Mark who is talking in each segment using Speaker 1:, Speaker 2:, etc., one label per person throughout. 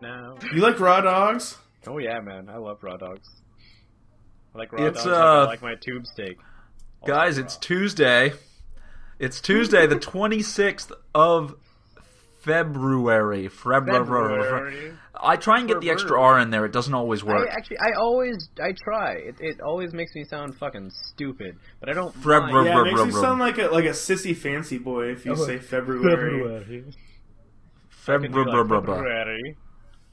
Speaker 1: know.
Speaker 2: You like raw dogs?
Speaker 1: Oh yeah, man, I love raw dogs. I like raw
Speaker 3: It's,
Speaker 1: dogs. like I
Speaker 3: uh,
Speaker 1: like my tube steak. Also
Speaker 3: Guys,
Speaker 1: raw.
Speaker 3: it's Tuesday. It's Tuesday, the 26th of February. February.
Speaker 1: February.
Speaker 3: I try and get the extra R in there. It doesn't always
Speaker 1: I,
Speaker 3: work.
Speaker 1: actually, I always I try. It, it always makes me sound fucking stupid, but I don't.
Speaker 3: February.
Speaker 1: mind.
Speaker 2: Yeah, it makes
Speaker 3: Rub,
Speaker 2: you
Speaker 3: rub,
Speaker 2: sound like a like a sissy fancy boy if you
Speaker 1: Oh,
Speaker 2: say February.
Speaker 1: I can do, like,
Speaker 3: February.
Speaker 1: February.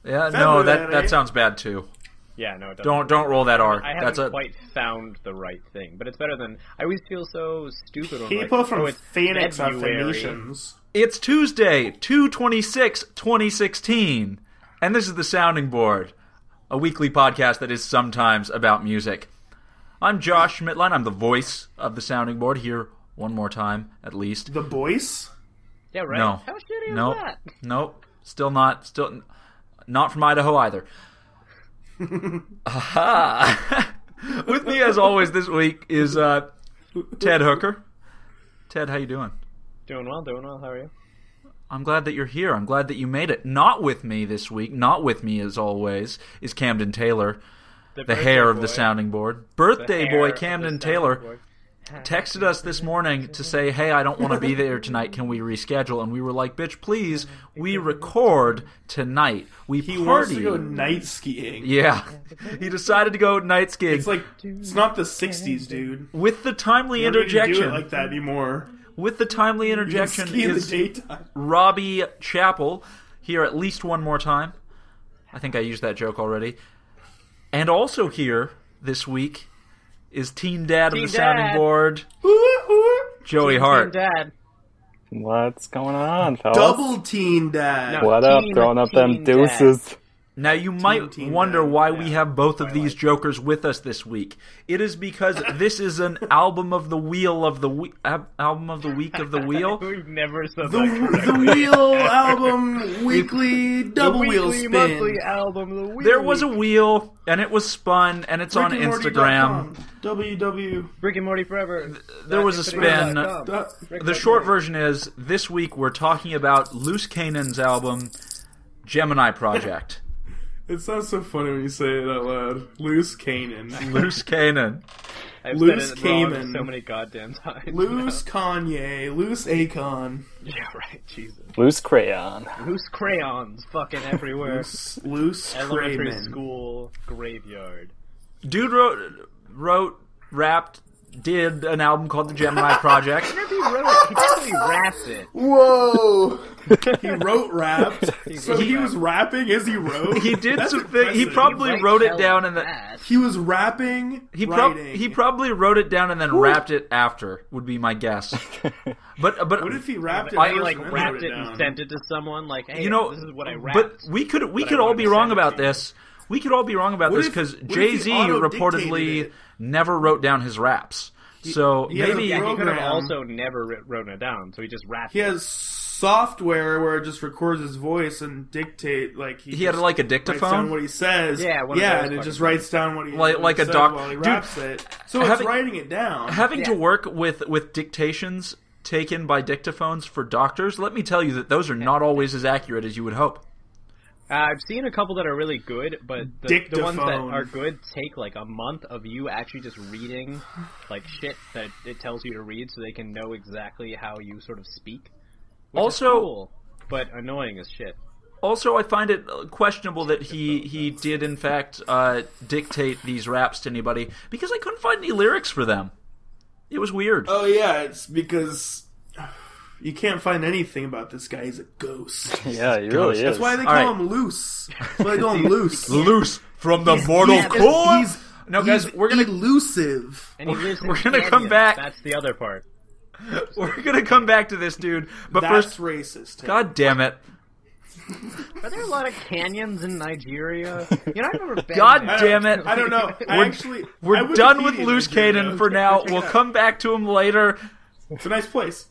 Speaker 3: Yeah, no, that
Speaker 2: February.
Speaker 3: that sounds bad too.
Speaker 1: Yeah, no, it doesn't.
Speaker 3: Don't don't roll that R.
Speaker 1: I haven't
Speaker 3: That's a
Speaker 1: quite found the right thing, but it's better than. I always feel so stupid when I'm
Speaker 2: People
Speaker 1: like,
Speaker 2: from
Speaker 1: oh, it's
Speaker 2: Phoenix are
Speaker 1: February.
Speaker 2: Phoenicians.
Speaker 3: It's Tuesday, 226, 2016, and this is The Sounding Board, a weekly podcast that is sometimes about music. I'm Josh Schmidtline. I'm the voice of The Sounding Board here one more time, at least.
Speaker 2: The Boys.
Speaker 1: Yeah, right.
Speaker 3: No.
Speaker 1: How shitty
Speaker 3: Nope.
Speaker 1: is that?
Speaker 3: Nope. Still not. Still not from Idaho either. Aha! With me, as always, this week is uh, Ted Hooker. Ted, how you doing?
Speaker 1: Doing well, doing well. How are you?
Speaker 3: I'm glad that you're here. I'm glad that you made it. Not with me this week. Not with me as always is Camden Taylor, the
Speaker 1: birthday
Speaker 3: hair of
Speaker 1: boy.
Speaker 3: the sounding board.
Speaker 1: The
Speaker 3: Birthday
Speaker 1: hair
Speaker 3: boy
Speaker 1: of the
Speaker 3: Camden
Speaker 1: sounding
Speaker 3: Taylor
Speaker 1: board.
Speaker 3: texted us this morning to say, "Hey, I don't want to be there tonight. Can we reschedule?" And we were like, "Bitch, please. We record tonight. We
Speaker 2: He
Speaker 3: party."
Speaker 2: wants to go night skiing.
Speaker 3: yeah. he decided to go night skiing
Speaker 2: It's like it's not the '60s, dude.
Speaker 3: with the timely
Speaker 2: You don't need to do
Speaker 3: interjection.
Speaker 2: it like that anymore.
Speaker 3: with the timely
Speaker 2: You can
Speaker 3: interjection
Speaker 2: ski in the
Speaker 3: is
Speaker 2: daytime.
Speaker 3: Robbie Chapel here at least one more time. I think I used that joke already. And also here this week is Team Dad
Speaker 1: Team
Speaker 3: of the Sounding
Speaker 1: Dad.
Speaker 3: Board,
Speaker 2: Ooh, ooh.
Speaker 3: Joey Hart.
Speaker 1: Team Dad.
Speaker 4: What's going on, fellas?
Speaker 2: Double teen dad.
Speaker 1: No.
Speaker 4: what up?
Speaker 1: Team-
Speaker 4: Throwing up
Speaker 1: team dad.
Speaker 4: them deuces.
Speaker 3: Now you might
Speaker 2: Team
Speaker 3: wonder
Speaker 2: Dad,
Speaker 3: why we have both of these jokers with us this week. It is because this is an album of the wheel of the we- ab- album of the week of the wheel.
Speaker 1: We've never said
Speaker 2: The,
Speaker 1: that. correctly.
Speaker 2: the wheel album weekly double
Speaker 1: the
Speaker 2: wheel
Speaker 1: weekly,
Speaker 2: spin.
Speaker 1: monthly album. The weekly.
Speaker 3: There was a wheel and it was spun and it's on Instagram.
Speaker 2: RickyMorty.com. WW.
Speaker 1: Rick and Morty forever.
Speaker 3: there was a spin.
Speaker 2: dot-
Speaker 3: The short version is this week we're talking about Loose Cannon's album Gemini Project.
Speaker 2: It sounds so funny when you say it out loud. Loose Canaan.
Speaker 3: Loose Cannon.
Speaker 1: I've
Speaker 2: Loose
Speaker 1: said it wrong
Speaker 2: Cayman.
Speaker 1: so many goddamn times.
Speaker 2: Loose Kanye. Loose Akon.
Speaker 1: Yeah, right. Jesus.
Speaker 4: Loose crayon.
Speaker 1: Loose crayons, fucking everywhere.
Speaker 2: Loose, loose
Speaker 1: Elementary
Speaker 2: Craven.
Speaker 1: school graveyard.
Speaker 3: Dude wrote, wrote, rapped, did an album called The Gemini Project.
Speaker 1: He wrote it. He definitely rapped it.
Speaker 2: Whoa! he wrote rapped. So
Speaker 1: He-
Speaker 2: he was rapping as he wrote.
Speaker 3: He did
Speaker 2: That's
Speaker 3: some thing- he
Speaker 2: impressive.
Speaker 3: probably-
Speaker 1: Right
Speaker 3: wrote it
Speaker 1: hell
Speaker 3: down in the-
Speaker 1: that.
Speaker 2: He was rapping.
Speaker 3: He, prob-
Speaker 2: writing.
Speaker 3: he probably wrote it down and then rapped it after, would be my guess. But but
Speaker 2: What if he rapped it?
Speaker 1: I
Speaker 2: first
Speaker 1: like
Speaker 2: and then
Speaker 1: wrapped
Speaker 2: wrote
Speaker 1: it
Speaker 2: down?
Speaker 1: and sent it to someone. Like, hey,
Speaker 3: you know
Speaker 1: this is what I
Speaker 3: But
Speaker 1: wrapped.
Speaker 3: we could we
Speaker 1: I
Speaker 3: could all
Speaker 1: wanted
Speaker 3: be
Speaker 1: to
Speaker 3: wrong
Speaker 1: send it
Speaker 3: about
Speaker 1: to you.
Speaker 3: this. We could all be wrong about
Speaker 2: What
Speaker 3: this
Speaker 2: if-
Speaker 3: because
Speaker 2: what if he
Speaker 3: Jay Z
Speaker 2: auto-dictated
Speaker 3: reportedly
Speaker 2: it?
Speaker 3: never wrote down his raps. So
Speaker 2: he has a
Speaker 3: maybe
Speaker 1: yeah, he could have
Speaker 2: program-
Speaker 1: also never writ- written it down, so he just rapped.
Speaker 2: He
Speaker 1: it.
Speaker 2: has software where it just records his voice and dictate like he,
Speaker 3: he had
Speaker 2: just
Speaker 3: like a
Speaker 2: writes down
Speaker 3: dictaphone.
Speaker 2: what he says.
Speaker 1: Yeah, one of
Speaker 2: yeah,
Speaker 1: those
Speaker 2: and it
Speaker 1: fucking
Speaker 2: just writes down what he what
Speaker 3: Like-
Speaker 2: he
Speaker 3: like a
Speaker 2: says
Speaker 3: doc-
Speaker 2: while he
Speaker 3: Dude,
Speaker 2: raps it. So
Speaker 3: having-
Speaker 2: it's writing it down.
Speaker 3: Having to
Speaker 1: Yeah.
Speaker 3: work with with dictations taken by dictaphones for doctors, let me tell you that those are not always as accurate as you would hope.
Speaker 1: Uh, I've seen a couple that are really good, but the, the ones that
Speaker 2: Dictaphone.
Speaker 1: are good take like a month of you actually just reading like shit that it tells you to read, so they can know exactly how you sort of speak. Which is
Speaker 3: Also-
Speaker 1: cool, but annoying as shit.
Speaker 3: Also, I find it uh, questionable that he he did in fact uh, dictate these raps to anybody because I couldn't find any lyrics for them. It was weird.
Speaker 2: Oh yeah, it's because you can't find anything about this guy. He's a ghost.
Speaker 4: Yeah, he really is.
Speaker 2: That's why they
Speaker 3: All
Speaker 2: call
Speaker 3: right.
Speaker 2: him Loose. That's why they call him Loose.
Speaker 3: Loose from the
Speaker 2: He's- he's-
Speaker 3: No,
Speaker 2: he's
Speaker 3: guys, we're gonna
Speaker 2: elusive.
Speaker 1: And he lives in
Speaker 3: we're gonna come
Speaker 1: canyons.
Speaker 3: back.
Speaker 1: That's the other part.
Speaker 3: we're gonna come back to this dude. But
Speaker 2: That's
Speaker 3: first,
Speaker 2: racist. Ted.
Speaker 3: god damn it!
Speaker 1: Are there a lot of canyons in Nigeria? You know, I've never been.
Speaker 3: God
Speaker 1: there.
Speaker 3: damn it!
Speaker 2: I don't know. I
Speaker 3: We're-
Speaker 2: actually, I
Speaker 3: We're done with
Speaker 2: Wikipedia'd
Speaker 3: Loose
Speaker 2: this video.
Speaker 3: Canaan for now.
Speaker 2: Check it
Speaker 3: We'll
Speaker 2: out.
Speaker 3: come back to him later.
Speaker 2: It's a nice place.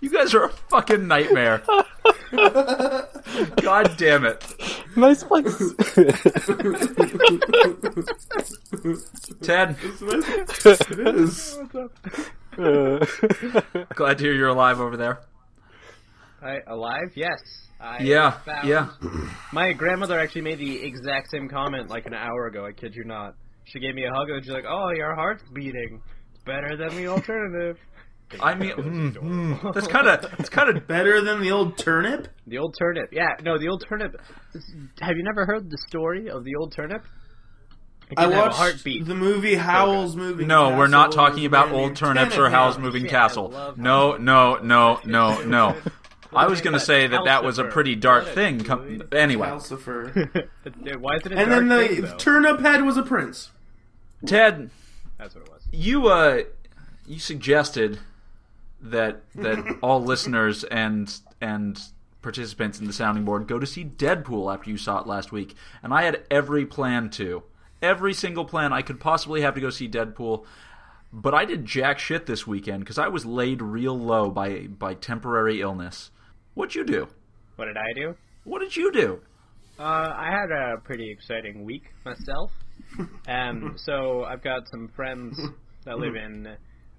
Speaker 3: You guys are a fucking nightmare. God damn it.
Speaker 4: nice place.
Speaker 3: Ted,
Speaker 2: It's a nice place. It is.
Speaker 4: Uh,
Speaker 1: Uh,
Speaker 3: glad to hear you're alive over there.
Speaker 1: I, alive? Yes. I
Speaker 3: yeah,
Speaker 1: found-
Speaker 3: yeah.
Speaker 1: My grandmother actually made the exact same comment like an hour ago. I kid you not. She gave me a hug and she's like, "Oh, your heart's beating better than the alternative."
Speaker 3: I mean, mm, mm, that's kind of it's kind of
Speaker 2: Better than the old turnip?
Speaker 1: The old turnip. Yeah, no, the old turnip. Have you never heard the story of the old turnip? It
Speaker 2: I
Speaker 1: didn't have a
Speaker 2: watched
Speaker 1: heartbeat.
Speaker 2: the movie Howl's Moving
Speaker 3: No, we're not
Speaker 2: Castle
Speaker 3: talking about
Speaker 2: with
Speaker 3: old
Speaker 2: Danny
Speaker 3: turnips or Howl's
Speaker 2: Danahue.
Speaker 3: Moving
Speaker 1: Yeah, I
Speaker 3: Castle.
Speaker 1: love
Speaker 3: No,
Speaker 1: Howl's
Speaker 3: no, no, no, no. I was
Speaker 1: Look
Speaker 3: going to
Speaker 1: at
Speaker 3: say that that was a
Speaker 1: Calcifer.
Speaker 3: pretty dark
Speaker 1: What a
Speaker 3: thing.
Speaker 1: good
Speaker 3: Com-
Speaker 1: movie.
Speaker 3: anyway,
Speaker 2: Calcifer.
Speaker 1: Why is it a dark
Speaker 2: And then the
Speaker 1: thing, though?
Speaker 2: turnip head was a prince.
Speaker 3: Ted,
Speaker 1: That's what it was.
Speaker 3: you uh, you suggested that that all listeners and and participants in the sounding board go to see Deadpool after you saw it last week, and I had every plan to, every single plan I could possibly have to go see Deadpool. But I did jack shit this weekend because I was laid real low by by temporary illness. What'd you do?
Speaker 1: What did I do?
Speaker 3: What did you do?
Speaker 1: Uh, I had a pretty exciting week myself. Um, so I've got some friends that live in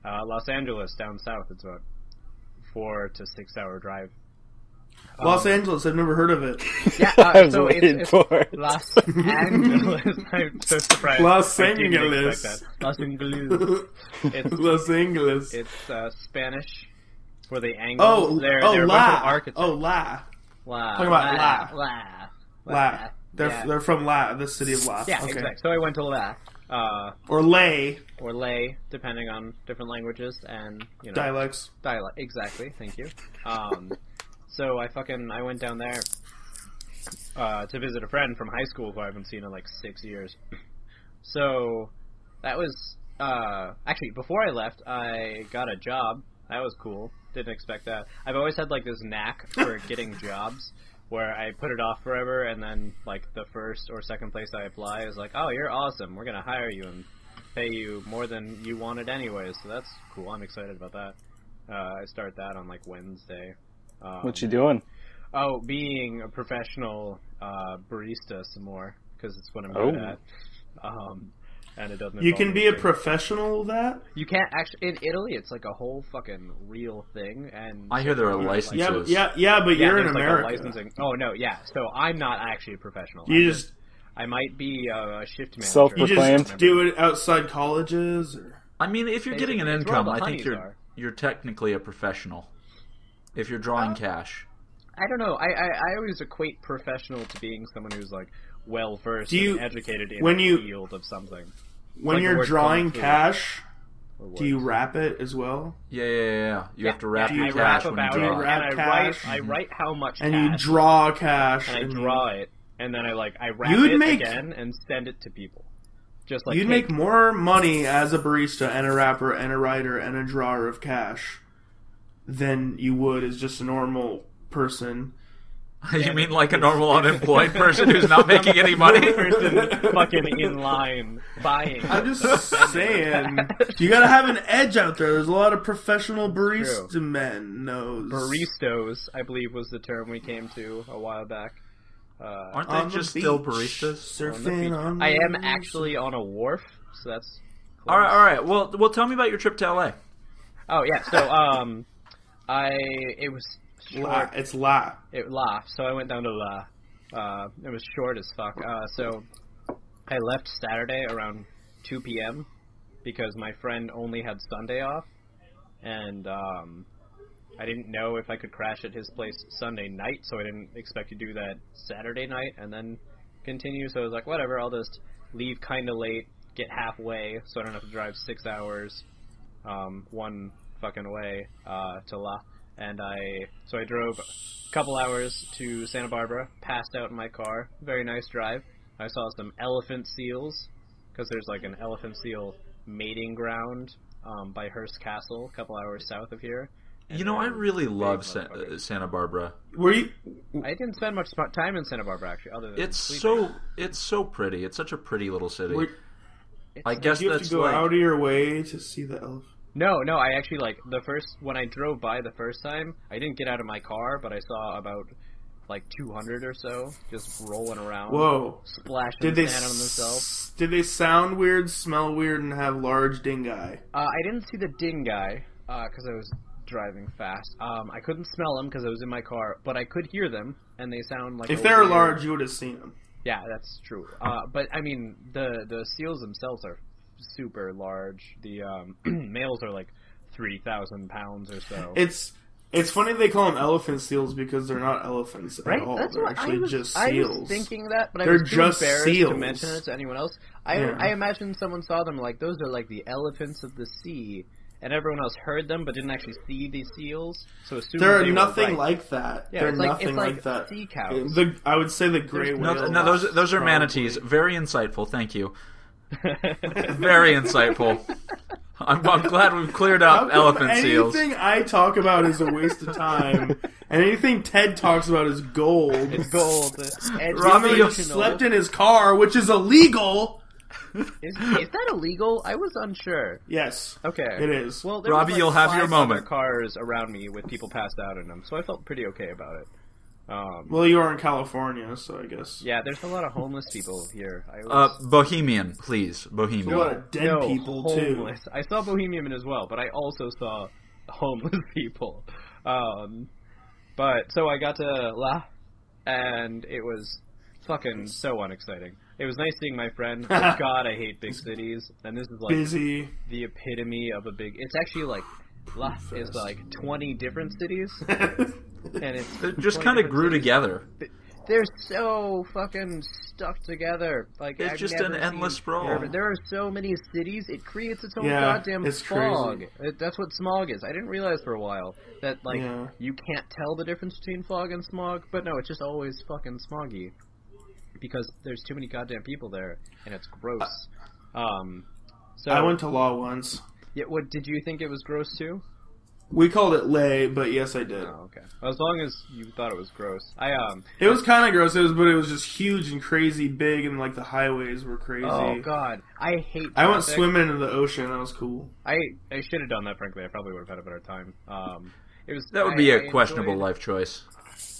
Speaker 1: uh, Los Angeles down south. It's about four to six hour drive.
Speaker 2: Los Angeles, I've never heard of it.
Speaker 1: Yeah, uh,
Speaker 4: I was
Speaker 1: so it's-
Speaker 4: waiting
Speaker 1: it's
Speaker 4: for it.
Speaker 1: Los Angeles. I'm so surprised.
Speaker 2: Los
Speaker 1: I didn't
Speaker 2: Angeles.
Speaker 1: expect that. Los Angeles. It's
Speaker 2: Los Angeles.
Speaker 1: it's uh, Spanish for the angles.
Speaker 2: oh,
Speaker 1: they're,
Speaker 2: oh,
Speaker 1: they're a bunch of
Speaker 2: La.
Speaker 1: architects.
Speaker 2: Oh, La.
Speaker 1: la,
Speaker 2: talking about
Speaker 1: la,
Speaker 2: La.
Speaker 1: la,
Speaker 2: La. They're,
Speaker 1: yeah.
Speaker 2: they're from La, the city of La.
Speaker 1: Yeah,
Speaker 2: okay.
Speaker 1: exactly. So I went to la, uh,
Speaker 2: Or Lay,
Speaker 1: or lay, depending on different languages and you know
Speaker 2: dialects.
Speaker 1: dialect. Exactly. Thank you. Um, so I fucking I went down there uh, to visit a friend from high school who I haven't seen in like six years. So that was uh, actually before I left, I got a job. That was cool. Didn't expect that. I've always had like this knack for getting jobs where I put it off forever, and then like the first or second place I apply is like, oh, you're awesome. We're gonna hire you and pay you more than you wanted anyway. So that's cool. I'm excited about that. Uh, I start that on like Wednesday. Um,
Speaker 4: What you doing?
Speaker 1: Oh, being a professional uh, barista some more because it's what I'm
Speaker 4: Oh.
Speaker 1: good at. Um, and it doesn't.
Speaker 2: You
Speaker 1: involve
Speaker 2: can be a
Speaker 1: anything.
Speaker 2: professional of that?
Speaker 1: You can't actually in Italy. It's like a whole fucking real thing, and
Speaker 3: I hear there are
Speaker 1: Yeah,
Speaker 3: licenses.
Speaker 2: Yeah, yeah, yeah, but
Speaker 1: yeah,
Speaker 2: you're in
Speaker 1: there's, like, a
Speaker 2: America.
Speaker 1: licensing. Oh no, yeah. So I'm not actually a professional. I'm
Speaker 2: you just
Speaker 1: I might be uh, a shift manager.
Speaker 4: Self-
Speaker 2: you
Speaker 4: Proclaimed.
Speaker 2: just do it outside colleges or
Speaker 3: I mean, if you're getting an
Speaker 1: Basically, it's where all
Speaker 3: income,
Speaker 1: the
Speaker 3: I think
Speaker 1: honeys
Speaker 3: you're
Speaker 1: are.
Speaker 3: you're technically a professional. If you're drawing cash,
Speaker 1: I don't know. I, I I always equate professional to being someone who's like well versed,
Speaker 2: Do you-
Speaker 1: and educated in
Speaker 2: when
Speaker 1: the
Speaker 2: you-
Speaker 1: field of something. Like
Speaker 2: when
Speaker 1: the
Speaker 2: you're
Speaker 1: word
Speaker 2: drawing
Speaker 1: kung fu.
Speaker 2: cash,
Speaker 1: or
Speaker 2: do you
Speaker 1: words.
Speaker 2: wrap it as well?
Speaker 3: yeah, yeah, yeah. yeah. You have to wrap
Speaker 1: Yeah,
Speaker 3: your
Speaker 1: I rap
Speaker 3: cash when you
Speaker 1: about
Speaker 3: draw.
Speaker 1: it,
Speaker 2: Wrap
Speaker 1: and I
Speaker 2: cash.
Speaker 1: write. I write how much
Speaker 2: And you
Speaker 1: cash,
Speaker 2: draw cash
Speaker 1: and I draw it, and then I like I wrap
Speaker 2: You'd
Speaker 1: it
Speaker 2: make-
Speaker 1: again and send it to people. Just like
Speaker 2: You'd make more money as a barista and a rapper and a writer and a drawer of cash than you would as just a normal person.
Speaker 3: you mean like a normal unemployed person who's not making any money?
Speaker 1: person fucking in line buying.
Speaker 2: I'm just saying, you gotta have an edge out there. There's a lot of professional barista men. Knows
Speaker 1: baristas, I believe, was the term we came to a while back. Uh,
Speaker 3: Aren't they just still baristas?
Speaker 1: on the beach.
Speaker 2: Surfing on.
Speaker 1: I
Speaker 2: the
Speaker 1: am
Speaker 2: beach.
Speaker 1: actually on a wharf, so that's. close.
Speaker 3: All right, all right. Well, well, tell me about your trip to LA.
Speaker 1: Oh yeah, so um, I it was
Speaker 2: La,
Speaker 1: short.
Speaker 2: it's la.
Speaker 1: It La, so I went down to La. Uh, it was short as fuck. Uh, so I left Saturday around 2 p.m. because my friend only had Sunday off, and um, I didn't know if I could crash at his place Sunday night, so I didn't expect to do that Saturday night and then continue. So I was like, whatever, I'll just leave kind of late, get halfway, so I don't have to drive six hours um, one fucking way uh, to La. And I so I drove a couple hours to Santa Barbara, passed out in my car. Very nice drive. I saw some elephant seals because there's like an elephant seal mating ground um, by Hearst Castle, a couple hours south of here.
Speaker 3: You know, I really love Sa-
Speaker 1: Santa.
Speaker 3: uh, Santa Barbara.
Speaker 2: Were you?
Speaker 1: I didn't spend much sp- time in Santa Barbara actually, other than
Speaker 3: It's
Speaker 1: sleeping.
Speaker 3: so it's so pretty. It's such a pretty little city.
Speaker 2: Were,
Speaker 3: I guess
Speaker 2: do you have
Speaker 3: that's
Speaker 2: to go
Speaker 3: like
Speaker 2: out of your way to see the elf?
Speaker 1: No, no, I actually like the first when I drove by the first time, I didn't get out of my car, but I saw about like 200 or so just rolling around,
Speaker 2: Whoa.
Speaker 1: splashing
Speaker 2: Did they
Speaker 1: sand on themselves.
Speaker 2: s- Did they sound weird, smell weird, and have large dingai?
Speaker 1: Uh, I didn't see the ding guy because I was driving fast. Um, I couldn't smell them because I was in my car, but I could hear them, and they sound like
Speaker 2: If
Speaker 1: a
Speaker 2: they're
Speaker 1: weird-
Speaker 2: large, you would have seen them.
Speaker 1: Yeah, that's true. Uh, but I mean, the the seals themselves are super large. The um, males are like three thousand pounds or so.
Speaker 2: It's it's funny they call them elephant seals because they're not elephants at
Speaker 1: Right,
Speaker 2: all.
Speaker 1: that's
Speaker 2: they're
Speaker 1: what
Speaker 2: actually
Speaker 1: I was,
Speaker 2: just
Speaker 1: I
Speaker 2: seals.
Speaker 1: was thinking that, but I
Speaker 2: They're
Speaker 1: was too
Speaker 2: just
Speaker 1: embarrassed to
Speaker 2: seals.
Speaker 1: mention it to anyone else. I
Speaker 2: Yeah.
Speaker 1: I imagine someone saw them like those are like the elephants of the sea, and everyone else heard them but didn't actually see the seals. So assume
Speaker 2: There are
Speaker 1: they were
Speaker 2: nothing
Speaker 1: right.
Speaker 2: like that.
Speaker 1: Yeah,
Speaker 2: They're
Speaker 1: it's like-
Speaker 2: nothing
Speaker 1: it's
Speaker 2: like,
Speaker 1: like
Speaker 2: that.
Speaker 1: sea cows.
Speaker 2: The, I would say the gray
Speaker 1: There's
Speaker 2: whale.
Speaker 1: no-
Speaker 3: No, no, those those are manatees. Very insightful. Thank you. Very insightful. I'm, I'm glad we've cleared
Speaker 2: How
Speaker 3: up
Speaker 2: come
Speaker 3: elephant
Speaker 2: anything
Speaker 3: seals.
Speaker 2: I talk about is a waste of time, and anything Ted talks about is gold.
Speaker 1: It's gold.
Speaker 3: Rami,
Speaker 2: He
Speaker 3: you
Speaker 1: educational.
Speaker 2: slept in his car, which is illegal.
Speaker 1: Is, is that illegal? I was unsure.
Speaker 2: Yes,
Speaker 1: Okay.
Speaker 2: it is.
Speaker 1: Well, there was,
Speaker 3: Robbie,
Speaker 1: like,
Speaker 3: you'll have your
Speaker 1: five
Speaker 3: moment.
Speaker 1: other Cars around me with people passed out in them, so I felt pretty okay about it. Um,
Speaker 2: Well, you are in California, so I guess.
Speaker 1: yeah, there's a lot of homeless people here. I
Speaker 3: Uh,
Speaker 1: was,
Speaker 3: Bohemian, please.
Speaker 2: A lot
Speaker 3: Bohemian.
Speaker 2: of dead
Speaker 1: no,
Speaker 2: people
Speaker 1: homeless. I saw Bohemian as well, but I also saw homeless people. Um, but so I got to La, and it was fucking so unexciting. It was nice seeing my friend. but God, I hate big cities, and this is
Speaker 2: too.
Speaker 1: like
Speaker 2: Busy.
Speaker 1: the epitome of a big. It's actually like Los is like twenty different cities, and it's
Speaker 3: They just
Speaker 1: 20
Speaker 3: kind of
Speaker 1: different
Speaker 3: grew
Speaker 1: cities.
Speaker 3: together.
Speaker 1: They're so fucking stuck together. Like
Speaker 3: It's
Speaker 1: I've
Speaker 3: just
Speaker 1: never
Speaker 3: an endless
Speaker 1: seen-
Speaker 3: sprawl.
Speaker 1: never- There are so many cities. It creates its own
Speaker 2: Yeah,
Speaker 1: goddamn
Speaker 2: it's
Speaker 1: fog.
Speaker 2: crazy.
Speaker 1: It- that's what smog is. I didn't realize for a while that like
Speaker 2: Yeah.
Speaker 1: you can't tell the difference between fog and smog. But no, it's just always fucking smoggy because there's too many goddamn people there, and it's gross. Um, so
Speaker 2: Uh, I went to law once.
Speaker 1: yeah, what did you think it was gross too?
Speaker 2: We called it lay, but yes, I did.
Speaker 1: Oh, okay. As long as you thought it was gross. I um.
Speaker 2: It was kind of gross. It was, but it was just huge and crazy big, and like the highways were crazy.
Speaker 1: Oh God, I hate.
Speaker 2: I went
Speaker 1: traffic.
Speaker 2: swimming in the ocean. That was cool.
Speaker 1: I I should have done that. Frankly, I probably would have had a better time. Um, it was
Speaker 3: That would
Speaker 1: I-
Speaker 3: be
Speaker 1: I
Speaker 3: a questionable
Speaker 1: enjoyed-
Speaker 3: life choice.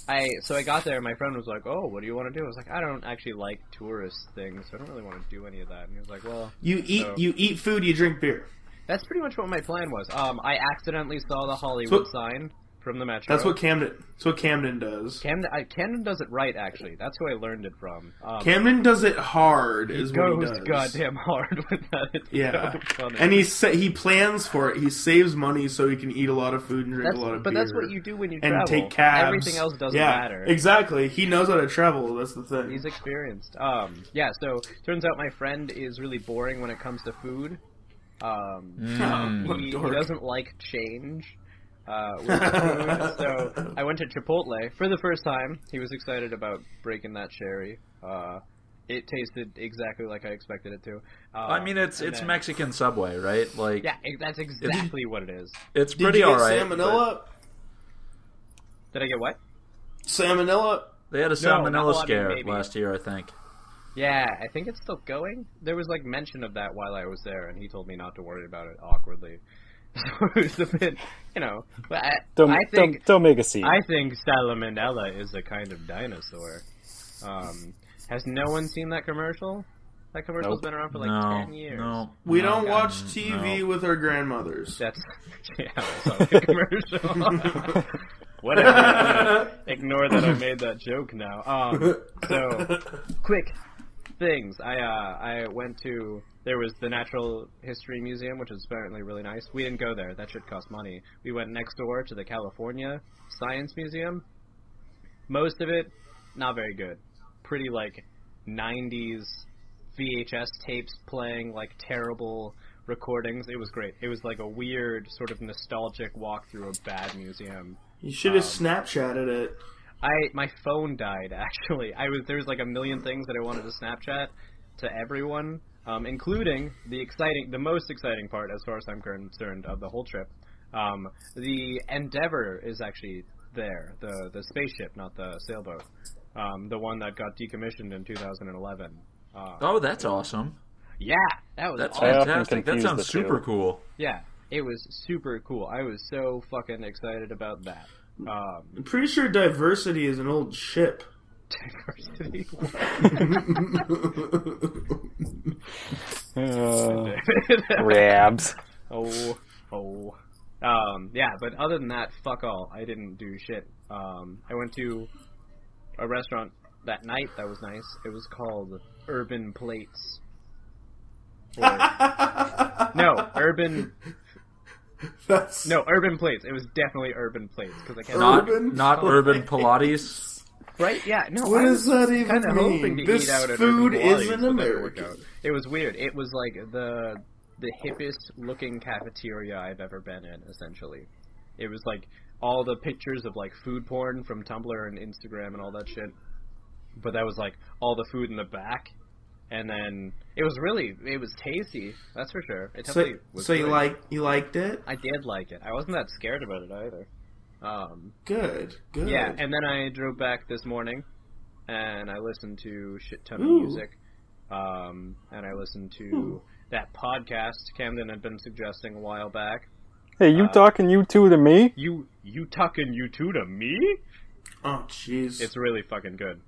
Speaker 1: I so I got there. and My friend was like, "Oh, what do you want to do?" I was like, "I don't actually like tourist things. I don't really want to do any of that." And he was like, "Well,
Speaker 2: You eat,
Speaker 1: So-
Speaker 2: you eat food, you drink beer.
Speaker 1: that's pretty much what my plan was." Um, I accidentally saw the Hollywood
Speaker 2: So-
Speaker 1: sign from the metro.
Speaker 2: That's what Camden. That's what Camden does.
Speaker 1: Camden I, Camden does it right. Actually, that's who I learned it from. Um,
Speaker 2: Camden does it hard, is what he
Speaker 1: goes
Speaker 2: does.
Speaker 1: goddamn hard with that. It's
Speaker 2: Yeah,
Speaker 1: so funny.
Speaker 2: and he sa- he plans for it. He saves money so he can eat a lot of food and drink
Speaker 1: That's-
Speaker 2: a lot of
Speaker 1: but
Speaker 2: beer.
Speaker 1: that's what you do when you
Speaker 2: and
Speaker 1: travel.
Speaker 2: take cabs.
Speaker 1: Everything else doesn't
Speaker 2: yeah,
Speaker 1: matter.
Speaker 2: Exactly. He knows how to travel. That's the thing.
Speaker 1: He's experienced. Um, yeah. So turns out my friend is really boring when it comes to food. Um,
Speaker 4: Mm-hmm.
Speaker 2: What a
Speaker 1: he, he
Speaker 2: dork.
Speaker 1: doesn't like change. Uh, with food. so I went to Chipotle for the first time. He was excited about breaking that cherry. Uh, it tasted exactly like I expected it to. Uh,
Speaker 3: I mean, it's
Speaker 1: and
Speaker 3: it's
Speaker 1: then-
Speaker 3: Mexican Subway, right? Like,
Speaker 1: Yeah, it- that's exactly what it is.
Speaker 3: it's
Speaker 2: Did
Speaker 3: pretty
Speaker 2: you get
Speaker 3: alright. but
Speaker 2: salmonella?
Speaker 1: Did I get what?
Speaker 2: Salmonella.
Speaker 3: They had a
Speaker 1: No,
Speaker 3: salmonella
Speaker 1: no, I mean,
Speaker 3: scare
Speaker 1: maybe.
Speaker 3: last year, I think.
Speaker 1: Yeah, I think it's still going. There was like mention of that while I was there, and he told me not to worry about it awkwardly. So it was a bit, you know. But I,
Speaker 4: Don't,
Speaker 1: I think
Speaker 4: don't, don't make a scene.
Speaker 1: I think salmonella is a kind of dinosaur. Um, has no one seen that commercial? That commercial's
Speaker 4: Nope.
Speaker 1: been around for like
Speaker 3: no,
Speaker 1: ten years.
Speaker 3: no,
Speaker 2: We
Speaker 3: no.
Speaker 2: don't
Speaker 1: God.
Speaker 2: watch TV
Speaker 3: No.
Speaker 2: with our grandmothers.
Speaker 1: That's yeah, I saw the commercial. Whatever. Ignore that I made that joke now. Um, so quick things. I uh, I went to there was the Natural History Museum, which is apparently really nice. We didn't go there; that should cost money. We went next door to the California Science Museum. Most of it, not very good. Pretty like '90s VHS tapes playing like terrible recordings. It was great. It was like a weird sort of nostalgic walk through a bad museum.
Speaker 2: You should have Snapchatted it.
Speaker 1: I my phone died actually. I was there was like a million things that I wanted to Snapchat to everyone, um, including the exciting, the most exciting part as far as I'm concerned of the whole trip. Um, the Endeavor is actually there, the the spaceship, not the sailboat, um, the one that got decommissioned in 2011. Uh,
Speaker 3: Oh, that's awesome.
Speaker 1: yeah, that was
Speaker 3: That's
Speaker 1: awesome.
Speaker 4: I often
Speaker 3: fantastic. That
Speaker 4: confuse
Speaker 3: sounds
Speaker 4: the two.
Speaker 3: super cool.
Speaker 1: yeah. It was super cool. I was so fucking excited about that. Um,
Speaker 2: I'm pretty sure diversity is an old ship.
Speaker 1: diversity.
Speaker 4: Uh, rabs.
Speaker 1: Oh, oh. Um, yeah, but other than that, fuck all. I didn't do shit. Um, I went to a restaurant that night that was nice. It was called Urban Plates. Or, no, Urban.
Speaker 2: That's
Speaker 1: No, Urban Plates. It was definitely Urban Plates because I can't.
Speaker 3: Not
Speaker 2: Urban
Speaker 3: not urban Pilates.
Speaker 1: right? Yeah. No.
Speaker 2: What
Speaker 1: I was
Speaker 2: does that even
Speaker 1: kind of hoping
Speaker 2: mean?
Speaker 1: to
Speaker 2: This
Speaker 1: eat out at
Speaker 2: food
Speaker 1: Urban Pilates,
Speaker 2: is
Speaker 1: but
Speaker 2: an
Speaker 1: that didn't work
Speaker 2: American.
Speaker 1: out. It was weird. It was like the the hippest looking cafeteria I've ever been in. Essentially, it was like all the pictures of like food porn from Tumblr and Instagram and all that shit. But that was like all the food in the back, and then it was really it was tasty. That's for sure. It
Speaker 2: So,
Speaker 1: definitely was
Speaker 2: so you
Speaker 1: good.
Speaker 2: like you liked it?
Speaker 1: I did like it. I wasn't that scared about it either. Um,
Speaker 2: Good, good.
Speaker 1: yeah, and then I drove back this morning, and I listened to shit ton of
Speaker 2: Ooh. Hmm.
Speaker 1: music, um, and I listened to that podcast Camden had been suggesting a while back.
Speaker 4: Hey,
Speaker 1: Uh,
Speaker 4: you talking you two to me?
Speaker 1: You you tucking you two to me?
Speaker 2: oh jeez.
Speaker 1: It's really fucking good.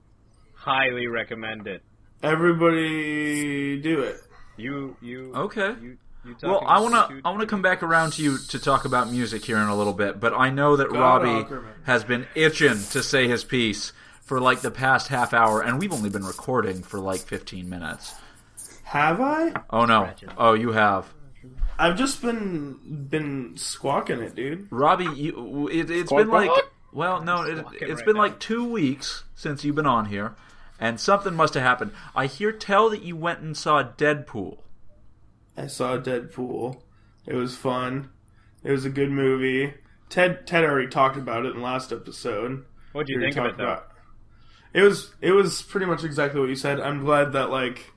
Speaker 1: Highly recommend it.
Speaker 2: Everybody do it.
Speaker 1: You you
Speaker 3: Okay.
Speaker 1: You, you
Speaker 3: Well,
Speaker 1: tucking
Speaker 3: I
Speaker 1: you
Speaker 3: want to
Speaker 1: two-
Speaker 3: I want to come back around to you to talk about music here in a little bit, but I know that
Speaker 1: oh,
Speaker 3: Robbie
Speaker 2: Ackerman.
Speaker 3: has been itching to say his piece for like the past half hour and we've only been recording for like 15 minutes.
Speaker 2: Have I?
Speaker 3: Oh no.
Speaker 1: Scratching.
Speaker 3: Oh, you have.
Speaker 2: I've just been been squawking it, dude.
Speaker 3: Robbie, you, it, it's
Speaker 4: Squawk,
Speaker 3: been like
Speaker 4: squawk.
Speaker 3: well, no, it,
Speaker 1: squawking
Speaker 3: it's
Speaker 1: right
Speaker 3: been
Speaker 1: now.
Speaker 3: like two weeks since you've been on here, and something must have happened. I hear tell that you went and saw Deadpool.
Speaker 2: I saw Deadpool. It was fun. It was a good movie. Ted Ted already talked about it in the last episode.
Speaker 1: What'd
Speaker 2: We
Speaker 1: you
Speaker 2: were
Speaker 1: think of it
Speaker 2: talking
Speaker 1: though?
Speaker 2: It was it was pretty much exactly what you said. I'm glad that like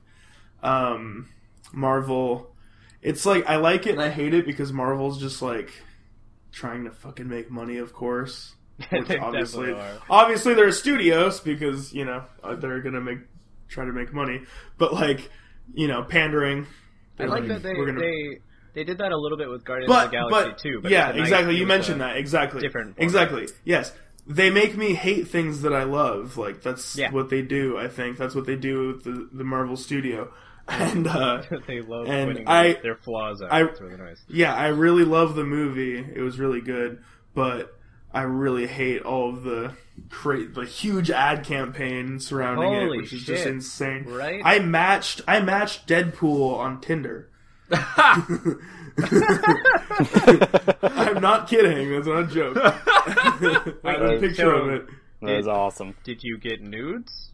Speaker 2: um Marvel it's like I like it and I hate it because Marvel's just like trying to fucking make money, of course. Which
Speaker 1: They
Speaker 2: obviously
Speaker 1: definitely are.
Speaker 2: obviously they're studios because, you know, uh, they're going to make try to make money, but like, you know, pandering
Speaker 1: I like that they
Speaker 2: we're gonna-
Speaker 1: they they did that a little bit with Guardians
Speaker 2: but,
Speaker 1: of the Galaxy
Speaker 2: but,
Speaker 1: too. But
Speaker 2: yeah,
Speaker 1: it's a nice-
Speaker 2: exactly.
Speaker 1: it
Speaker 2: You
Speaker 1: was a-
Speaker 2: mentioned that exactly.
Speaker 1: different format.
Speaker 2: exactly. Yes, they make me hate things that I love. Like that's
Speaker 1: Yeah.
Speaker 2: what they do. I think that's what they do with the the Marvel studio. And uh,
Speaker 1: they love
Speaker 2: And
Speaker 1: pointing
Speaker 2: I-
Speaker 1: their flaws out.
Speaker 2: I-
Speaker 1: it's really nice.
Speaker 2: yeah, I really love the movie. It was really good, but I really hate all of the cra- the huge ad campaign surrounding
Speaker 1: Holy
Speaker 2: it, which is just
Speaker 1: shit.
Speaker 2: insane.
Speaker 1: Right?
Speaker 2: I matched I matched Deadpool on Tinder. I'm not kidding. That's not a joke. I have a
Speaker 4: Wait,
Speaker 2: picture
Speaker 1: so-
Speaker 2: of it.
Speaker 4: That is awesome.
Speaker 1: Did you get nudes?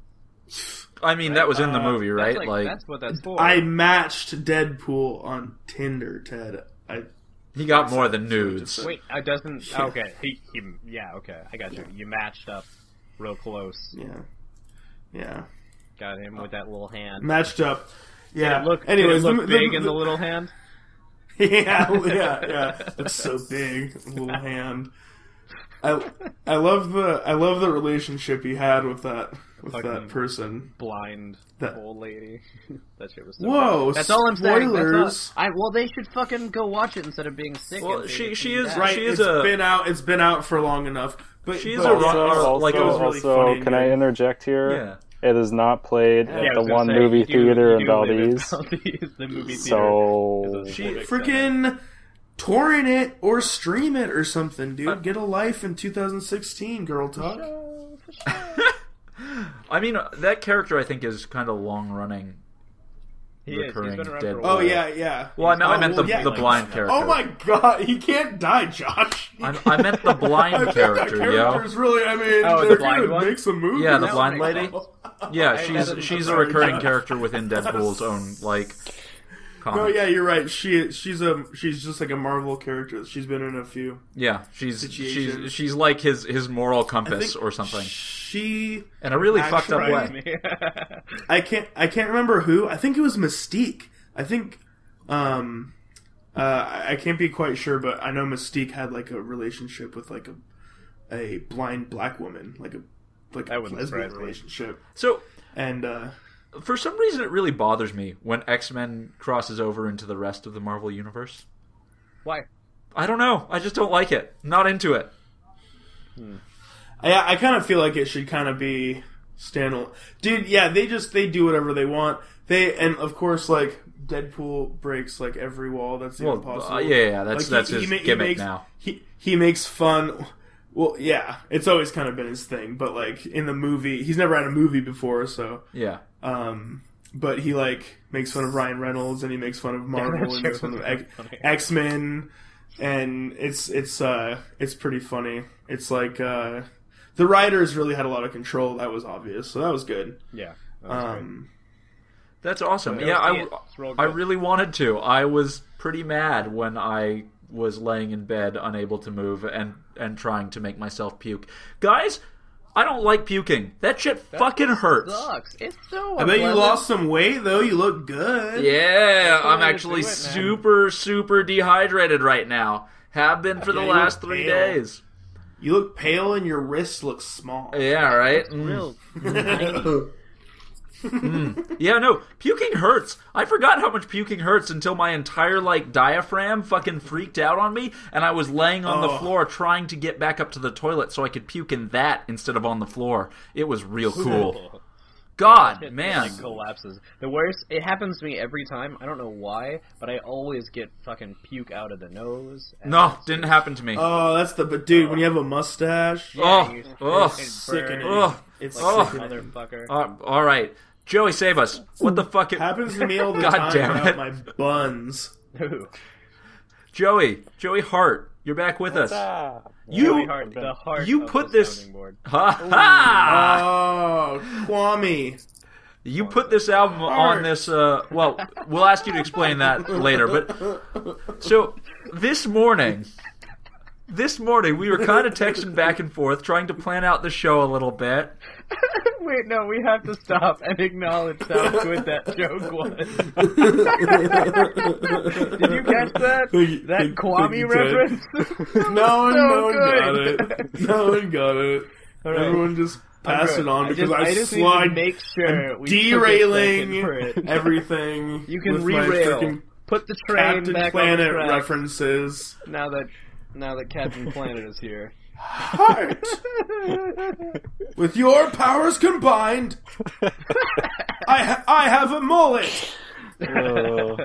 Speaker 3: I mean, that was in the
Speaker 2: Uh,
Speaker 3: movie, right?
Speaker 1: That's like, that's what that's for.
Speaker 2: I matched Deadpool on Tinder, Ted. I
Speaker 3: he got more than nudes.
Speaker 1: Wait, I doesn't. Okay, he, he, yeah, okay, I got you. You matched up real close.
Speaker 2: yeah, yeah,
Speaker 1: Got him with that little hand.
Speaker 2: matched up. Yeah.
Speaker 1: Did it look,
Speaker 2: Anyways,
Speaker 1: did it
Speaker 2: the-
Speaker 1: look
Speaker 2: the-
Speaker 1: big in the
Speaker 2: the-
Speaker 1: little hand.
Speaker 2: yeah, yeah, yeah. It's so big, little hand. I I love the I love the relationship he had with that with that
Speaker 1: Fucking-
Speaker 2: person.
Speaker 1: Blind
Speaker 2: That-
Speaker 1: old lady. that shit was. So
Speaker 2: Whoa!
Speaker 1: bad. That's all I'm saying.
Speaker 2: spoilers.
Speaker 1: That's all, I well, they should fucking go watch it instead of being sick.
Speaker 3: Well,
Speaker 1: and
Speaker 3: she-
Speaker 1: being
Speaker 3: she is
Speaker 1: bad.
Speaker 2: Right,
Speaker 3: She
Speaker 2: it's
Speaker 3: is a-
Speaker 2: been out. It's been out for long enough. But
Speaker 3: She is
Speaker 2: but
Speaker 3: a
Speaker 4: Also,
Speaker 3: rock-
Speaker 2: also-
Speaker 3: or,
Speaker 4: also,
Speaker 3: like, it was
Speaker 2: really
Speaker 4: also,
Speaker 2: funny,
Speaker 4: can
Speaker 2: dude.
Speaker 4: I interject here?
Speaker 3: Yeah.
Speaker 4: It is not played
Speaker 1: Yeah, I
Speaker 4: at the
Speaker 1: was gonna
Speaker 4: one
Speaker 1: say,
Speaker 4: movie
Speaker 1: you do-
Speaker 4: theater
Speaker 1: you
Speaker 4: in
Speaker 1: do live
Speaker 4: Valdez.
Speaker 1: Valdez, the movie theater.
Speaker 4: So
Speaker 1: is a
Speaker 3: She-
Speaker 1: civic center.
Speaker 2: freaking torrent it or stream it or something, dude. Get a life in 2016, girl talk.
Speaker 3: I mean, uh, that character I think is kind of long running.
Speaker 1: He is. He's been
Speaker 3: recurring
Speaker 1: around for a
Speaker 3: Deadpool.
Speaker 1: while.
Speaker 2: Oh yeah, yeah.
Speaker 3: Well, I meant, I
Speaker 2: Oh,
Speaker 3: meant the,
Speaker 2: well, yeah.
Speaker 3: the blind character.
Speaker 2: Oh my god, he can't die, Josh.
Speaker 3: I, I meant the
Speaker 2: I
Speaker 3: blind
Speaker 2: think
Speaker 3: character,
Speaker 2: that
Speaker 3: yo.
Speaker 2: character's really. I mean,
Speaker 1: Oh, the
Speaker 2: they're
Speaker 1: blind
Speaker 2: gonna
Speaker 1: one?
Speaker 2: make some movies.
Speaker 3: Yeah, the
Speaker 1: That
Speaker 3: blind
Speaker 1: one
Speaker 3: lady. Yeah,
Speaker 1: that
Speaker 3: she's
Speaker 1: is-
Speaker 3: she's a
Speaker 1: I'm
Speaker 3: recurring character within Deadpool's own like.
Speaker 2: Oh
Speaker 3: Comic.
Speaker 2: yeah, you're right. She she's a she's just like a Marvel character. She's been in a few.
Speaker 3: Yeah, she's
Speaker 2: Situation.
Speaker 3: she's she's like his his moral compass
Speaker 2: think
Speaker 3: or something,
Speaker 2: She
Speaker 3: in a really
Speaker 2: actually-
Speaker 3: fucked up
Speaker 1: Surprised
Speaker 3: way.
Speaker 1: me.
Speaker 2: I can't I can't remember who. I think it was Mystique. I think um uh I- I can't be quite sure, but I know Mystique had like a relationship with like a a blind black woman, like a like a
Speaker 1: That wouldn't
Speaker 2: lesbian
Speaker 1: surprise me.
Speaker 2: relationship.
Speaker 3: So
Speaker 2: And uh
Speaker 3: for some reason, it really bothers me when X Men crosses over into the rest of the Marvel universe.
Speaker 1: Why?
Speaker 3: I don't know. I just don't like it. Not into it.
Speaker 2: I I kind of feel like it should kind of be standalone. Dude, yeah, they just they do whatever they want. They and of course like Deadpool breaks like every wall that's even
Speaker 3: Well,
Speaker 2: possible.
Speaker 3: uh, yeah, yeah,
Speaker 2: Like,
Speaker 3: that's
Speaker 2: he-
Speaker 3: that's
Speaker 2: he
Speaker 3: his
Speaker 2: ma- he
Speaker 3: gimmick
Speaker 2: makes-
Speaker 3: now.
Speaker 2: He he makes fun. Well, yeah, it's always kind of been his thing, but like in the movie, he's never had a movie before, so
Speaker 3: Yeah,
Speaker 2: um, but he like makes fun of Ryan Reynolds and he makes fun of Marvel
Speaker 1: that
Speaker 2: and
Speaker 1: shit
Speaker 2: makes fun
Speaker 1: was
Speaker 2: of
Speaker 1: really
Speaker 2: X-
Speaker 1: funny.
Speaker 2: X Men, and it's it's uh it's pretty funny. It's like uh, the writers really had a lot of control. That was obvious, so that was good.
Speaker 1: Yeah. that was great.
Speaker 2: Um,
Speaker 3: that's awesome.
Speaker 1: Go
Speaker 3: yeah, I,
Speaker 1: see it.
Speaker 3: w-
Speaker 1: It's real
Speaker 3: I
Speaker 1: good.
Speaker 3: really wanted to. I was pretty mad when I was laying in bed, unable to move, and and trying to make myself puke. Guys, I don't like puking. That shit fucking hurts.
Speaker 1: sucks. It's so.
Speaker 2: I bet you
Speaker 1: unpleasant.
Speaker 2: lost some weight though. You look good.
Speaker 3: Yeah, I'm
Speaker 1: way to
Speaker 3: actually
Speaker 1: do it, man.
Speaker 3: super super dehydrated right now. Have been for the
Speaker 2: Yeah, you
Speaker 3: last
Speaker 2: look
Speaker 3: three
Speaker 2: pale.
Speaker 3: days.
Speaker 2: You look pale and your wrists look small.
Speaker 3: Yeah, right. Mm.
Speaker 1: Real.
Speaker 3: Yeah, no, puking hurts. I forgot how much puking hurts until my entire like diaphragm fucking freaked out on me, and I was laying on the
Speaker 2: Oh.
Speaker 3: floor trying to get back up to the toilet so I could puke in that instead of on the floor. It was real cool. God,
Speaker 1: It,
Speaker 3: man,
Speaker 1: like, collapses. The worst. It happens to me every time. I don't know why, but I always get fucking puke out of the nose. and-
Speaker 3: no, didn't happen to me.
Speaker 2: Oh, that's the but dude. When you have a mustache,
Speaker 3: Oh,
Speaker 1: you-
Speaker 3: oh,
Speaker 1: it burns
Speaker 2: sickening.
Speaker 3: Ugh.
Speaker 2: It's
Speaker 1: like a
Speaker 2: sickening.
Speaker 1: motherfucker.
Speaker 3: Uh, all right, Joey, save us. What the fuck? It-
Speaker 2: happens to me all the
Speaker 3: God
Speaker 2: time.
Speaker 3: damn
Speaker 2: about
Speaker 3: it.
Speaker 2: my buns.
Speaker 1: Ooh.
Speaker 3: Joey, Joey Hart, you're back with us.
Speaker 4: Ah,
Speaker 1: Really
Speaker 3: You,
Speaker 1: hard- the heart
Speaker 3: you
Speaker 1: of
Speaker 3: put
Speaker 1: the
Speaker 3: this-
Speaker 1: sounding board.
Speaker 3: ha ha.
Speaker 2: Oh, Kwame.
Speaker 3: You put this album on this. Uh, well, we'll ask you to explain that later. But so this morning, this morning we were kind of texting back and forth, trying to plan out the show a little bit.
Speaker 1: Wait, no, we have to stop and acknowledge how good that joke was. Did you catch that? that
Speaker 2: Thank- thank- thank
Speaker 1: Kwame
Speaker 2: you, Ted.
Speaker 1: reference?
Speaker 2: No one,
Speaker 1: So
Speaker 2: no one got
Speaker 1: good.
Speaker 2: it. No one got it.
Speaker 1: right.
Speaker 2: Everyone just passed it on
Speaker 1: I
Speaker 2: because
Speaker 1: just,
Speaker 2: I,
Speaker 1: just need
Speaker 2: slide
Speaker 1: to make sure we took a second for
Speaker 2: derailing
Speaker 1: it.
Speaker 2: everything.
Speaker 1: You can
Speaker 2: with my
Speaker 1: rerail.
Speaker 2: freaking
Speaker 1: Put the train
Speaker 2: Captain
Speaker 1: back
Speaker 2: Planet
Speaker 1: on the track
Speaker 2: references.
Speaker 1: now that now that Captain Planet is here.
Speaker 2: Heart, with your powers combined, I ha- I have a mullet.
Speaker 4: oh.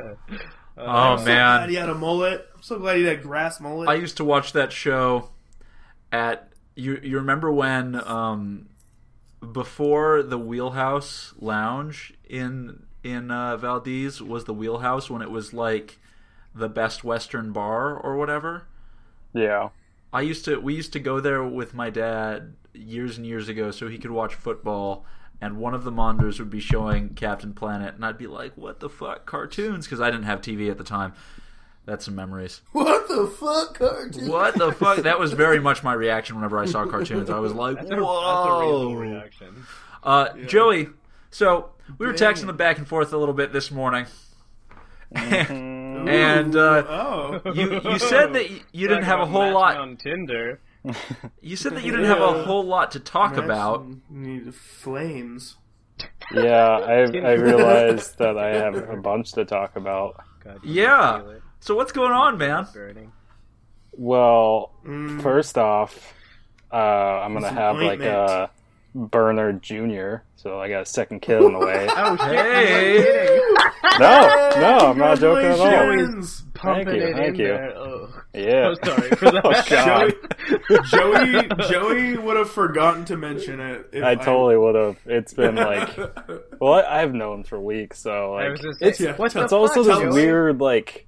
Speaker 3: Oh
Speaker 2: Glad
Speaker 3: man,
Speaker 2: he had a mullet. I'm so glad he had a grass mullet.
Speaker 3: I used to watch that show at you. You remember when um, before the Wheelhouse Lounge in in uh, Valdez was the Wheelhouse when it was like the Best Western Bar or whatever.
Speaker 4: Yeah.
Speaker 3: I used to we used to go there with my dad years and years ago so he could watch football and one of the monitors would be showing Captain Planet and I'd be like what the fuck cartoons cuz I didn't have TV at the time. That's some memories.
Speaker 2: what the fuck, cartoon?
Speaker 3: What the fuck? That was very much my reaction whenever I saw cartoons. I was like,
Speaker 1: That's a, that's a reasonable
Speaker 3: "Whoa!"
Speaker 1: reaction.
Speaker 3: Uh, Joey, so we were
Speaker 2: Dang.
Speaker 3: texting the back and forth a little bit this morning,
Speaker 4: Mm,
Speaker 3: and uh,
Speaker 2: Oh,
Speaker 3: you you said that you, you didn't
Speaker 1: Talk
Speaker 3: have a
Speaker 1: about
Speaker 3: whole
Speaker 1: matching
Speaker 3: lot.
Speaker 1: on Tinder.
Speaker 3: You said that you didn't have a
Speaker 2: Yeah.
Speaker 3: whole lot to talk about.
Speaker 2: Imagine you need flames.
Speaker 4: yeah, I I realized that I have a bunch to talk about.
Speaker 1: God, you
Speaker 3: Yeah.
Speaker 1: feel it
Speaker 3: So what's going on, man?
Speaker 1: burning.
Speaker 4: Well,
Speaker 2: Mm.
Speaker 4: first off, uh, I'm gonna
Speaker 2: Some
Speaker 4: have like
Speaker 2: ointment.
Speaker 4: a burner junior, so I got a second kid on the way.
Speaker 1: Oh shit!
Speaker 3: Hey,
Speaker 4: no, no, I'm not joking at all.
Speaker 2: Congratulations.
Speaker 1: Pumping
Speaker 4: you,
Speaker 1: it in
Speaker 4: thank you.
Speaker 1: there. Oh,
Speaker 4: Yeah.
Speaker 1: so sorry for that.
Speaker 4: Oh, God.
Speaker 2: Joey, Joey would have forgotten to mention it. If
Speaker 4: I totally would have. It's been like, well, I, I've known for weeks, so
Speaker 1: I
Speaker 4: like,
Speaker 1: was just
Speaker 4: it's
Speaker 1: saying,
Speaker 2: yeah,
Speaker 1: what the
Speaker 4: it's also
Speaker 1: fuck,
Speaker 4: this
Speaker 1: Joey?
Speaker 4: weird like,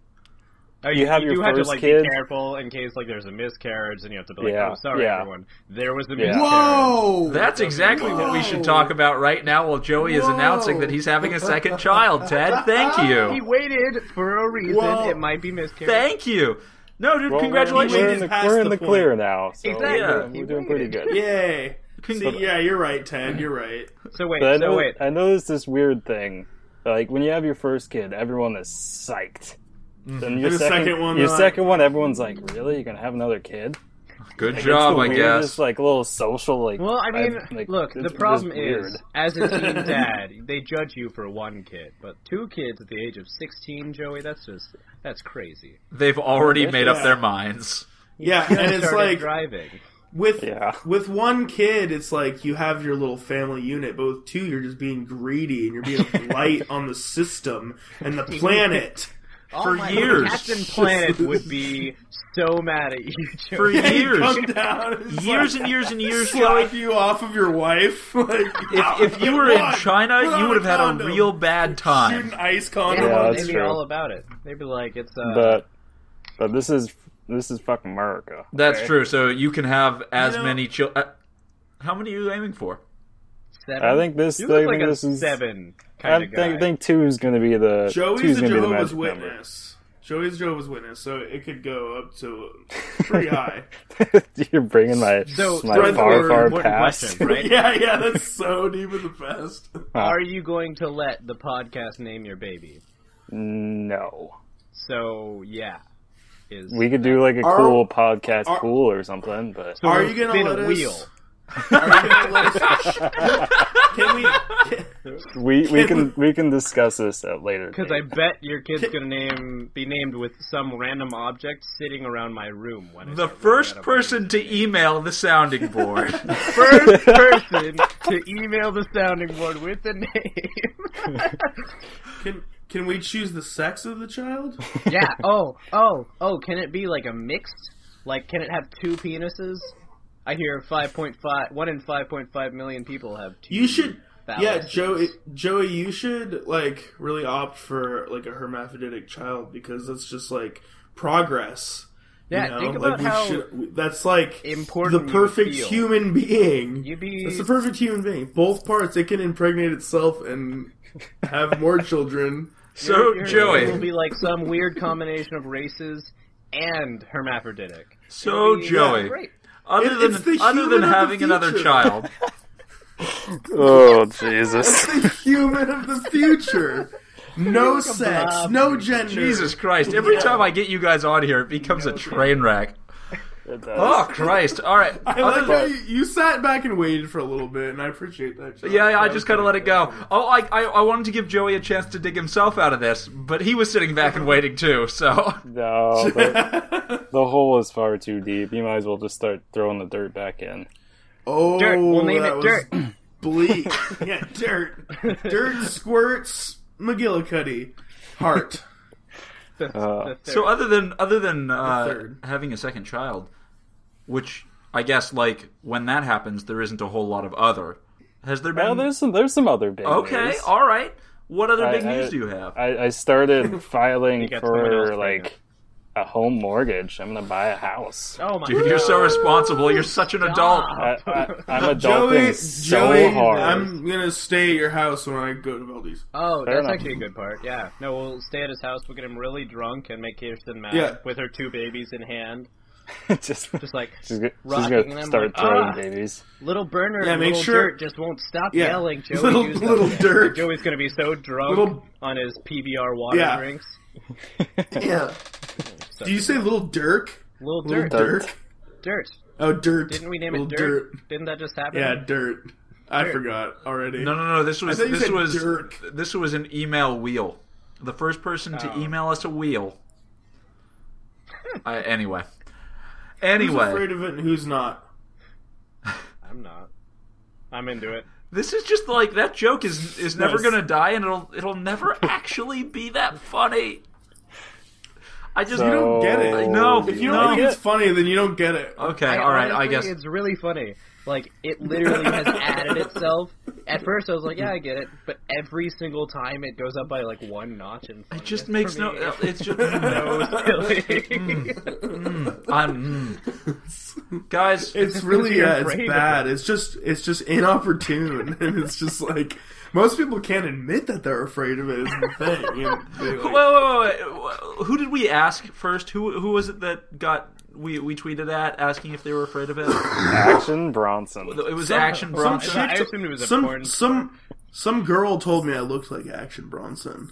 Speaker 1: Oh,
Speaker 4: you have
Speaker 1: you
Speaker 4: your
Speaker 1: do have to
Speaker 4: first
Speaker 1: like
Speaker 4: kid.
Speaker 1: be careful in case like there's a miscarriage, and you have to be like,
Speaker 4: Yeah,
Speaker 1: "Oh, sorry,
Speaker 4: yeah.
Speaker 1: everyone, there was a
Speaker 4: Yeah.
Speaker 1: miscarriage." Oh,
Speaker 2: Whoa!
Speaker 3: That's exactly what we should talk about right now while Joey is
Speaker 2: Whoa.
Speaker 3: announcing that he's having a second child. Ted, thank
Speaker 1: He
Speaker 3: you.
Speaker 1: waited for a reason.
Speaker 2: Whoa.
Speaker 1: It might be miscarriage.
Speaker 3: Thank you. No, dude,
Speaker 4: well, We're in
Speaker 3: congratulations.
Speaker 4: the,
Speaker 2: Past
Speaker 4: we're in
Speaker 2: the
Speaker 4: the
Speaker 2: point.
Speaker 4: clear now, so
Speaker 1: Exactly.
Speaker 4: we're, doing-
Speaker 1: Yeah.
Speaker 4: we're doing pretty good.
Speaker 2: Yay!
Speaker 3: Con-
Speaker 2: See, yeah, you're right, Ted. You're right.
Speaker 1: so wait,
Speaker 4: But
Speaker 1: so
Speaker 4: I know,
Speaker 1: wait.
Speaker 4: I know there's this weird thing. Like when you have your first kid, everyone is psyched.
Speaker 1: Mm-hmm.
Speaker 4: Then your
Speaker 2: the
Speaker 4: second,
Speaker 2: second one,
Speaker 4: your
Speaker 2: they're
Speaker 4: second one, everyone's like, "Really? You're gonna have another kid?"
Speaker 3: Good
Speaker 4: It's
Speaker 3: job,
Speaker 4: the
Speaker 3: I
Speaker 4: weirdest,
Speaker 3: guess.
Speaker 4: like little social, like.
Speaker 1: Well, I mean,
Speaker 4: I've- like,
Speaker 1: look, the
Speaker 4: it's just
Speaker 1: problem
Speaker 4: weird.
Speaker 1: is, as a teen dad, they judge you for one kid, but two kids at the age of 16, Joey, that's just, that's crazy.
Speaker 3: They've already made up
Speaker 2: Yeah.
Speaker 3: their minds.
Speaker 2: Yeah, and it's
Speaker 1: Started
Speaker 2: like
Speaker 1: driving.
Speaker 2: with
Speaker 4: Yeah.
Speaker 2: with one kid, it's like you have your little family unit, but with two, you're just being greedy and you're being light on the system and the planet.
Speaker 3: For
Speaker 1: Oh my-
Speaker 3: years.
Speaker 1: Captain Planet would be so mad at you. Joe.
Speaker 3: For
Speaker 2: He'd
Speaker 3: years.
Speaker 2: come down and just,
Speaker 3: years
Speaker 2: like,
Speaker 3: and years and years. Joe,
Speaker 2: slap you off of your wife. Like,
Speaker 3: if, if you were in China, you would have had a real bad
Speaker 2: shooting
Speaker 3: time.
Speaker 2: ice
Speaker 1: Yeah,
Speaker 2: condom.
Speaker 4: Yeah,
Speaker 1: well,
Speaker 4: that's
Speaker 1: they'd be
Speaker 4: true.
Speaker 1: all about it. They'd be like, "It's uh,
Speaker 4: But but this is this is fucking America.
Speaker 3: That's
Speaker 4: okay?
Speaker 3: true. So you can have as
Speaker 2: You know-
Speaker 3: many children. Uh, how many are you aiming for?
Speaker 1: seven.
Speaker 4: I think this.
Speaker 1: you
Speaker 4: I
Speaker 1: look
Speaker 4: think
Speaker 1: like a
Speaker 4: this is.
Speaker 1: seven
Speaker 4: I
Speaker 1: kind of
Speaker 4: think,
Speaker 1: guy.
Speaker 4: think two is going to be the
Speaker 2: Joey's
Speaker 4: two's
Speaker 2: a
Speaker 4: gonna be the
Speaker 2: Jehovah's
Speaker 4: magic
Speaker 2: Witness. Joey's a Jehovah's Witness, so it could go up to pretty high.
Speaker 4: number. You're bringing my
Speaker 1: So,
Speaker 4: my
Speaker 2: spread the
Speaker 4: far
Speaker 2: word.
Speaker 4: far
Speaker 1: Important
Speaker 4: past.
Speaker 1: question, right?
Speaker 2: yeah, yeah, that's so deep in the past.
Speaker 1: Are you going to let the podcast name your baby?
Speaker 4: No,
Speaker 1: So yeah, is
Speaker 4: we could do like a
Speaker 2: Are-
Speaker 4: cool podcast
Speaker 2: are-
Speaker 4: pool or something, but
Speaker 1: So
Speaker 2: Are
Speaker 1: we'll
Speaker 2: you gonna
Speaker 1: spin
Speaker 2: let
Speaker 1: a
Speaker 2: us-
Speaker 1: wheel?
Speaker 2: Are you gonna let us? Can we? Can,
Speaker 4: we we
Speaker 2: Can
Speaker 4: can we can discuss this at later.
Speaker 1: Because I
Speaker 4: date.
Speaker 1: bet your kid's gonna name be named with some random object sitting around my room when I
Speaker 3: The
Speaker 1: start
Speaker 3: first
Speaker 1: looking at 'em.
Speaker 3: person to email the sounding board.
Speaker 1: first person to email the sounding board with the name.
Speaker 2: can can we choose the sex of the child?
Speaker 1: yeah. Oh. Oh. Oh. Can it be like a mixed? Like, can it have two penises? I hear 5.5, one in 5.5 million people have two.
Speaker 2: You should. Yeah,
Speaker 1: phalluses.
Speaker 2: Joey, Joey, you should like really opt for like a hermaphroditic child because that's just like progress. you
Speaker 1: Yeah,
Speaker 2: know?
Speaker 1: think about
Speaker 2: Like, we
Speaker 1: how
Speaker 2: should- that's like
Speaker 1: important
Speaker 2: the
Speaker 1: you
Speaker 2: perfect
Speaker 1: feel.
Speaker 2: human being.
Speaker 1: you'd be.
Speaker 2: It's the perfect human being. Both parts, it can impregnate itself and have more children.
Speaker 3: so
Speaker 1: your- It will
Speaker 3: Joey,
Speaker 1: be like some weird combination of races and hermaphroditic.
Speaker 3: so
Speaker 1: It'll be,
Speaker 3: Joey,
Speaker 1: yeah, great.
Speaker 3: other
Speaker 2: It- it's
Speaker 3: than
Speaker 2: the
Speaker 3: other than
Speaker 2: human of the
Speaker 3: having another
Speaker 2: future.
Speaker 3: child,
Speaker 4: oh Jesus!
Speaker 2: It's the human of the future. No sex,
Speaker 1: blob.
Speaker 2: no gender.
Speaker 3: Jesus Christ! Every time I get you guys on here, it becomes a train wreck.
Speaker 4: It does.
Speaker 3: Oh Christ! All right.
Speaker 2: I like
Speaker 3: Other-
Speaker 2: how you, you sat back and waited for a little bit, and I appreciate that. John.
Speaker 3: yeah, yeah, I just kind of let it go. Oh, I, I I wanted to give Joey a chance to dig himself out of this, but he was sitting back and waiting too. So
Speaker 4: No, the, the hole is far too deep. You might as well just start throwing the dirt back in.
Speaker 2: oh,
Speaker 1: Dirt. We'll name
Speaker 2: that
Speaker 1: it
Speaker 2: was
Speaker 1: Dirt.
Speaker 2: Bleak. yeah, dirt. Dirt squirts McGillicuddy. Heart.
Speaker 4: Uh,
Speaker 1: The
Speaker 3: So other than other than uh,
Speaker 2: third.
Speaker 3: having a second child, which I guess like when that happens, there isn't a whole lot of other. Has there been?
Speaker 4: well, oh, there's some there's some other big
Speaker 3: okay,
Speaker 4: news.
Speaker 3: all right. What other
Speaker 4: I-
Speaker 3: big news
Speaker 4: I-
Speaker 3: do you have?
Speaker 4: I, I started filing
Speaker 1: got someone else
Speaker 4: for
Speaker 1: pregnant.
Speaker 4: like a home mortgage. I'm gonna buy a house.
Speaker 1: Oh my
Speaker 3: Dude, you're so responsible. You're such an adult.
Speaker 4: I, I, I'm adulting
Speaker 2: Joey,
Speaker 4: so
Speaker 2: Joey,
Speaker 4: hard.
Speaker 2: I'm gonna stay at your house when I go to Valdez.
Speaker 1: Oh,
Speaker 4: Fair
Speaker 1: that's
Speaker 4: enough.
Speaker 1: actually a good part. Yeah. No, we'll stay at his house. We'll get him really drunk and make Kirsten mad
Speaker 2: Yeah.
Speaker 1: with her two babies in hand.
Speaker 4: just,
Speaker 1: Just like
Speaker 4: she's, go- she's
Speaker 1: rocking
Speaker 4: gonna
Speaker 1: them
Speaker 4: start
Speaker 1: like,
Speaker 4: throwing
Speaker 1: "Ah!"
Speaker 4: babies.
Speaker 1: little burner,
Speaker 2: Yeah,
Speaker 1: and
Speaker 2: make
Speaker 1: little
Speaker 2: sure-
Speaker 1: dirt just won't stop
Speaker 2: Yeah.
Speaker 1: yelling. Joey
Speaker 2: Little-
Speaker 1: do
Speaker 2: little
Speaker 1: something.
Speaker 2: Dirt.
Speaker 1: Joey's gonna be so drunk
Speaker 2: Little-
Speaker 1: on his PBR water
Speaker 2: Yeah.
Speaker 1: drinks.
Speaker 2: Yeah. Do you say little Dirk?
Speaker 1: Little
Speaker 2: Little
Speaker 1: dirt, dirt,
Speaker 2: Dirk. Oh, dirt.
Speaker 1: Didn't we name
Speaker 2: Little
Speaker 1: it dirt? Didn't that just happen?
Speaker 2: Yeah, dirt. I forgot already.
Speaker 3: No, no, no. This was
Speaker 2: I thought you
Speaker 3: this
Speaker 2: said
Speaker 3: was
Speaker 2: Dirk.
Speaker 3: this was an email wheel. The first person to
Speaker 1: Oh.
Speaker 3: email us a wheel. I, anyway,
Speaker 2: Who's
Speaker 3: anyway,
Speaker 2: afraid of it and who's not?
Speaker 1: I'm not. I'm into it.
Speaker 3: this is just like that joke is is never
Speaker 2: Nice.
Speaker 3: gonna die, and it'll it'll never actually be that funny. I just
Speaker 4: So,
Speaker 2: don't get it. Like,
Speaker 3: no,
Speaker 2: If you don't
Speaker 3: no.
Speaker 2: think it's funny, then you don't get it.
Speaker 3: Okay,
Speaker 1: I-
Speaker 3: all right. I
Speaker 1: honestly,
Speaker 3: guess
Speaker 1: it's really funny. Like it literally has added itself. At first, I was like, "Yeah, I get it," but every single time it goes up by like one notch, and
Speaker 3: it just makes no. Mm. It's just
Speaker 1: so
Speaker 3: no.
Speaker 1: silly.
Speaker 3: I'm, mm. Guys,
Speaker 2: It's really yeah,
Speaker 1: afraid
Speaker 2: it's
Speaker 1: of
Speaker 2: bad. It's just it's just inopportune, and it's just like most people can't admit that they're afraid of it. Is the thing. And they, like,
Speaker 3: wait, wait, wait, wait. Who did we ask first? Who who was it that got we we tweeted at asking if they were afraid of it?
Speaker 4: Action Bronson.
Speaker 3: It was
Speaker 2: some-
Speaker 3: Action
Speaker 2: some
Speaker 3: Bronson.
Speaker 2: chick
Speaker 1: I
Speaker 2: to-
Speaker 1: assumed it was a
Speaker 2: some
Speaker 1: porn
Speaker 2: some some girl told me I looked like Action Bronson.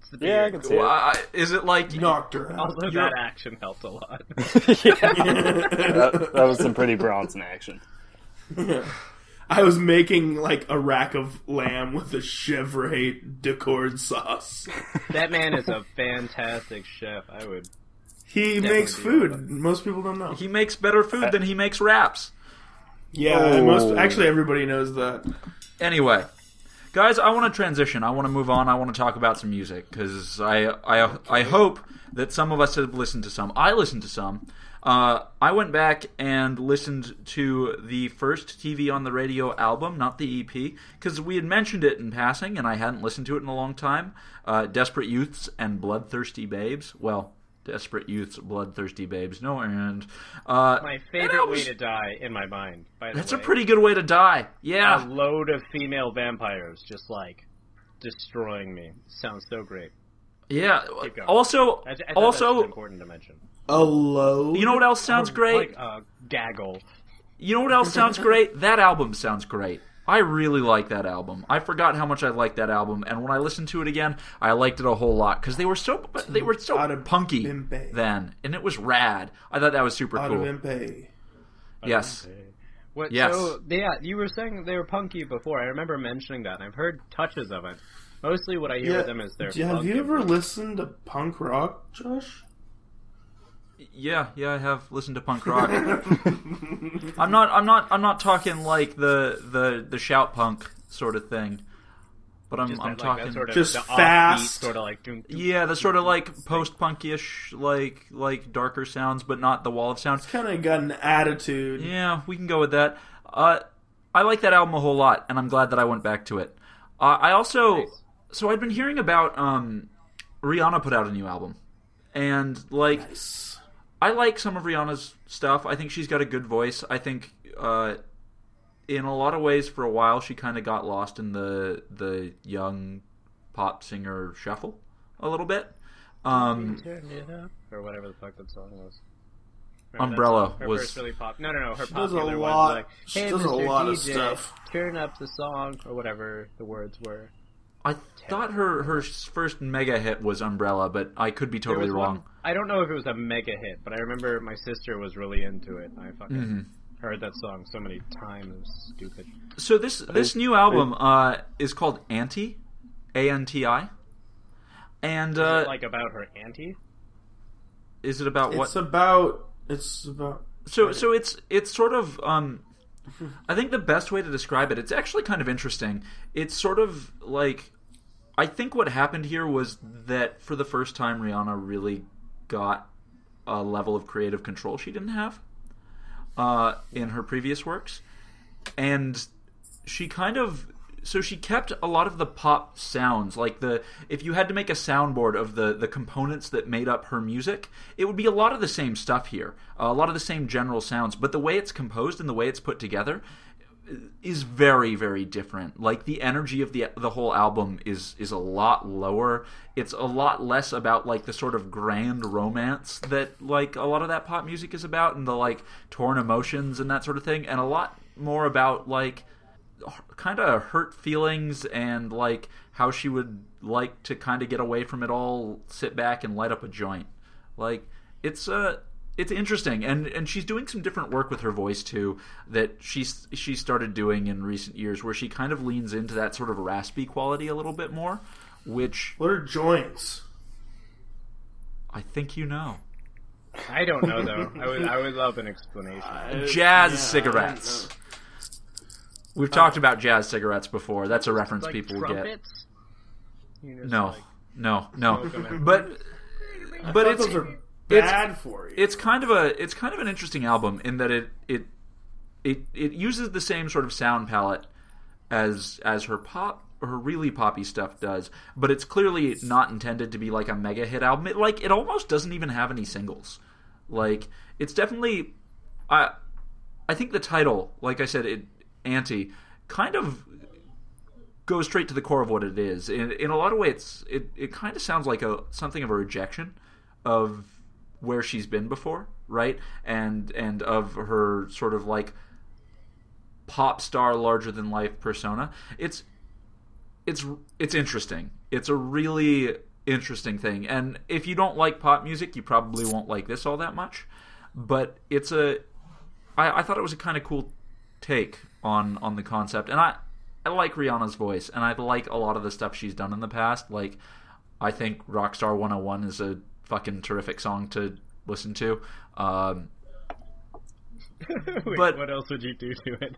Speaker 1: It's the
Speaker 4: Yeah, I
Speaker 1: beard.
Speaker 4: can see
Speaker 3: Well, I- is it like
Speaker 2: Knocked her out.
Speaker 1: Although that action helped a lot.
Speaker 4: it. yeah. that, that was some pretty Bronson action.
Speaker 2: I was making like a rack of lamb with a chevre de corde sauce.
Speaker 1: that man is a fantastic chef. I would
Speaker 2: He makes
Speaker 1: do that.
Speaker 2: food. Most people don't know.
Speaker 3: He makes better food than he makes raps.
Speaker 2: yeah, and most actually everybody knows that.
Speaker 3: Anyway, guys, I want to transition. I want to move on. I want to talk about some music because I, I, I hope that some of us have listened to some. I listened to some. Uh, I went back and listened to the first TV on the Radio album, not the EP, because we had mentioned it in passing and I hadn't listened to it in a long time. Uh, Desperate Youths and Bloodthirsty Babes. Well, Desperate Youths, Bloodthirsty Babes. No, and. Uh,
Speaker 1: My
Speaker 3: and I
Speaker 1: favorite
Speaker 3: was-
Speaker 1: way to die in my mind. By the
Speaker 3: That's a
Speaker 1: way.
Speaker 3: pretty good way to die.
Speaker 1: a
Speaker 3: Yeah.
Speaker 1: load of female vampires just like destroying me. Sounds so great.
Speaker 3: Yeah. uh,
Speaker 1: going.
Speaker 3: Also,
Speaker 1: I, I thought that was
Speaker 3: also,
Speaker 1: important to mention.
Speaker 2: A low.
Speaker 3: you know what else sounds great?
Speaker 1: Like um, a gaggle.
Speaker 3: You know what else sounds great? That album sounds great. I really like that album. I forgot how much I liked that album, and when I listened to it again, I liked it a whole lot because they were so they were so
Speaker 2: Outta
Speaker 3: punky
Speaker 2: Bimpe.
Speaker 3: then, and it was rad. I thought that was super
Speaker 2: out
Speaker 3: cool.
Speaker 2: of Impey.
Speaker 3: Yes.
Speaker 1: What,
Speaker 3: Yes.
Speaker 1: So yeah, you were saying they were punky before. I remember mentioning that. and I've heard touches of it. Mostly what I hear with them is their.
Speaker 2: Do- have
Speaker 1: punk
Speaker 2: you ever
Speaker 1: influence.
Speaker 2: listened to punk rock, Josh?
Speaker 3: Yeah, yeah, I have listened to punk rock. I'm not, I'm not, I'm not talking like the the the shout punk sort of thing, but I'm
Speaker 1: Just
Speaker 3: I'm
Speaker 1: that, like, that
Speaker 3: talking
Speaker 1: sort of
Speaker 2: Just
Speaker 1: the offbeat
Speaker 2: fast.
Speaker 1: sort of like doom, doom,
Speaker 3: Yeah, the sort of like post punkish, like like darker sounds, but not the wall of sound.
Speaker 2: Kind of got an attitude.
Speaker 3: Yeah, we can go with that. Uh, I like that album a whole lot, and I'm glad that I went back to it. Uh, I also,
Speaker 1: Nice.
Speaker 3: so I'd been hearing about um, Rihanna put out a new album, and like
Speaker 2: Nice.
Speaker 3: I like some of Rihanna's stuff. I think she's got a good voice. I think uh, in a lot of ways, for a while, she kind of got lost in the the young pop singer shuffle a little bit. Um,
Speaker 1: turn it up, or whatever the fuck that song was. Remember that
Speaker 3: Umbrella
Speaker 1: song? Her
Speaker 3: was-
Speaker 1: first really pop. No, no, no. Her
Speaker 2: She does a
Speaker 1: popular ones,
Speaker 2: lot-
Speaker 1: Like,
Speaker 2: she
Speaker 1: hey,
Speaker 2: does a
Speaker 1: Mr.
Speaker 2: lot of
Speaker 1: DJ,
Speaker 2: stuff.
Speaker 1: Turn up the song or whatever the words were.
Speaker 3: I thought her her first mega hit was Umbrella, but I could be
Speaker 1: There
Speaker 3: totally
Speaker 1: was
Speaker 3: wrong.
Speaker 1: One, I don't know if it was a mega hit, but I remember my sister was really into it. I fucking
Speaker 2: Mm-hmm.
Speaker 1: heard that song so many times. It was stupid.
Speaker 3: So this this new album uh, is called Anti, A N T I, and uh,
Speaker 1: Is it, like about her auntie.
Speaker 3: is it about what?
Speaker 2: It's about. It's about.
Speaker 3: so so it's it's sort of um i think the best way to describe it it's actually kind of interesting it's sort of like i think what happened here was that for the first time rihanna really got a level of creative control she didn't have uh, in her previous works and she kind of so she kept a lot of the pop sounds like the if you had to make a soundboard of the the components that made up her music it would be a lot of the same stuff here uh, a lot of the same general sounds but the way it's composed and the way it's put together is very very different like the energy of the the whole album is is a lot lower it's a lot less about like the sort of grand romance that like a lot of that pop music is about and the like torn emotions and that sort of thing and a lot more about like kind of hurt feelings and like how she would like to kind of get away from it all, sit back and light up a joint. Like it's uh it's interesting and and she's doing some different work with her voice too that she's she started doing in recent years where she kind of leans into that sort of raspy quality a little bit more, which
Speaker 2: What are joints?
Speaker 3: I think you know.
Speaker 1: I don't know though. I would I would love an explanation.
Speaker 3: Jazz
Speaker 2: Uh, Yeah,
Speaker 3: cigarettes.
Speaker 2: I don't know. Oh.
Speaker 3: We've talked about jazz cigarettes before. That's a reference
Speaker 1: like
Speaker 3: people will get.
Speaker 1: trumpets. You know,
Speaker 3: No.
Speaker 1: like-
Speaker 3: No, no.
Speaker 1: Smoke 'em out.
Speaker 3: But but
Speaker 2: But
Speaker 3: it's
Speaker 2: those are
Speaker 3: it's-
Speaker 2: bad for you.
Speaker 3: it's kind of a it's kind of an interesting album in that it it it it uses the same sort of sound palette as as her pop her really poppy stuff does, but it's clearly not intended to be like a mega hit album. It like it almost doesn't even have any singles. Like it's definitely I I think the title, like I said, it anti kind of goes straight to the core of what it is. In, in a lot of ways, it's it, it kind of sounds like a something of a rejection of where she's been before, right? And and of her sort of like pop star larger than life persona. It's it's it's interesting. It's a really interesting thing. And if you don't like pop music, you probably won't like this all that much. But it's a I, I thought it was a kind of cool take on on the concept, and I I like Rihanna's voice, and I like a lot of the stuff she's done oh in the past. Like I think Rockstar 101 is a fucking terrific song to listen to. Um,
Speaker 1: Wait,
Speaker 3: But-
Speaker 1: what else would you do to it?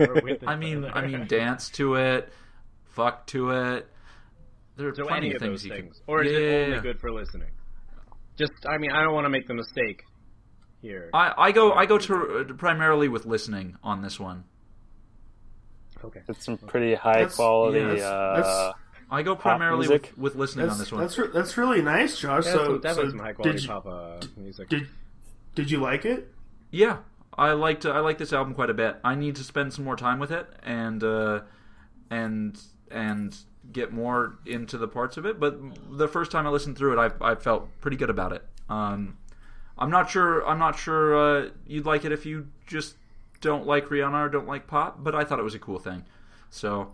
Speaker 1: Or with it,
Speaker 3: I mean,
Speaker 1: rather.
Speaker 3: I mean, dance to it, fuck to it. There are
Speaker 1: So
Speaker 3: plenty
Speaker 1: any
Speaker 3: of
Speaker 1: of
Speaker 3: things
Speaker 1: those
Speaker 3: you can.
Speaker 1: things, or is
Speaker 3: Yeah, yeah,
Speaker 1: it only
Speaker 3: yeah.
Speaker 1: good for listening? Just, I mean, I don't want to make the mistake here.
Speaker 3: I, I go I go to primarily with listening on this one.
Speaker 1: okay.
Speaker 4: It's some pretty high
Speaker 2: That's-
Speaker 4: quality.
Speaker 2: yeah, that's-
Speaker 4: uh,
Speaker 3: I go primarily with,
Speaker 4: music?
Speaker 3: with listening on
Speaker 2: That's
Speaker 3: this one.
Speaker 2: that's, re- that's really nice, Josh.
Speaker 1: Yeah,
Speaker 2: so
Speaker 1: so, definitely
Speaker 2: so
Speaker 1: some high quality
Speaker 2: did you,
Speaker 1: pop uh, music.
Speaker 2: Did did you like it?
Speaker 3: Yeah, I liked I like this album quite a bit. I need to spend some more time with it and uh, and and get more into the parts of it. But the first time I listened through it, I, I felt pretty good about it. Um, I'm not sure I'm not sure uh, you'd like it if you just don't like Rihanna or don't like pop, but I thought it was a cool thing. So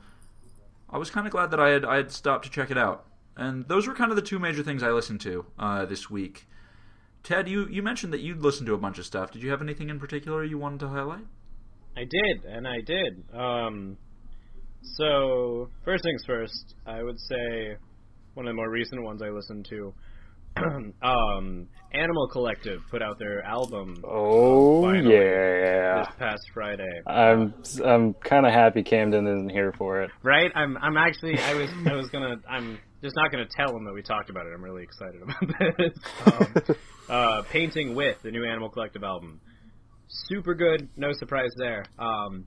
Speaker 3: I was kind of glad that I had I had stopped to check it out. And those were kind of the two major things I listened to uh, this week. Ted, you, you mentioned that you'd listened to a bunch of stuff. Did you have anything in particular you wanted to highlight?
Speaker 1: I did, and I did. Um, so first things first, I would say one of the more recent ones I listened to, um, Animal Collective put out their album
Speaker 4: oh
Speaker 1: Finally.
Speaker 4: yeah.
Speaker 1: this past Friday.
Speaker 4: I'm I'm kind of happy Camden isn't here for it.
Speaker 1: Right? I'm I'm actually I was I was gonna I'm just not gonna tell him that we talked about it. I'm really excited about this. Um, uh, Painting with the new Animal Collective album, super good. No surprise there. Um,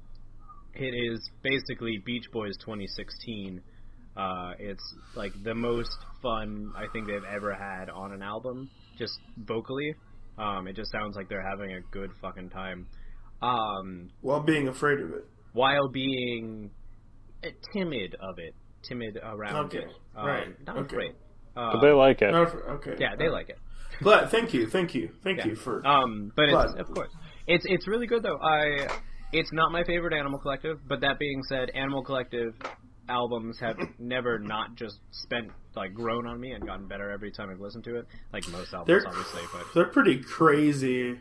Speaker 1: it is basically Beach Boys 2016. Uh, it's like the most fun I think they've ever had on an album, just vocally. Um, it just sounds like they're having a good fucking time. Um,
Speaker 2: While being afraid of it.
Speaker 1: while being uh, timid of it, timid around
Speaker 2: Okay,
Speaker 1: it. Um,
Speaker 2: right,
Speaker 1: Not
Speaker 2: okay.
Speaker 1: afraid.
Speaker 4: But
Speaker 1: Uh,
Speaker 4: they like it.
Speaker 2: Not af- Oh, okay.
Speaker 1: yeah, they like it.
Speaker 2: But thank you, thank you, thank
Speaker 1: Yeah.
Speaker 2: you
Speaker 3: Oh,
Speaker 2: for.
Speaker 1: Um, but it's,
Speaker 2: But-
Speaker 1: of course, it's it's really good though. I, it's not my favorite Animal Collective, but that being said, Animal Collective albums have never not just spent like grown on me and gotten better every time I've listened to it. Like most albums,
Speaker 2: They're-
Speaker 1: obviously, but
Speaker 2: they're pretty crazy.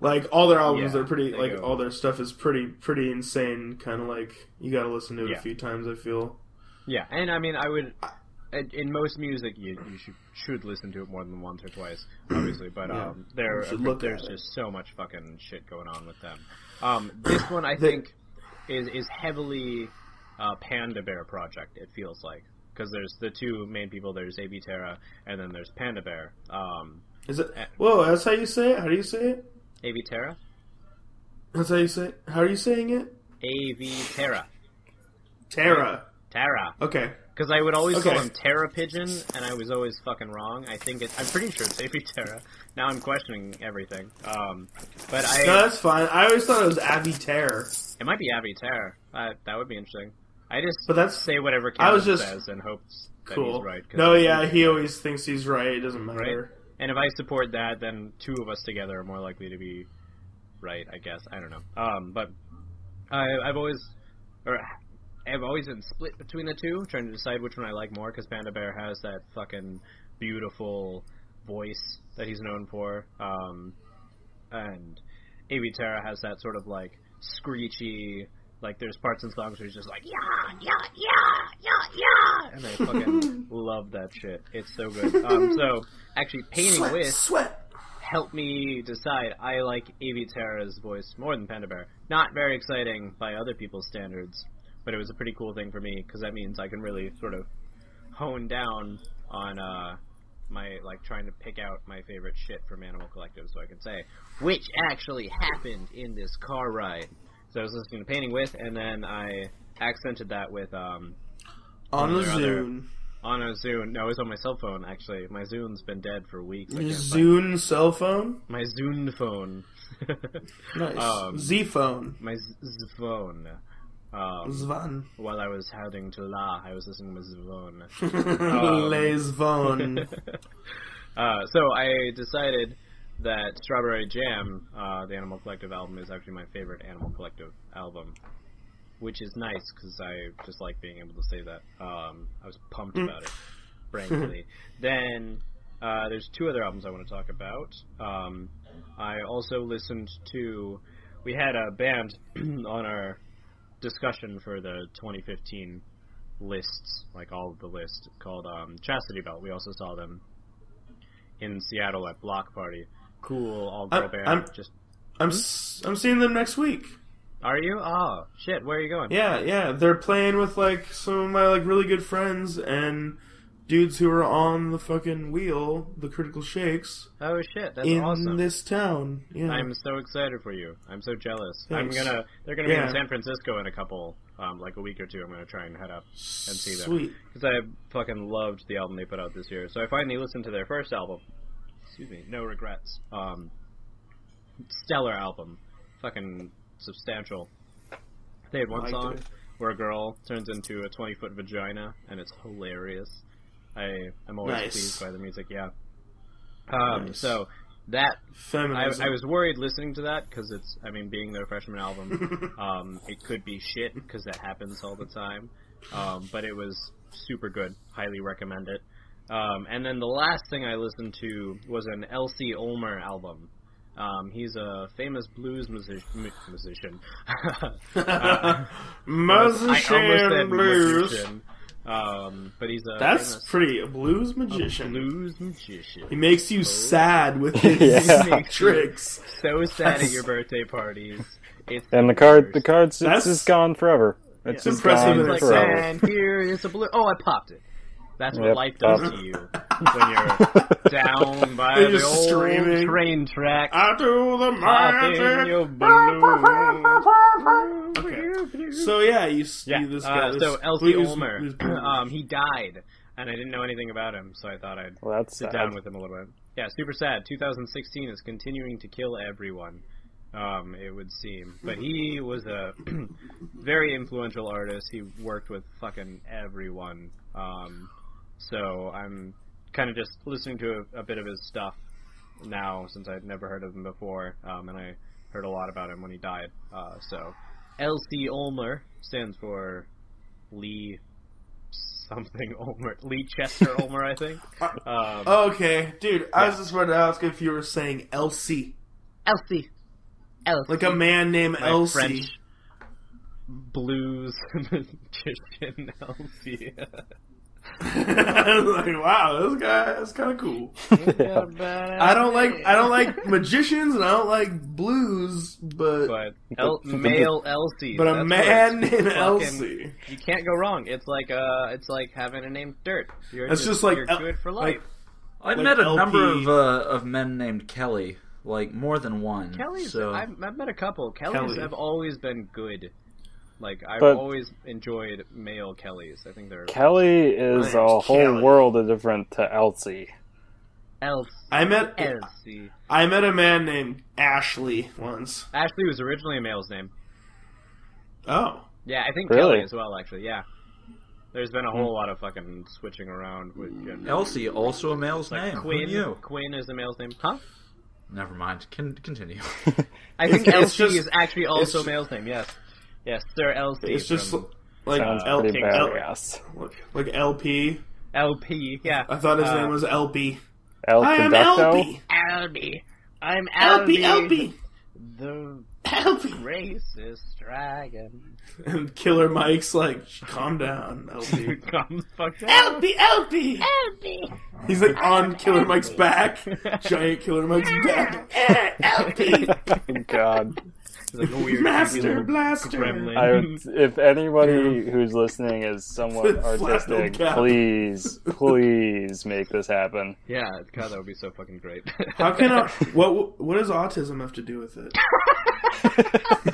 Speaker 2: Like all their albums
Speaker 1: Yeah,
Speaker 2: are pretty.
Speaker 1: they
Speaker 2: Like
Speaker 1: go-
Speaker 2: all their stuff is pretty, pretty insane. Kind of like you got to listen to it
Speaker 1: Yeah.
Speaker 2: a few times. I feel.
Speaker 1: Yeah, and I mean, I would. In in most music, you, you should should listen to it more than once or twice, obviously. But
Speaker 2: Yeah,
Speaker 1: um, there
Speaker 2: you should look
Speaker 1: there's
Speaker 2: at it.
Speaker 1: just so much fucking shit going on with them. Um, this one I think is is heavily uh, Panda Bear project. It feels like because there's the two main people. There's AB Terra, and then there's Panda Bear. Um,
Speaker 2: Is it? Whoa, that's how you say it. How do you say it?
Speaker 1: AB Terra,
Speaker 2: That's how you say. It? How are you saying it?
Speaker 1: AV Terra,
Speaker 2: Tara.
Speaker 1: Terra.
Speaker 2: Okay.
Speaker 1: Because I would always
Speaker 2: Okay.
Speaker 1: call him Terra Pigeon, and I was always fucking wrong. I think it, I'm pretty sure it's Avi Terra. Now I'm questioning everything. Um, but I
Speaker 2: No, that's fine. I always thought it was Abby Terror.
Speaker 1: it might be Avi Terra. Uh, that would be interesting. I just
Speaker 2: But that's-
Speaker 1: say whatever
Speaker 2: I
Speaker 1: Kevin
Speaker 2: was just-
Speaker 1: says and hopes that
Speaker 2: Cool.
Speaker 1: he's right. 'cause
Speaker 2: no,
Speaker 1: it's
Speaker 2: yeah,
Speaker 1: easy,
Speaker 2: he always thinks he's right. It doesn't
Speaker 1: right.
Speaker 2: matter.
Speaker 1: And if I support that, then two of us together are more likely to be right. I guess I don't know. Um, but I, I've always or I've always been split between the two, trying to decide which one I like more because Panda Bear has that fucking beautiful voice that he's known for, um, and Avi Terra has that sort of like screechy. Like there's parts in songs where he's just like yeah yeah yeah yeah yeah, and I fucking love that shit. It's so good. Um, so actually, painting with
Speaker 2: sweat.
Speaker 1: help me decide. I like Avi Terra's voice more than Panda Bear. Not very exciting by other people's standards, but it was a pretty cool thing for me because that means I can really sort of hone down on uh, my like trying to pick out my favorite shit from Animal Collective, so I can say which actually happened in this car ride. So I was listening to Painting with, and then I accented that with um,
Speaker 2: On the
Speaker 1: Their other-
Speaker 2: Zune.
Speaker 1: on a Zune. No, it was on my cell phone actually. My Zune's been dead for weeks. I
Speaker 2: Your
Speaker 1: can't find-
Speaker 2: Zune cell phone?
Speaker 1: my Zune phone.
Speaker 2: Nice.
Speaker 1: Um,
Speaker 2: Z phone.
Speaker 1: my z- z- phone. Um,
Speaker 2: Zvan.
Speaker 1: while I was heading to La, I was listening to Zvon. um,
Speaker 2: Les Von.
Speaker 1: uh, so I decided that Strawberry Jam, uh, the Animal Collective album, is actually my favorite Animal Collective album, which is nice because I just like being able to say that. Um, I was pumped
Speaker 2: Mm.
Speaker 1: about it, frankly. then uh, there's two other albums I want to talk about. Um, I also listened to. We had a band on our discussion for the 2015 lists, like all of the lists, called um, Chastity Belt. We also saw them in Seattle at Block Party. Cool all
Speaker 2: I'm-
Speaker 1: girl band.
Speaker 2: I'm-
Speaker 1: Just
Speaker 2: I'm
Speaker 1: Hmm?
Speaker 2: s- I'm seeing them next week.
Speaker 1: are you? Oh shit, where are you going?
Speaker 2: Yeah, yeah, they're playing with like some of my like really good friends and dudes who are on the fucking wheel, the Critical Shakes,
Speaker 1: Oh shit, that's
Speaker 2: in
Speaker 1: awesome.
Speaker 2: this town. Yeah,
Speaker 1: I'm so excited for you. I'm so jealous.
Speaker 2: Thanks.
Speaker 1: I'm gonna. They're gonna be
Speaker 2: Yeah.
Speaker 1: in San Francisco in a couple, um, like a week or two. I'm gonna try and head up and see them.
Speaker 2: Sweet.
Speaker 1: because I fucking loved the album they put out this year. So I finally listened to their first album. Excuse me, no regrets. Um, stellar album, fucking substantial. They had one
Speaker 2: Liked
Speaker 1: song
Speaker 2: it.
Speaker 1: where a girl turns into a twenty foot vagina, and it's hilarious. I I'm always
Speaker 2: Nice.
Speaker 1: pleased by the music. Yeah. Um,
Speaker 2: Nice.
Speaker 1: So that I,
Speaker 2: Feminism.
Speaker 1: I was worried listening to that because it's, I mean, being their freshman album, um, it could be shit because that happens all the time. Um, but it was super good. Highly recommend it. Um, and then the last thing I listened to was an Elsie Ulmer album. Um, he's a famous blues music- mu- musician. Uh,
Speaker 2: Musician blues.
Speaker 1: musician. Um, but he's a
Speaker 2: That's
Speaker 1: famous
Speaker 2: pretty a blues magician.
Speaker 1: blues
Speaker 2: He
Speaker 1: musician.
Speaker 2: makes you sad with his
Speaker 4: Yeah.
Speaker 2: tricks.
Speaker 1: So sad at your birthday parties. It's
Speaker 4: And the card, the card,
Speaker 2: That's-
Speaker 4: it's just gone forever. It's just
Speaker 2: impressive in
Speaker 4: gone
Speaker 1: It's like,
Speaker 2: Forever.
Speaker 4: forever.
Speaker 1: and here is a blue. Oh, I popped it. That's what
Speaker 4: Yep,
Speaker 1: life does
Speaker 4: popped.
Speaker 1: to you when you're down by
Speaker 2: You're
Speaker 1: the
Speaker 2: just
Speaker 1: old
Speaker 2: screaming.
Speaker 1: train track.
Speaker 2: I do the
Speaker 1: Popping your
Speaker 2: magic.
Speaker 1: balloons.
Speaker 2: Okay. So yeah, you s-
Speaker 1: Yeah.
Speaker 2: you this guy.
Speaker 1: uh,
Speaker 2: this
Speaker 1: so Elsie
Speaker 2: blues-
Speaker 1: Ulmer,
Speaker 2: blues-
Speaker 1: um, he died, and I didn't know anything about him, so I thought I'd
Speaker 4: Well, that's
Speaker 1: sit
Speaker 4: sad.
Speaker 1: down with him a little bit. Yeah, super sad. 2016 is continuing to kill everyone. Um, it would seem, but he was a very influential artist. He worked with fucking everyone. Um, so I'm kind of just listening to a, a bit of his stuff now since I'd never heard of him before, um, and I heard a lot about him when he died. Uh, so LC Ulmer stands for Lee something Ulmer, Lee Chester Ulmer, I think. Um,
Speaker 2: Okay, dude, I was just about to ask if you were saying Elsie,
Speaker 1: Elsie. Elsie.
Speaker 2: like a man named
Speaker 1: My
Speaker 2: Elsie.
Speaker 1: French blues magician Elsie.
Speaker 2: like wow, this guy that's kind of cool.
Speaker 4: Yeah.
Speaker 2: I don't like I don't like magicians and I don't like blues, but but,
Speaker 1: But El- male Elsie.
Speaker 2: a
Speaker 1: that's
Speaker 2: man
Speaker 1: worse.
Speaker 2: named
Speaker 1: Fucking-
Speaker 2: Elsie.
Speaker 1: You can't go wrong. It's like uh, it's like having a name Dirt. You're
Speaker 2: That's just like
Speaker 1: you're
Speaker 2: El-
Speaker 1: good for life.
Speaker 2: like-
Speaker 3: I've
Speaker 2: Like
Speaker 3: met a
Speaker 2: LP.
Speaker 3: number of uh, of men named Kelly, like more than one.
Speaker 1: Kelly's.
Speaker 3: so
Speaker 1: I've, I've met a couple. Kellys
Speaker 2: Kelly.
Speaker 1: have always been good. Like I've
Speaker 4: But-
Speaker 1: always enjoyed male Kellys. I think they're
Speaker 4: Kelly is
Speaker 2: My name's
Speaker 4: a whole
Speaker 2: Kelly.
Speaker 4: world of different to Elsie.
Speaker 1: Elsie.
Speaker 2: I met
Speaker 1: Elsie.
Speaker 2: I met a man named Ashley once.
Speaker 1: Ashley was originally a male's name.
Speaker 2: Oh,
Speaker 1: Yeah, I think
Speaker 4: Really?
Speaker 1: Kelly as well. Actually, yeah. There's been a whole lot of fucking switching around with gender.
Speaker 3: Elsie, also a male's name. Who
Speaker 1: Quinn.
Speaker 3: knew?
Speaker 1: Quinn is the male's name, huh?
Speaker 3: Never mind. Can continue.
Speaker 1: I think
Speaker 2: it's
Speaker 1: Elsie
Speaker 2: just-
Speaker 1: is actually also
Speaker 2: just-
Speaker 1: male's name. Yes, yes, Sir Elsie.
Speaker 2: it's just
Speaker 1: from
Speaker 2: like
Speaker 4: Sounds
Speaker 2: L-
Speaker 4: pretty
Speaker 2: L-
Speaker 4: badass.
Speaker 2: like, like LP.
Speaker 1: LP. Yeah,
Speaker 2: I thought his
Speaker 1: Uh,
Speaker 2: name was LP.
Speaker 4: El
Speaker 2: I am
Speaker 4: Conducto?
Speaker 2: LP.
Speaker 1: Albie. I'm
Speaker 2: LP,
Speaker 1: Albie.
Speaker 2: LP,
Speaker 1: The
Speaker 2: LP.
Speaker 1: racist dragon.
Speaker 2: And Killer Mike's like, "Shh, calm down, LP.
Speaker 1: Come fuck down.
Speaker 2: LP, LP. He's like on Killer Mike's back, giant Killer Mike's back. Eh, LP,
Speaker 4: God.
Speaker 1: It's like a weird creepy
Speaker 2: Master
Speaker 1: little
Speaker 2: Blaster.
Speaker 1: gremlin.
Speaker 4: I would, if anybody who's listening is somewhat
Speaker 2: Flannel
Speaker 4: artistic,
Speaker 2: cap.
Speaker 4: please, please make this happen.
Speaker 1: Yeah, God, that would be so fucking great.
Speaker 2: How can I, what what does autism have to do with it?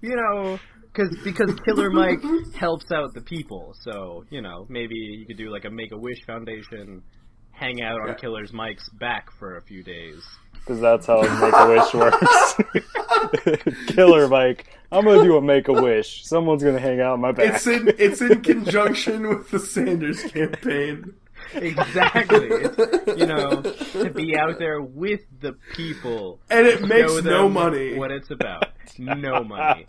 Speaker 1: you know, cause, because Killer Mike helps out the people. So, you know, maybe you could do like a Make a Wish Foundation, hang out on
Speaker 2: Yeah.
Speaker 1: Killer's Mike's back for a few days.
Speaker 4: Because that's how Make a Wish works. Killer Mike, I'm gonna do a Make a Wish. Someone's gonna hang out in my back.
Speaker 2: It's in it's in conjunction with the Sanders campaign.
Speaker 1: Exactly. It's, you know, to be out there with the people.
Speaker 2: And it makes
Speaker 1: Show them
Speaker 2: no money.
Speaker 1: What it's about. No money.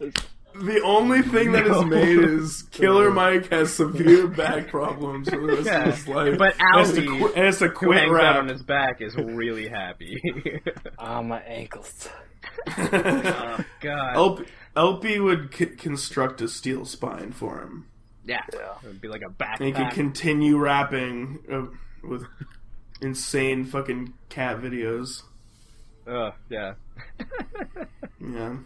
Speaker 2: The only thing that
Speaker 1: No.
Speaker 2: is made is Killer Mike has severe back problems for the rest
Speaker 1: Yeah.
Speaker 2: of his life.
Speaker 1: But
Speaker 2: And has to
Speaker 1: Alfie,
Speaker 2: qui- and has to
Speaker 1: Who
Speaker 2: quit
Speaker 1: hangs out on
Speaker 2: rap.
Speaker 1: his back is really happy.
Speaker 4: Ah, my ankles.
Speaker 1: Uh, Oh, God.
Speaker 2: LP, LP would c- construct a steel spine for him.
Speaker 1: yeah. It would be like a
Speaker 2: And he could
Speaker 1: backpack.
Speaker 2: continue rapping. Uh, with insane fucking cat videos.
Speaker 1: Ugh, yeah.
Speaker 2: Yeah.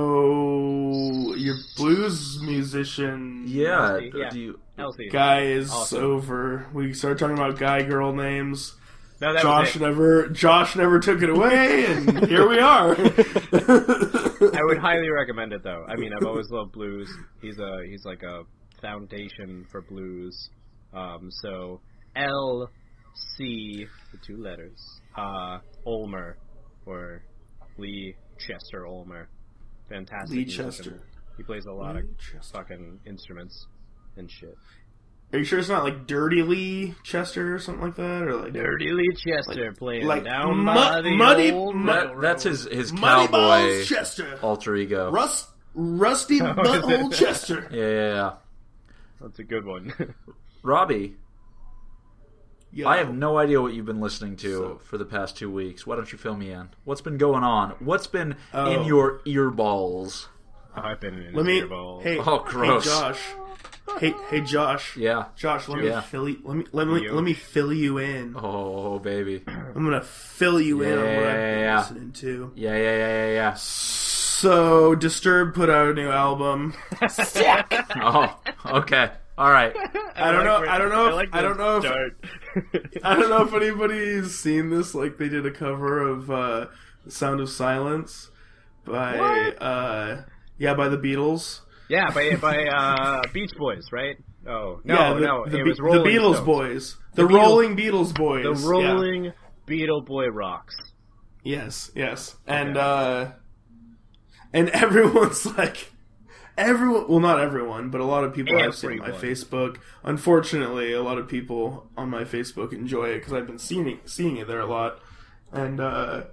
Speaker 2: So your blues musician
Speaker 3: Yeah.
Speaker 1: Elsie, yeah.
Speaker 3: Do you,
Speaker 1: Elsie.
Speaker 2: guy is
Speaker 1: Awesome.
Speaker 2: over. We started talking about guy girl names.
Speaker 1: no, that
Speaker 2: Josh
Speaker 1: was it.
Speaker 2: never Josh never took it away and here we are.
Speaker 1: I would highly recommend it though. I mean, I've always loved blues. He's a he's like a foundation for blues. Um, so L C the two letters. Uh, Olmer or Lee Chester Olmer. Fantastic.
Speaker 2: Lee
Speaker 1: musician.
Speaker 2: Chester. Mm-hmm.
Speaker 1: He plays a lot of
Speaker 2: Chester.
Speaker 1: fucking instruments and shit.
Speaker 2: Are you sure it's not like Dirty Lee Chester or something like that? Or like
Speaker 1: Dirty Lee Chester playing
Speaker 2: like
Speaker 1: down
Speaker 2: mu-
Speaker 1: by the
Speaker 2: muddy-
Speaker 1: old
Speaker 2: mu-
Speaker 1: railroad.
Speaker 3: that, that's his his
Speaker 2: Muddy
Speaker 3: cowboy
Speaker 2: Balls Chester.
Speaker 1: Oh.
Speaker 3: alter ego.
Speaker 2: Rust Rusty
Speaker 1: is it?
Speaker 2: Butthole Chester.
Speaker 3: Yeah, yeah, yeah.
Speaker 1: That's a good one.
Speaker 3: Robbie,
Speaker 2: Yo.
Speaker 3: I have no idea what you've been listening to
Speaker 2: So-
Speaker 3: for the past two weeks. Why don't you fill me in? What's been going on? What's been
Speaker 2: Oh.
Speaker 3: in your ear balls?
Speaker 1: I've been in
Speaker 2: Let me.
Speaker 1: interval.
Speaker 2: Hey,
Speaker 3: Oh, gross.
Speaker 2: Hey, Josh. Hey, hey, Josh.
Speaker 3: Yeah.
Speaker 2: Josh, let
Speaker 3: Yeah.
Speaker 2: me fill you, let me let me
Speaker 1: You.
Speaker 2: let me fill you in.
Speaker 3: Oh, baby.
Speaker 2: I'm gonna fill you in on what I've been
Speaker 3: Yeah.
Speaker 2: listening to.
Speaker 3: Yeah, yeah, yeah, yeah, yeah.
Speaker 2: So, Disturbed put out a new album.
Speaker 3: Oh, okay. All right.
Speaker 2: I don't know. I don't know. If, I, don't know if
Speaker 1: If,
Speaker 2: I don't know if anybody's seen this. Like they did a cover of uh, "The Sound of Silence" by uh, yeah by the Beatles.
Speaker 1: yeah, by by uh, Beach Boys, right? Oh no,
Speaker 2: yeah, the,
Speaker 1: no,
Speaker 2: the,
Speaker 1: it
Speaker 2: Be-
Speaker 1: was Rolling
Speaker 2: the Beatles
Speaker 1: Stones.
Speaker 2: boys. The,
Speaker 1: Beatles-
Speaker 2: Rolling Beatles boys.
Speaker 1: the
Speaker 2: yeah.
Speaker 1: Rolling Beetle Boy rocks.
Speaker 2: Yes, yes. And
Speaker 1: Okay.
Speaker 2: uh and everyone's like everyone well not everyone, but a lot of people I've seen on my
Speaker 1: Everyone.
Speaker 2: Facebook. Unfortunately, a lot of people on my Facebook enjoy it cuz I've been seeing it, seeing it there a lot. And uh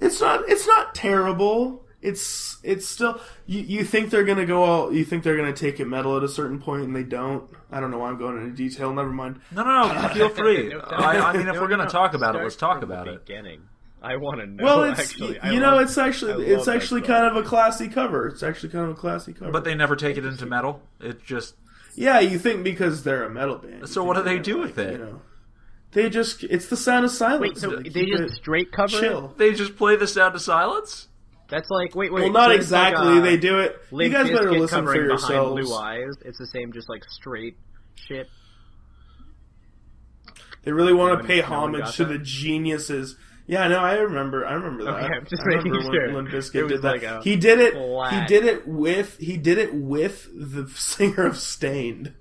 Speaker 2: it's not it's not terrible. It's it's still you, you think they're going to go all you think they're going to take it metal at a certain point and they don't. I don't know why I'm going into detail, never mind.
Speaker 3: No, no, no. Feel free.
Speaker 1: No, no,
Speaker 3: I, I mean, if
Speaker 1: no,
Speaker 3: we're
Speaker 1: no,
Speaker 3: gonna
Speaker 1: no.
Speaker 3: talk about it,
Speaker 1: Start
Speaker 3: let's talk
Speaker 1: from
Speaker 3: about
Speaker 1: the
Speaker 3: it.
Speaker 1: Beginning. I want to know.
Speaker 2: Well, it's
Speaker 1: actually,
Speaker 2: you
Speaker 1: I
Speaker 2: know,
Speaker 1: love-
Speaker 2: it's actually
Speaker 1: I
Speaker 2: it's
Speaker 1: love
Speaker 2: actually
Speaker 1: that
Speaker 2: kind
Speaker 1: song.
Speaker 2: of a classy cover. It's actually kind of a classy cover.
Speaker 3: But they never take it into metal. It just
Speaker 2: yeah, you think because they're a metal band. you
Speaker 3: So
Speaker 2: think
Speaker 3: what do they
Speaker 2: they're
Speaker 3: do
Speaker 2: like,
Speaker 3: with it?
Speaker 2: You know, they just it's the sound of silence.
Speaker 1: wait. So
Speaker 2: Like,
Speaker 1: they
Speaker 2: keep
Speaker 1: just
Speaker 2: it
Speaker 1: straight cover. it?
Speaker 2: chill.
Speaker 3: they just play the sound of silence.
Speaker 1: That's like wait, wait.
Speaker 2: Well, not
Speaker 1: so it's like,
Speaker 2: exactly.
Speaker 1: uh,
Speaker 2: they do it. You
Speaker 1: Limp
Speaker 2: guys better
Speaker 1: Bizkit
Speaker 2: listen for
Speaker 1: covering behind
Speaker 2: yourselves.
Speaker 1: blue eyes. It's the same, just like straight shit.
Speaker 2: They really want
Speaker 1: No
Speaker 2: to pay
Speaker 1: one- no one
Speaker 2: homage
Speaker 1: got
Speaker 2: to
Speaker 1: that?
Speaker 2: the geniuses. Yeah, no, I remember. I remember that.
Speaker 1: Okay, I'm just
Speaker 2: I remember
Speaker 1: making
Speaker 2: when
Speaker 1: sure.
Speaker 2: Limp Bizkit
Speaker 1: It was
Speaker 2: did that.
Speaker 1: like a
Speaker 2: he did it.
Speaker 1: flag.
Speaker 2: He did it with. He did it with the singer of Stained.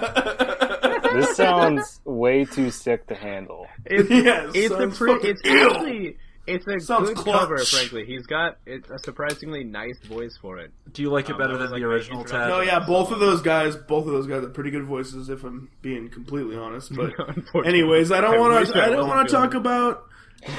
Speaker 4: This sounds way too sick to handle.
Speaker 1: It's,
Speaker 2: Yes,
Speaker 1: it's a
Speaker 2: sounds
Speaker 1: pretty.
Speaker 2: fucking
Speaker 1: It's
Speaker 2: ill.
Speaker 1: actually it's a
Speaker 2: Sounds
Speaker 1: good
Speaker 2: clutch.
Speaker 1: cover. Frankly, he's got it's a surprisingly nice voice for it.
Speaker 3: Do you
Speaker 2: Oh,
Speaker 3: like it
Speaker 1: Um,
Speaker 3: better
Speaker 1: that
Speaker 3: than
Speaker 1: was
Speaker 3: the
Speaker 1: like my
Speaker 3: original
Speaker 1: introduction.
Speaker 3: Ted?
Speaker 2: No, yeah, both of those guys, both of those guys are pretty good voices, if I'm being completely honest. But
Speaker 1: Unfortunately.
Speaker 2: anyways, I
Speaker 1: I
Speaker 2: don't want
Speaker 1: wish
Speaker 2: to.
Speaker 1: I
Speaker 2: I don't
Speaker 1: wasn't
Speaker 2: want to
Speaker 1: feeling
Speaker 2: talk
Speaker 1: it.
Speaker 2: about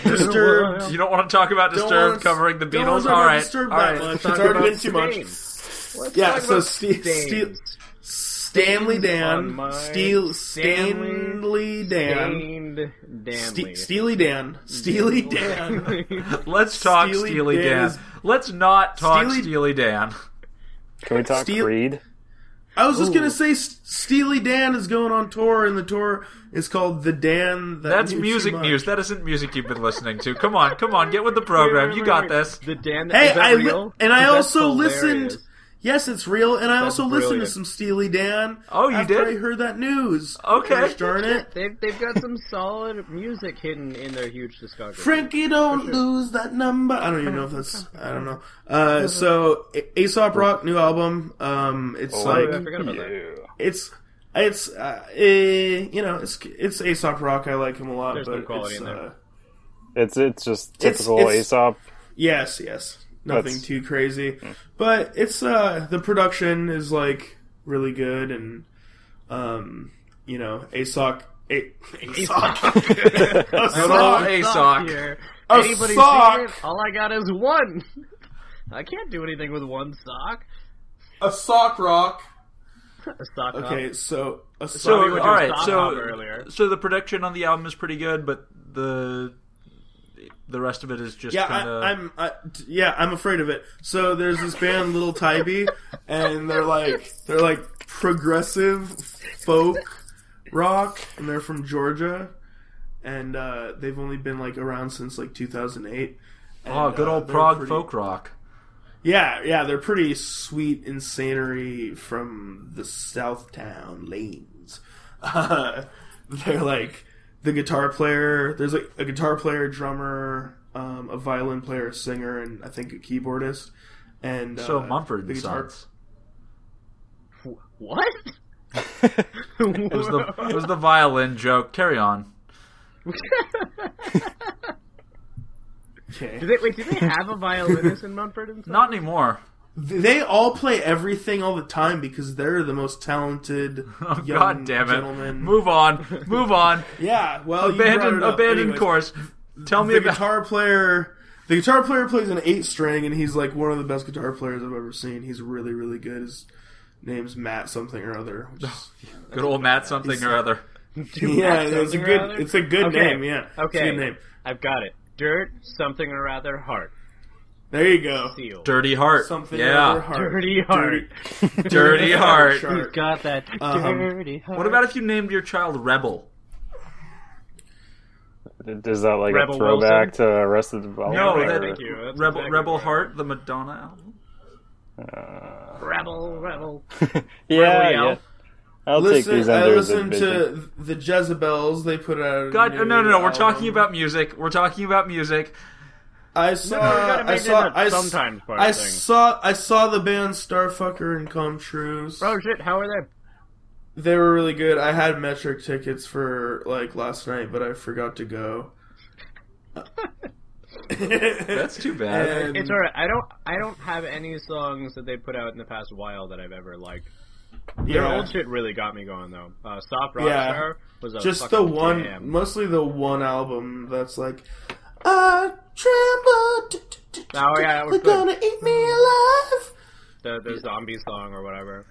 Speaker 2: Disturbed.
Speaker 3: You don't want to talk about
Speaker 2: Don't
Speaker 3: Disturbed
Speaker 2: wanna-
Speaker 3: covering the
Speaker 2: don't wanna
Speaker 3: Beatles?
Speaker 2: talk
Speaker 3: All
Speaker 2: about
Speaker 3: right,
Speaker 2: Disturbed
Speaker 3: all
Speaker 2: that
Speaker 3: right.
Speaker 2: much.
Speaker 1: Talk
Speaker 2: It's already
Speaker 1: about
Speaker 2: been too much.
Speaker 1: Stains. Let's
Speaker 2: Yeah,
Speaker 1: talk
Speaker 2: so
Speaker 1: about
Speaker 2: Ste- Ste-
Speaker 1: Stains.
Speaker 2: Stanley
Speaker 1: on
Speaker 2: Dan,
Speaker 1: my-
Speaker 2: Steel,
Speaker 1: Stanley-
Speaker 2: Stanley Dan,
Speaker 1: Stained Danley.
Speaker 2: Ste- Steely Dan, Steely Dan.
Speaker 3: Let's talk Steely,
Speaker 2: Steely Dan
Speaker 3: Dan.
Speaker 2: is-
Speaker 3: Let's not talk Steely,
Speaker 2: Steely-
Speaker 3: Dan.
Speaker 4: Can we talk
Speaker 2: Steel-
Speaker 4: Creed?
Speaker 2: I was just
Speaker 1: Ooh.
Speaker 2: gonna say S- Steely Dan is going on tour, and the tour is called the Dan. That
Speaker 3: That's
Speaker 2: Knew Too
Speaker 3: music
Speaker 2: Much.
Speaker 3: news. That isn't music you've been listening to. Come on, come on, get with the program. You got this.
Speaker 1: The Dan.
Speaker 2: Hey,
Speaker 1: is that
Speaker 2: I li-
Speaker 1: real?
Speaker 2: and I
Speaker 1: That's
Speaker 2: also
Speaker 1: hilarious.
Speaker 2: listened. Yes, it's real, and I also listened to
Speaker 1: brilliant.
Speaker 2: some Steely Dan.
Speaker 3: Oh, you
Speaker 2: after I
Speaker 3: did?
Speaker 2: heard that news.
Speaker 3: Okay.
Speaker 2: Gosh darn it,
Speaker 1: They've they've got some solid music hidden in their huge discography.
Speaker 2: Frankie, don't lose that number. I don't even know if that's. I don't know. Uh, so A- Aesop Rock new album. Um, it's like
Speaker 1: Oh, yeah, I forgot about that.
Speaker 2: it's it's uh, eh, you know it's it's Aesop Rock. I like him a lot,
Speaker 1: There's
Speaker 2: but
Speaker 1: some quality
Speaker 2: it's,
Speaker 1: in there.
Speaker 2: Uh,
Speaker 4: It's it's just
Speaker 2: It's-
Speaker 4: typical
Speaker 2: it's-
Speaker 4: Aesop.
Speaker 2: Yes, yes. Nothing
Speaker 4: That's-
Speaker 2: too crazy. But it's uh the production is like really good and um you know, ASOC A- ASOC. A
Speaker 3: Good old
Speaker 2: sock.
Speaker 1: sock
Speaker 3: ASOC.
Speaker 1: here.
Speaker 2: A
Speaker 1: Anybody
Speaker 2: sock.
Speaker 1: seen it? All I got is one. I can't do anything with one sock.
Speaker 2: A sock rock.
Speaker 1: A sock.
Speaker 2: Okay, so a sock
Speaker 3: Uh, So,
Speaker 1: were
Speaker 3: all
Speaker 1: doing
Speaker 3: right.
Speaker 1: sock
Speaker 3: So,
Speaker 1: hop earlier.
Speaker 3: so the production on the album is pretty good, but the the rest of it is just
Speaker 2: Yeah,
Speaker 3: kind of.
Speaker 2: I, I'm. I, t- yeah, I'm afraid of it. So there's this band, Little Tybee, and they're like they're like progressive folk rock, and they're from Georgia, and uh, they've only been like around since like 2008.
Speaker 3: Oh,
Speaker 2: And,
Speaker 3: good
Speaker 2: uh,
Speaker 3: old
Speaker 2: they're
Speaker 3: prog
Speaker 2: pretty-
Speaker 3: folk rock.
Speaker 2: Yeah, yeah, they're pretty sweet insanery from the Southtown lanes. Uh, they're like the guitar player. There's like a guitar player, drummer, um, a violin player, a singer, and I think a keyboardist. And
Speaker 3: So
Speaker 2: uh,
Speaker 3: Mumford
Speaker 2: the
Speaker 3: and
Speaker 2: guitar-
Speaker 3: Sons.
Speaker 1: Wh- What?
Speaker 3: It was the it was the violin joke. Carry on.
Speaker 2: Okay.
Speaker 1: do they, wait, do they have a violinist in Mumford and Sons?
Speaker 3: Not anymore.
Speaker 2: They all play everything all the time because they're the most talented
Speaker 3: Oh,
Speaker 2: young
Speaker 3: God damn it!
Speaker 2: gentlemen.
Speaker 3: Move on. Move on.
Speaker 2: Yeah, well, you brought
Speaker 3: abandoned
Speaker 2: it up.
Speaker 3: abandoned
Speaker 2: Anyways.
Speaker 3: course. Tell me
Speaker 2: the
Speaker 3: about
Speaker 2: guitar player. The guitar player plays an eight string, and he's like one of the best guitar players I've ever seen. He's really, really good. His name's Matt something or other. which is-
Speaker 3: good old Matt something or other.
Speaker 1: Do that
Speaker 2: yeah, it's a
Speaker 1: something or
Speaker 2: good,
Speaker 1: other?
Speaker 2: it's a good
Speaker 1: Okay.
Speaker 2: name. Yeah, It's a
Speaker 1: Okay.
Speaker 2: good name.
Speaker 1: I've got it. Dirt, something or rather, heart.
Speaker 2: There you go.
Speaker 1: Seal.
Speaker 3: Dirty heart.
Speaker 2: Something
Speaker 3: yeah.
Speaker 2: or other heart.
Speaker 1: Dirty heart.
Speaker 3: Dirty, heart.
Speaker 2: Sure.
Speaker 1: You've got that
Speaker 2: Um,
Speaker 1: dirty heart.
Speaker 3: What about if you named your child Rebel?
Speaker 4: Is that like
Speaker 1: Rebel
Speaker 4: a throwback to Arrested Development?
Speaker 3: No,
Speaker 4: or-
Speaker 3: that-
Speaker 1: Thank you. That's
Speaker 3: Rebel
Speaker 1: exactly
Speaker 3: Rebel
Speaker 1: right.
Speaker 3: Heart, the Madonna album.
Speaker 4: Uh,
Speaker 1: Rebel, rebel.
Speaker 4: yeah,
Speaker 3: Yell.
Speaker 4: yeah. I'll
Speaker 2: Listen,
Speaker 4: take these
Speaker 2: I
Speaker 4: under
Speaker 2: listened
Speaker 4: advisement.
Speaker 2: to the Jezebels. They put out. a
Speaker 3: God,
Speaker 2: new
Speaker 3: no, no, no. We're talking
Speaker 2: album.
Speaker 3: about music. We're talking about music.
Speaker 2: I saw.
Speaker 1: No, no, you gotta
Speaker 2: I
Speaker 1: make
Speaker 2: saw.
Speaker 1: it a
Speaker 2: I, s-
Speaker 1: sometimes part
Speaker 2: I
Speaker 1: of thing.
Speaker 2: saw. I saw the band Starfucker and Come True.
Speaker 1: Oh shit, how are they?
Speaker 2: They were really good. I had metric tickets for like last night, but I forgot to go.
Speaker 3: That's
Speaker 2: That's
Speaker 3: too bad.
Speaker 1: It's alright. I don't. I don't have any songs that they put out in the past while that I've ever liked. Their
Speaker 2: Yeah.
Speaker 1: old shit really got me going though. Uh, Soft Rock
Speaker 2: Yeah.
Speaker 1: Star was a
Speaker 2: Just the
Speaker 1: fucking
Speaker 2: one,
Speaker 1: jam.
Speaker 2: mostly the one album that's like, I tremble. d- d- d-
Speaker 1: Oh, yeah, that was
Speaker 2: they're
Speaker 1: good.
Speaker 2: gonna eat me alive.
Speaker 1: the, the zombie song or whatever.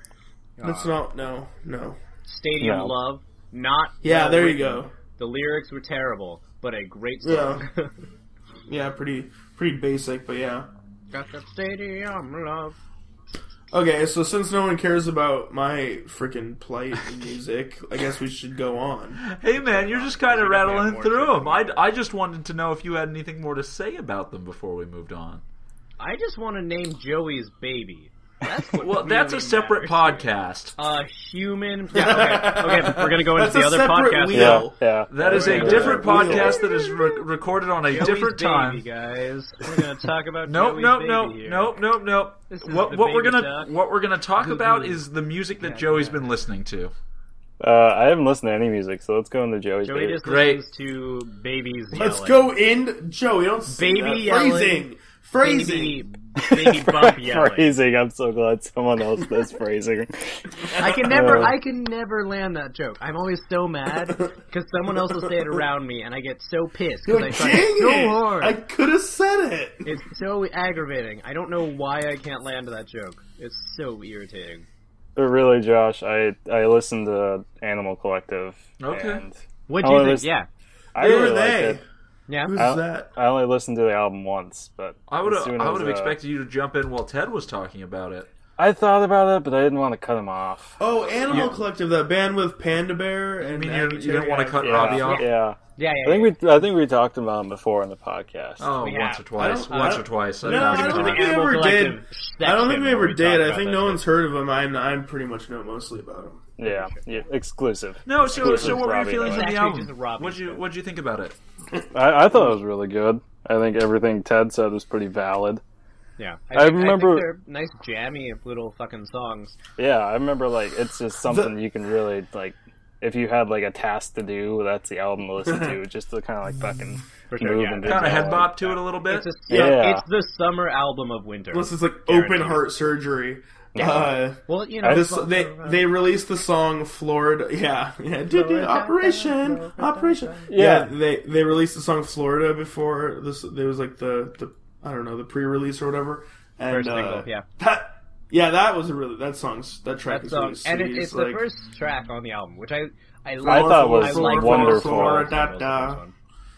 Speaker 2: That's
Speaker 1: Uh,
Speaker 2: not no no.
Speaker 1: Stadium
Speaker 4: No.
Speaker 1: Love. Not
Speaker 2: Yeah,
Speaker 1: well
Speaker 2: there you
Speaker 1: written.
Speaker 2: go.
Speaker 1: The lyrics were terrible, but a great song.
Speaker 2: Yeah, pretty pretty basic, but yeah.
Speaker 1: Got that stadium love.
Speaker 2: Okay, so since no one cares about my freaking plight in music, I guess we should go on.
Speaker 3: Hey man, you're just kind of
Speaker 1: We definitely have
Speaker 3: rattling
Speaker 1: more
Speaker 3: through
Speaker 1: shit
Speaker 3: them. I, I just wanted to know if you had anything more to say about them before we moved on.
Speaker 1: I just want to name Joey's baby. That's what
Speaker 3: Well,
Speaker 1: really
Speaker 3: that's a separate
Speaker 1: matters here.
Speaker 3: podcast.
Speaker 1: A human. Yeah, okay, okay, we're gonna go into
Speaker 2: That's
Speaker 1: the
Speaker 2: a
Speaker 1: other
Speaker 2: separate
Speaker 1: podcast.
Speaker 2: wheel.
Speaker 4: Yeah, yeah. Uh,
Speaker 3: That is a
Speaker 1: yeah.
Speaker 3: different
Speaker 2: Yeah.
Speaker 3: podcast that is re- recorded on a
Speaker 1: Joey's
Speaker 3: different
Speaker 1: baby,
Speaker 3: time.
Speaker 1: guys. We're gonna talk about
Speaker 3: Nope,
Speaker 1: Joey's
Speaker 3: nope,
Speaker 1: baby
Speaker 3: nope,
Speaker 1: here.
Speaker 3: nope, nope, nope.
Speaker 1: This is
Speaker 3: What
Speaker 1: the
Speaker 3: what we're
Speaker 1: baby
Speaker 3: gonna
Speaker 1: duck.
Speaker 3: what we're gonna talk about
Speaker 1: Goo-goo.
Speaker 3: is the music that
Speaker 1: Yeah,
Speaker 3: Joey's
Speaker 1: yeah.
Speaker 3: been listening to.
Speaker 4: Uh, I haven't listened to any music, so let's go into Joey's.
Speaker 1: Joey
Speaker 4: bit.
Speaker 1: just
Speaker 3: Great.
Speaker 1: listens to babies.
Speaker 2: Let's
Speaker 1: yelling.
Speaker 2: go in, Joey. Don't say
Speaker 1: Baby
Speaker 2: that.
Speaker 1: yelling.
Speaker 2: phrasing, phrasing.
Speaker 1: Baby, baby bump yelling.
Speaker 4: phrasing. I'm so glad someone else does phrasing.
Speaker 1: I can never,
Speaker 4: Uh.
Speaker 1: I can never land that joke. I'm always so mad because someone else will say it around me, and I get so pissed because I
Speaker 2: Like,
Speaker 1: try
Speaker 2: dang
Speaker 1: so
Speaker 2: it!
Speaker 1: hard.
Speaker 2: I could have said it.
Speaker 1: It's so aggravating. I don't know why I can't land that joke. It's so irritating.
Speaker 4: But really, Josh, I I listened to Animal Collective.
Speaker 3: Okay.
Speaker 4: And
Speaker 1: What
Speaker 4: Oh,
Speaker 1: do you
Speaker 4: it
Speaker 1: think?
Speaker 4: was-
Speaker 1: Yeah,
Speaker 4: I
Speaker 2: Who are
Speaker 4: really liked
Speaker 2: they?
Speaker 4: it.
Speaker 1: yeah.
Speaker 2: Who's
Speaker 4: Uh,
Speaker 2: that?
Speaker 4: I only listened to the album once, but
Speaker 3: I would
Speaker 4: as
Speaker 3: have
Speaker 4: soon
Speaker 3: I
Speaker 4: as,
Speaker 3: would have
Speaker 4: uh,
Speaker 3: expected you to jump in while Ted was talking about it.
Speaker 4: I thought about it, but I didn't want to cut him off.
Speaker 2: Oh, Animal Collective, that band with Panda Bear and.
Speaker 3: I mean, you, you didn't
Speaker 2: Acutary
Speaker 3: want to
Speaker 2: Eye.
Speaker 3: cut
Speaker 4: yeah,
Speaker 3: Robbie off.
Speaker 4: yeah.
Speaker 1: Yeah, yeah.
Speaker 4: I think we I think we talked about him before on the podcast.
Speaker 3: Oh,
Speaker 1: Yeah.
Speaker 3: once
Speaker 1: I
Speaker 3: or twice,
Speaker 2: don't- I
Speaker 3: once or
Speaker 2: don't-
Speaker 3: twice.
Speaker 2: No,
Speaker 3: don't
Speaker 2: I
Speaker 3: even
Speaker 2: don't
Speaker 3: know.
Speaker 2: think we ever did. I don't think we ever did. I think no
Speaker 1: one's.
Speaker 2: one's heard of him. I I pretty much know mostly about him.
Speaker 4: yeah, yeah, exclusive.
Speaker 3: No, so
Speaker 4: Exclusive
Speaker 3: so what were your
Speaker 4: Robbie,
Speaker 3: feelings on
Speaker 4: though.
Speaker 3: the
Speaker 1: Actually,
Speaker 3: album?
Speaker 1: just a Robbie
Speaker 3: What'd you
Speaker 1: show.
Speaker 3: what'd you think about it?
Speaker 4: I, I thought it was really good. I think everything Ted said was pretty valid.
Speaker 1: Yeah,
Speaker 4: I
Speaker 1: think-
Speaker 4: remember-
Speaker 1: think they're nice jammy little fucking songs.
Speaker 4: Yeah, I remember like it's just something you can really like. If you had like a task to do, that's the album to listen to, just to kind of like fucking
Speaker 1: sure,
Speaker 4: move
Speaker 1: yeah.
Speaker 4: and
Speaker 3: Kind of head bop to it a little bit.
Speaker 1: It's a
Speaker 4: Yeah.
Speaker 1: it's the summer album of winter.
Speaker 2: Plus, it's like
Speaker 1: Guaranteed.
Speaker 2: open heart surgery.
Speaker 4: Yeah.
Speaker 2: Uh,
Speaker 1: well, you know,
Speaker 2: this
Speaker 1: fuck
Speaker 2: they
Speaker 1: around.
Speaker 2: they released the song Florida. Yeah, yeah. Did
Speaker 1: Florida,
Speaker 2: operation, operation.
Speaker 4: Yeah.
Speaker 2: Yeah. they they released the song Florida before this. There was like the the I don't know the pre-release or whatever. And,
Speaker 1: First
Speaker 2: uh,
Speaker 1: single, yeah.
Speaker 2: That, yeah, that was a really that song's that track
Speaker 1: that
Speaker 2: is
Speaker 1: song,
Speaker 2: really
Speaker 1: um, and it,
Speaker 2: sweet.
Speaker 1: it's the
Speaker 2: like,
Speaker 1: first track on the album, which I I,
Speaker 4: I
Speaker 1: love.
Speaker 4: thought it was
Speaker 1: I like
Speaker 4: wonderful.
Speaker 1: Florida, Florida,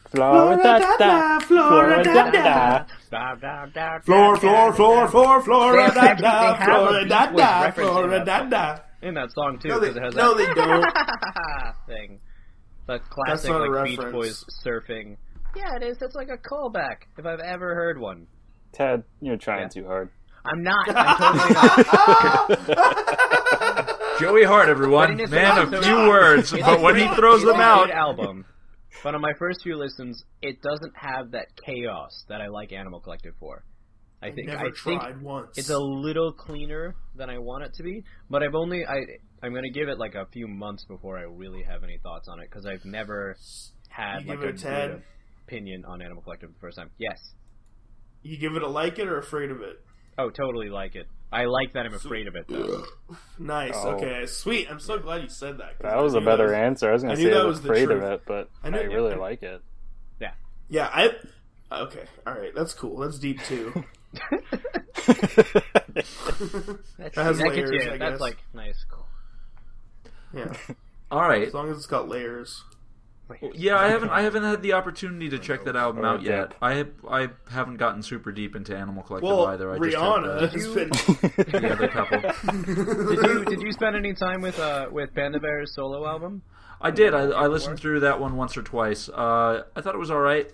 Speaker 1: Florida, Florida, Florida, Florida, Florida, Florida, Florida, Florida, Florida, Florida, Florida,
Speaker 2: Florida,
Speaker 4: Florida,
Speaker 2: Floor, floor, floor, floor, floor,
Speaker 1: They
Speaker 2: da,
Speaker 1: actually- they
Speaker 2: da,
Speaker 1: have a
Speaker 2: floor,
Speaker 1: Beach
Speaker 2: da,
Speaker 1: Boys
Speaker 2: da,
Speaker 1: reference in
Speaker 2: floor,
Speaker 1: that
Speaker 2: da, da.
Speaker 1: in that song too
Speaker 2: No, they,
Speaker 1: because it has
Speaker 2: no,
Speaker 1: that
Speaker 2: they don't.
Speaker 1: thing. The classic
Speaker 2: not a
Speaker 1: like Beach
Speaker 2: reference.
Speaker 1: Boys surfing. Yeah, it is. That's like a callback if I've ever heard one.
Speaker 4: Ted, you're trying too hard.
Speaker 1: I'm not. I'm totally not.
Speaker 2: Oh,
Speaker 3: Joey Hart, everyone,
Speaker 1: But in his
Speaker 3: man of
Speaker 1: life,
Speaker 3: few
Speaker 1: no.
Speaker 3: words,
Speaker 1: It's
Speaker 3: but
Speaker 1: a
Speaker 3: when he
Speaker 1: great-
Speaker 3: throws
Speaker 1: it's
Speaker 3: them
Speaker 1: a
Speaker 3: out,
Speaker 1: great album. But on my first few listens, it doesn't have that chaos that I like Animal Collective for. I think I
Speaker 2: Never
Speaker 1: think
Speaker 2: tried once.
Speaker 1: it's a little cleaner than I want it to be, but I've only I I'm gonna give it like a few months before I really have any thoughts on it because I've never had
Speaker 2: You
Speaker 1: like
Speaker 2: give it a
Speaker 1: good
Speaker 2: 10?
Speaker 1: opinion on Animal Collective the first time. Yes,
Speaker 2: You give it a like it or afraid of it?
Speaker 1: oh totally like it. I like that I'm afraid of it. Though.
Speaker 2: Nice.
Speaker 4: Oh.
Speaker 2: Okay. Sweet. I'm so glad you said that. 'cause
Speaker 4: That was
Speaker 2: I
Speaker 4: a
Speaker 2: knew
Speaker 4: better
Speaker 2: that was-
Speaker 4: answer. I was
Speaker 2: I
Speaker 4: going to
Speaker 2: knew
Speaker 4: say I
Speaker 2: that
Speaker 4: was
Speaker 2: was the
Speaker 4: afraid of
Speaker 2: truth.
Speaker 4: it, but I,
Speaker 2: I knew-
Speaker 4: really
Speaker 2: I-
Speaker 4: like it.
Speaker 2: Yeah. I. Okay. All right. That's cool. That's deep too.
Speaker 1: That's,
Speaker 2: That has
Speaker 1: that gets
Speaker 2: layers,
Speaker 1: you-
Speaker 2: I
Speaker 1: that's
Speaker 2: guess.
Speaker 1: like nice, cool.
Speaker 2: Yeah.
Speaker 3: all right.
Speaker 2: As long as it's got layers.
Speaker 3: Yeah, I haven't I haven't had the opportunity to check that album
Speaker 4: Or
Speaker 3: out yet.
Speaker 4: dip.
Speaker 3: I I haven't gotten super deep into Animal Collective
Speaker 2: Well,
Speaker 3: either. I
Speaker 2: Rihanna
Speaker 3: just
Speaker 2: has
Speaker 1: You-
Speaker 2: been.
Speaker 3: had the, the other couple.
Speaker 1: Did you did you spend any time with uh with Panda Bear's solo album?
Speaker 3: I did. I, I listened through that one once or twice. Uh, I thought it was all right.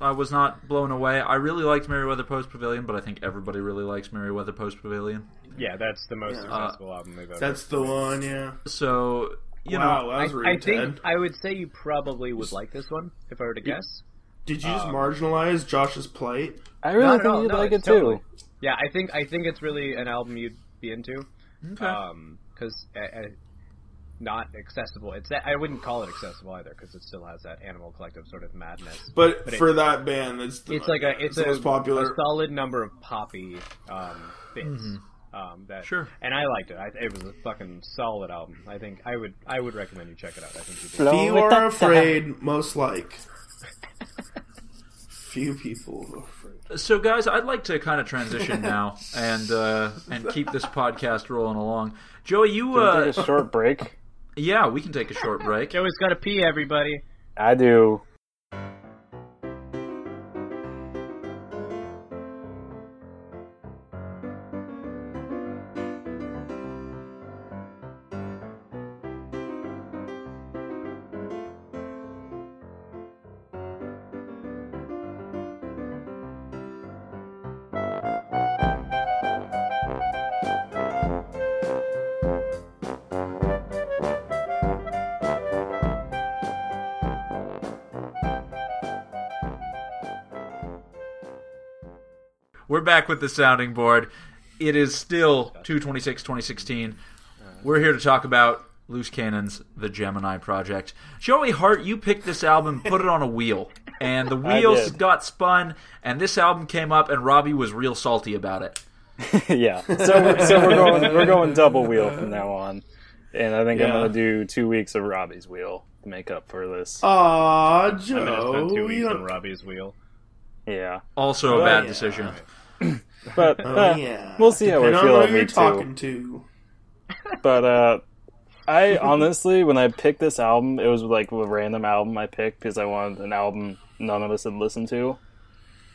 Speaker 3: I was not blown away. I really liked Meriwether Post Pavilion, but I think everybody really likes Meriwether Post Pavilion.
Speaker 1: Yeah, that's the most
Speaker 2: Yeah.
Speaker 1: successful album they've ever.
Speaker 2: That's the one. Yeah.
Speaker 3: So you
Speaker 2: wow.
Speaker 3: know,
Speaker 2: that was rude,
Speaker 1: I, I think
Speaker 2: Ted.
Speaker 1: I would say you probably would like this one if I were to guess.
Speaker 2: Did you just
Speaker 1: Um,
Speaker 2: marginalize Josh's plight?
Speaker 4: I really
Speaker 1: no,
Speaker 4: think
Speaker 1: no,
Speaker 4: you'd
Speaker 1: no,
Speaker 4: like it
Speaker 1: it's
Speaker 4: too.
Speaker 1: totally- Yeah, I think I think it's really an album you'd be into.
Speaker 3: okay.
Speaker 1: Um 'cause because uh, not accessible. It's that I wouldn't call it accessible either because it still has that animal collective sort of madness.
Speaker 2: But,
Speaker 1: But it-
Speaker 2: for that band, it's the
Speaker 1: It's like a it's,
Speaker 2: the
Speaker 1: a,
Speaker 2: most popular.
Speaker 1: a solid number of poppy um, bits.
Speaker 4: Mm-hmm.
Speaker 1: Um, that
Speaker 3: Sure.
Speaker 1: and I liked it. I, it was a fucking solid album. I think I would I would recommend you check it out. I think you'd be
Speaker 2: Few
Speaker 4: Florida.
Speaker 2: are afraid, most like. Few people are afraid.
Speaker 3: So, guys, I'd like to kind of transition now and uh, and keep this podcast rolling along. Joey, you,
Speaker 4: Can we
Speaker 3: uh,
Speaker 4: Take a short break.
Speaker 3: yeah, we can take a short break.
Speaker 1: Joey's got to pee, everybody.
Speaker 4: I do.
Speaker 3: We're back with the sounding board. It is still 226 2016. We're here to talk about Loose Cannon's The Gemini Project. Joey Hart, you picked this album, put it on a wheel, and the wheels
Speaker 4: did.
Speaker 3: got spun, and this album came up, and Robbie was real salty about it.
Speaker 4: yeah. So so we're going we're going double wheel from now on, and I think I'm
Speaker 2: Yeah. Oh.
Speaker 4: gonna do two weeks of Robbie's wheel to make up for this.
Speaker 2: Aw,
Speaker 1: I'm gonna
Speaker 2: Joe.
Speaker 1: spend two
Speaker 2: you
Speaker 1: weeks
Speaker 2: Oh, don't-
Speaker 1: on Robbie's wheel.
Speaker 4: Yeah,
Speaker 3: Also, a bad
Speaker 2: yeah.
Speaker 3: decision.
Speaker 4: but
Speaker 2: Oh,
Speaker 4: uh,
Speaker 2: yeah.
Speaker 4: we'll see how we
Speaker 2: Depending on
Speaker 4: feel
Speaker 2: who
Speaker 4: on
Speaker 2: you're
Speaker 4: week two.
Speaker 2: talking to.
Speaker 4: But uh, I honestly, when I picked this album, it was like a random album I picked because I wanted an album none of us had listened to.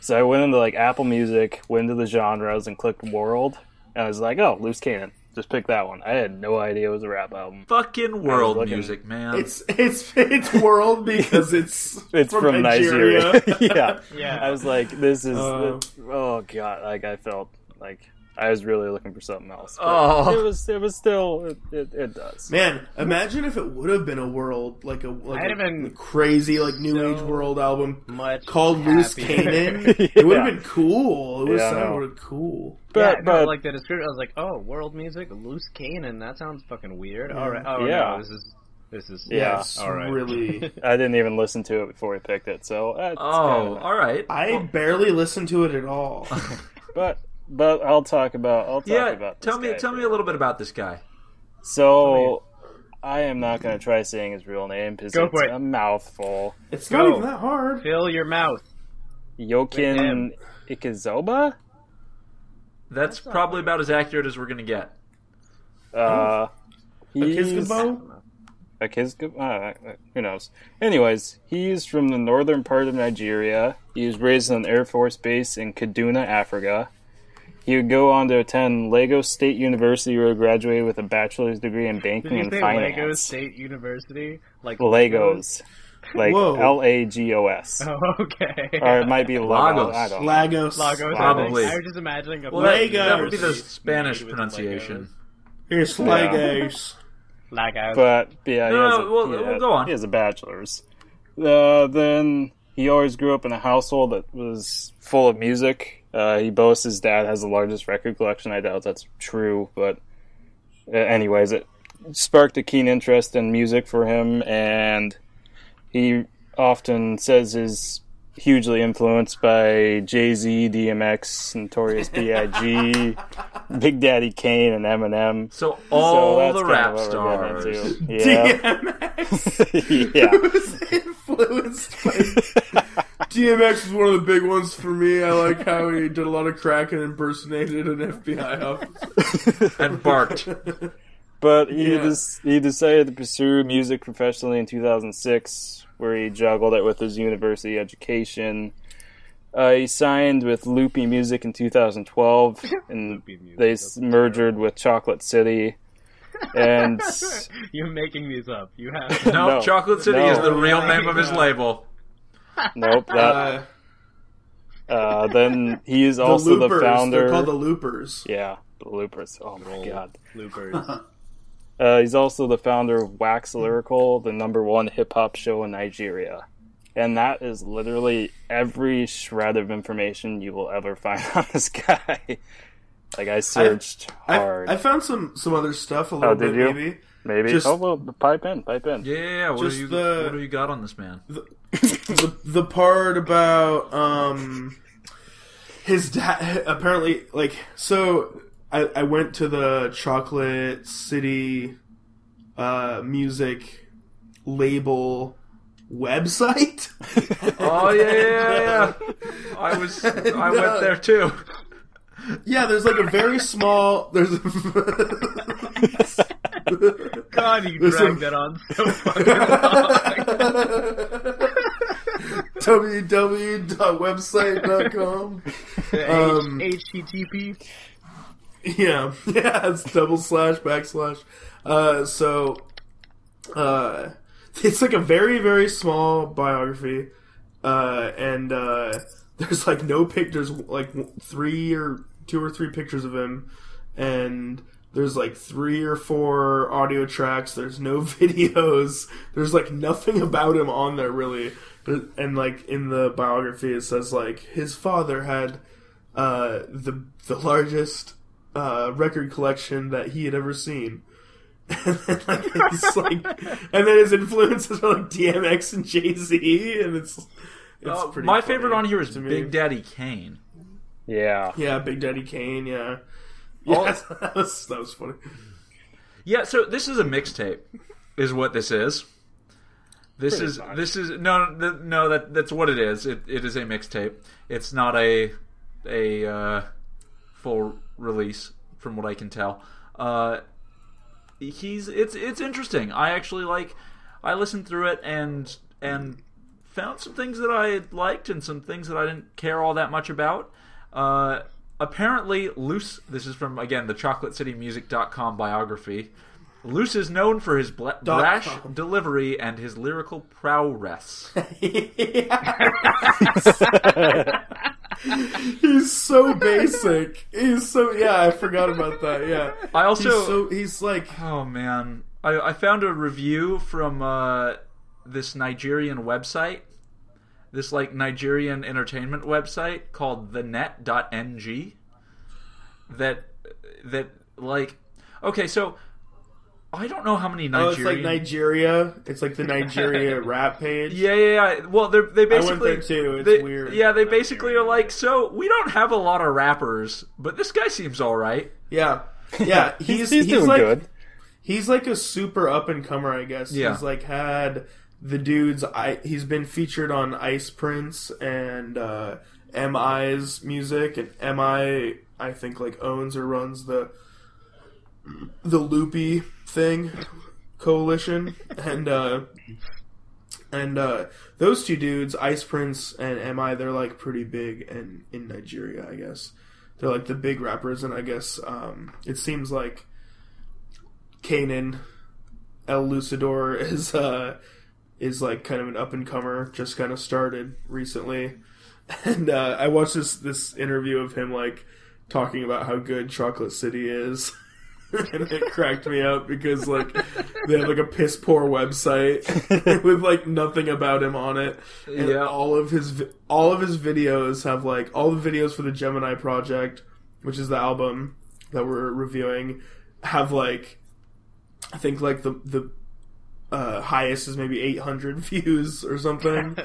Speaker 4: So I went into like Apple Music, went into the genres, and clicked World, and I was like, oh, Loose Cannon. Just pick that one. I had no idea it was a rap album.
Speaker 3: Fucking world
Speaker 4: looking-
Speaker 3: music,
Speaker 1: Um,
Speaker 3: man.
Speaker 2: It's it's it's world because it's
Speaker 4: It's from, Nigeria. yeah.
Speaker 1: Yeah.
Speaker 4: I was like, this is.
Speaker 2: Uh,
Speaker 4: oh god! Like I felt like I was really looking for something else. But
Speaker 3: Oh.
Speaker 4: it was. It was still. It, it, it does.
Speaker 2: Man, imagine if it would have been a world like a like
Speaker 1: I'd
Speaker 2: a,
Speaker 1: have been
Speaker 2: crazy like new
Speaker 1: so
Speaker 2: age world album
Speaker 1: Much
Speaker 2: called Loose
Speaker 1: happier.
Speaker 2: Canaan. It would have
Speaker 4: Yeah.
Speaker 2: been cool. It would
Speaker 4: Yeah, I
Speaker 2: have
Speaker 4: know.
Speaker 2: sounded cool.
Speaker 1: Yeah,
Speaker 4: But
Speaker 1: no,
Speaker 4: but
Speaker 1: like the description, I was like, "Oh, world music, loose Canaan. That sounds fucking weird." All right, oh
Speaker 4: Yeah.
Speaker 1: no, this is this is
Speaker 4: Yeah.
Speaker 2: It's
Speaker 1: all right.
Speaker 2: really.
Speaker 4: I didn't even listen to it before we picked it. So uh, it's
Speaker 3: oh,
Speaker 4: kinda-
Speaker 3: all right.
Speaker 2: I barely listened to it at all.
Speaker 4: but but I'll talk about. I'll talk
Speaker 3: yeah,
Speaker 4: about. This
Speaker 3: tell me,
Speaker 4: guy
Speaker 3: tell
Speaker 4: for
Speaker 3: me a little bit about this guy.
Speaker 4: So. I am not going to try saying his real name because
Speaker 1: Go
Speaker 4: it's
Speaker 1: for it.
Speaker 4: a mouthful.
Speaker 2: It's not
Speaker 1: Go.
Speaker 2: even that hard.
Speaker 1: Fill your mouth.
Speaker 4: Yokin Ikezoba?
Speaker 3: That's, probably about as accurate as we're gonna get.
Speaker 4: Uh, he's,
Speaker 2: Kizkabo?
Speaker 4: a kids. Uh, who knows? Anyways, he's from the northern part of Nigeria. He was raised on an Air Force Base in Kaduna, Africa. He would go on to attend Lagos State University, where he graduated with a bachelor's degree in banking
Speaker 1: Did you
Speaker 4: and
Speaker 1: say
Speaker 4: finance.
Speaker 1: Lagos State University? Like
Speaker 4: Lagos, like
Speaker 2: Whoa.
Speaker 4: L A G O S,
Speaker 1: Oh, okay.
Speaker 4: or it might be Lagos.
Speaker 3: Lagos.
Speaker 4: I don't know.
Speaker 2: Lagos.
Speaker 1: Lagos.
Speaker 3: Probably.
Speaker 1: I was just imagining a
Speaker 3: Well, that,
Speaker 2: Lagos.
Speaker 3: that would be the
Speaker 1: Lagos.
Speaker 3: Spanish
Speaker 1: Made with
Speaker 3: pronunciation.
Speaker 2: It's
Speaker 4: Yeah.
Speaker 2: Lagos.
Speaker 1: Lagos.
Speaker 4: But yeah,
Speaker 3: No, no,
Speaker 4: he has a,
Speaker 3: we'll-
Speaker 4: he
Speaker 3: we'll
Speaker 4: has-
Speaker 3: go on.
Speaker 4: He has a bachelor's. Uh, then he always grew up in a household that was full of music. Uh, he boasts his dad has the largest record collection. I doubt that's true, but uh, anyways, it sparked a keen interest in music for him, and he often says is hugely influenced by Jay Z, DMX, Notorious B.I.G., Big Daddy Kane, and Eminem.
Speaker 3: So
Speaker 4: so
Speaker 3: all the
Speaker 4: that's kinda
Speaker 3: rap
Speaker 4: what we're getting
Speaker 3: stars.
Speaker 4: into. Yeah.
Speaker 2: DMX
Speaker 4: yeah.
Speaker 2: was influenced by DMX was one of the big ones for me. I like how he did a lot of crack and impersonated an FBI
Speaker 4: Uh,
Speaker 2: officer.
Speaker 3: And barked.
Speaker 4: but he
Speaker 2: Yeah.
Speaker 4: des- he decided to pursue music professionally in 2006, where he juggled it with his university education. Uh, he signed with Loopy Music in 2012, and
Speaker 1: Loopy Music,
Speaker 4: they
Speaker 1: that's
Speaker 4: s- merged with Chocolate City. And
Speaker 1: You're making these up. You have.
Speaker 3: No,
Speaker 4: No.
Speaker 3: Chocolate City
Speaker 4: No.
Speaker 3: is the real name of his label.
Speaker 4: nope, that,
Speaker 2: Uh,
Speaker 4: uh, then he is
Speaker 2: the
Speaker 4: also the,
Speaker 2: Loopers. They're
Speaker 4: founder.
Speaker 2: called the Loopers.
Speaker 4: yeah, the Loopers. Oh my god.
Speaker 1: Loopers.
Speaker 4: Uh, he's also the founder of Wax Lyrical, the number one hip hop show in Nigeria. And that is literally every shred of information you will ever find on this guy. like I searched hard.
Speaker 2: I, I found some some other stuff a little
Speaker 4: Oh, did
Speaker 2: bit
Speaker 4: you?
Speaker 2: maybe.
Speaker 4: Maybe
Speaker 2: just-
Speaker 4: oh well, pipe in, pipe in.
Speaker 3: Yeah, yeah, yeah. What
Speaker 2: Just
Speaker 3: do you
Speaker 2: the-
Speaker 3: what do you got on this man?
Speaker 2: the the part about um his dad apparently like so I, I went to the chocolate city uh music label website
Speaker 3: Oh yeah, yeah, yeah, yeah. I was I went
Speaker 2: No.
Speaker 3: there too.
Speaker 2: yeah there's like a very small there's a
Speaker 1: God, you
Speaker 2: There's
Speaker 1: dragged
Speaker 2: some-
Speaker 1: that on so fucking long.
Speaker 2: www.website.com Um,
Speaker 1: H- HTTP.
Speaker 2: Yeah, yeah, it's double slash backslash. Uh, so, uh, it's like a very very small biography, uh, and uh, there's like no pictures, like three or two or three pictures of him, and there's like three or four audio tracks. There's no videos. There's like nothing about him on there really. There- And like in the biography, it says like his father had uh, the the largest uh, record collection that he had ever seen. And then, like, it's like, and then his influences are like DMX and Jay Z, and it's, it's
Speaker 3: Uh,
Speaker 2: pretty.
Speaker 3: my
Speaker 2: funny
Speaker 3: favorite on here is
Speaker 2: to me.
Speaker 3: Big Daddy Kane.
Speaker 4: Yeah.
Speaker 2: Yeah, Big Daddy Kane. Yeah,
Speaker 3: All-
Speaker 2: yeah, that was that was funny.
Speaker 3: Yeah, so this is a mixtape, is what this is. This
Speaker 4: Pretty
Speaker 3: is
Speaker 4: much.
Speaker 3: this is no th- no that that's what it is. It it is a mixtape. It's not a a uh, full release, from what I can tell. Uh, he's it's it's interesting. I actually like. I listened through it and and found some things that I liked and some things that I didn't care all that much about. Uh, apparently, Luce, this is from, again, the chocolatecitymusic.com biography. Luce is known for his bla-
Speaker 2: Dot
Speaker 3: brash
Speaker 2: com.
Speaker 3: delivery and his lyrical prowess.
Speaker 2: He's so basic. He's so yeah. I forgot about that. Yeah.
Speaker 3: I also.
Speaker 2: He's so he's like
Speaker 3: Oh man, I, I found a review from uh, this Nigerian website, this like Nigerian entertainment website called thenet.ng. That that like okay, so I don't know how many
Speaker 2: oh, it's like
Speaker 3: Nigerian.
Speaker 2: Nigeria. It's like the Nigeria rap page.
Speaker 3: Yeah, yeah, yeah. Well, they they
Speaker 2: I
Speaker 3: basically
Speaker 2: went there too. It's
Speaker 3: they-
Speaker 2: weird.
Speaker 3: Yeah, they basically are like, so we don't have a lot of rappers, but this guy seems all right.
Speaker 2: Yeah. Yeah, he's,
Speaker 4: He's, doing
Speaker 2: like,
Speaker 4: good.
Speaker 2: He's like a super up and comer, I guess.
Speaker 3: Yeah.
Speaker 2: He's like had the dudes. I he's been featured on Ice Prince and uh, Mi's music, and Mi I think like owns or runs the the Loopy thing Coalition, and uh, and uh, those two dudes, Ice Prince and Mi, they're like pretty big and in Nigeria, I guess. They're like the big rappers, and I guess um, it seems like Kanan El Lucidor is uh, is like kind of an up and comer, just kind of started recently. And uh, I watched this this interview of him like talking about how good Chocolate City is. and it cracked me up because like they have like a piss poor website with like nothing about him on it. And
Speaker 3: Yeah.
Speaker 2: all of his vi- all of his videos have like all the videos for the Gemini project, which is the album that we're reviewing, have like I think like the the uh, highest is maybe 800 views or something.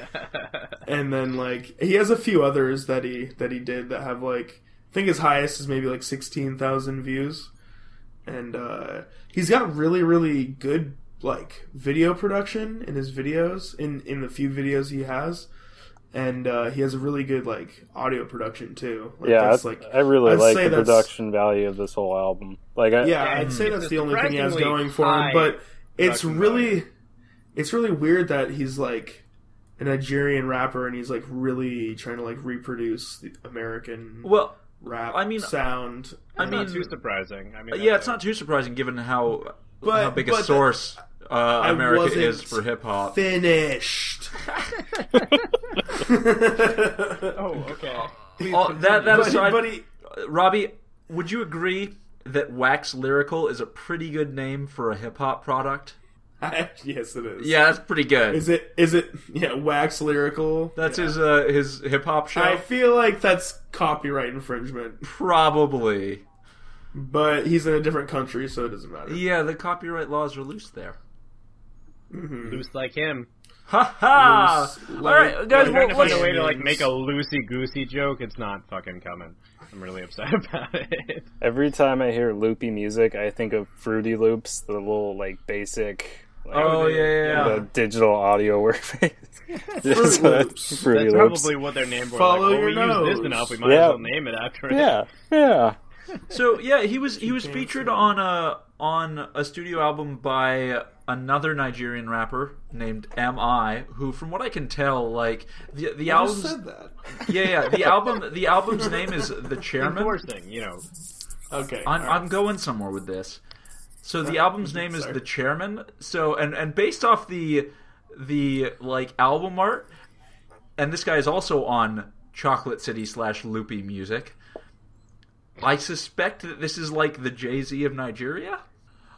Speaker 2: and then like he has a few others that he that he did that have like I think his highest is maybe like 16,000 views. And uh, he's got really really good like video production in his videos in in the few videos he has. And uh, he has a really good like audio production too. Like,
Speaker 4: yeah,
Speaker 2: that's,
Speaker 4: I, I really
Speaker 2: I'd
Speaker 4: like
Speaker 2: say
Speaker 4: the
Speaker 2: that's-
Speaker 4: production value of this whole album. Like,
Speaker 3: Uh,
Speaker 4: I,
Speaker 2: yeah,
Speaker 1: Yeah,
Speaker 2: I'd
Speaker 1: it's-
Speaker 2: say
Speaker 1: it's
Speaker 2: that's
Speaker 1: a
Speaker 2: the only thing he has
Speaker 1: surprisingly
Speaker 2: going for him.
Speaker 1: high
Speaker 2: But it's
Speaker 1: production
Speaker 2: really,
Speaker 1: value.
Speaker 2: it's really weird that he's like a Nigerian rapper and he's like really trying to like reproduce the American
Speaker 3: Well,
Speaker 2: rap.
Speaker 3: I mean-
Speaker 2: sound.
Speaker 3: I mean,
Speaker 1: not too surprising. I mean,
Speaker 3: yeah,
Speaker 1: that's
Speaker 3: it's not too surprising given how
Speaker 2: But-
Speaker 3: how big
Speaker 2: but
Speaker 3: a
Speaker 2: that-
Speaker 3: source uh, America
Speaker 2: wasn't
Speaker 3: is for hip hop.
Speaker 2: Finished.
Speaker 1: Oh, okay.
Speaker 3: Oh, that that
Speaker 2: but, he-
Speaker 3: aside,
Speaker 2: but he-
Speaker 3: Robbie, would you agree that Wax Lyrical is a pretty good name for a hip hop product?
Speaker 2: yes, it is.
Speaker 3: Yeah, that's pretty good.
Speaker 2: Is it? Is it? Yeah, wax lyrical.
Speaker 3: that's his uh, his hip hop show.
Speaker 2: I feel like that's copyright infringement,
Speaker 3: Probably.
Speaker 2: but he's in a different country, so it doesn't matter.
Speaker 3: Yeah, the copyright laws are loose there.
Speaker 2: Mm-hmm.
Speaker 1: loose like him.
Speaker 3: Ha ha!
Speaker 2: Loose,
Speaker 3: All
Speaker 2: like-
Speaker 3: right, guys.
Speaker 1: trying
Speaker 2: like-
Speaker 1: to
Speaker 3: What,
Speaker 1: find
Speaker 3: what's,
Speaker 1: a way to like
Speaker 2: Yes.
Speaker 1: make a loosey goosey joke. It's not fucking coming. I'm really upset about it.
Speaker 4: every time I hear loopy music, I think of Fruity Loops, the little like basic. Like,
Speaker 3: oh yeah, yeah, yeah.
Speaker 4: the digital audio workface. Just,
Speaker 2: Fruit
Speaker 4: uh,
Speaker 2: Loops.
Speaker 4: Fruity
Speaker 1: That's
Speaker 4: Loops.
Speaker 1: probably what their name was.
Speaker 2: Follow
Speaker 1: like, well,
Speaker 2: your
Speaker 1: we use
Speaker 2: nose.
Speaker 1: this enough. We might
Speaker 4: Yeah.
Speaker 1: as well name it after it.
Speaker 4: Yeah, yeah.
Speaker 3: So yeah, he was he was featured
Speaker 2: sing.
Speaker 3: on a on a studio album by another Nigerian rapper named Mi, who, from what I can tell, like the the
Speaker 2: I just
Speaker 3: album's
Speaker 2: said that.
Speaker 3: yeah yeah the album the album's name is the Chairman.
Speaker 1: Enforcing, you know.
Speaker 2: Okay.
Speaker 3: I'm,
Speaker 2: all right.
Speaker 3: I'm going somewhere with this. So the album's name is
Speaker 2: sorry.
Speaker 3: The Chairman. So and and based off the the like album art, and this guy is also on Chocolate City slash Loopy Music. I suspect that this is like the Jay Z of Nigeria.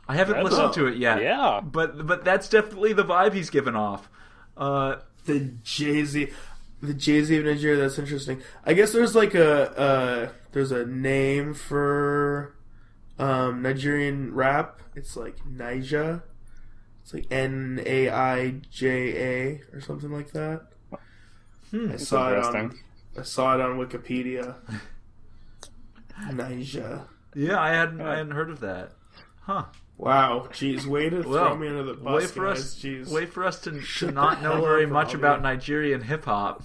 Speaker 3: I haven't
Speaker 4: That's
Speaker 3: listened
Speaker 2: a-
Speaker 3: to it yet.
Speaker 4: yeah.
Speaker 3: but but that's definitely the vibe he's given off. Uh,
Speaker 2: the Jay Z, the Jay Z of Nigeria. That's interesting. I guess there's like a uh, there's a name for um, Nigerian rap. It's like Naija. It's like N A I J A or something like that.
Speaker 1: Hmm.
Speaker 2: I saw it on
Speaker 4: interesting.
Speaker 2: I saw it on Wikipedia. Naija.
Speaker 3: yeah, I hadn't I hadn't heard of that. Huh?
Speaker 2: Wow, jeez, way to
Speaker 3: Well,
Speaker 2: throw me under the bus,
Speaker 3: Way for
Speaker 2: guys.
Speaker 3: us,
Speaker 2: Jeez.
Speaker 3: way for us to, to
Speaker 2: Shut
Speaker 3: not
Speaker 2: the
Speaker 3: know
Speaker 2: hell
Speaker 3: very
Speaker 2: up,
Speaker 3: much
Speaker 2: Robbie.
Speaker 3: about Nigerian hip hop.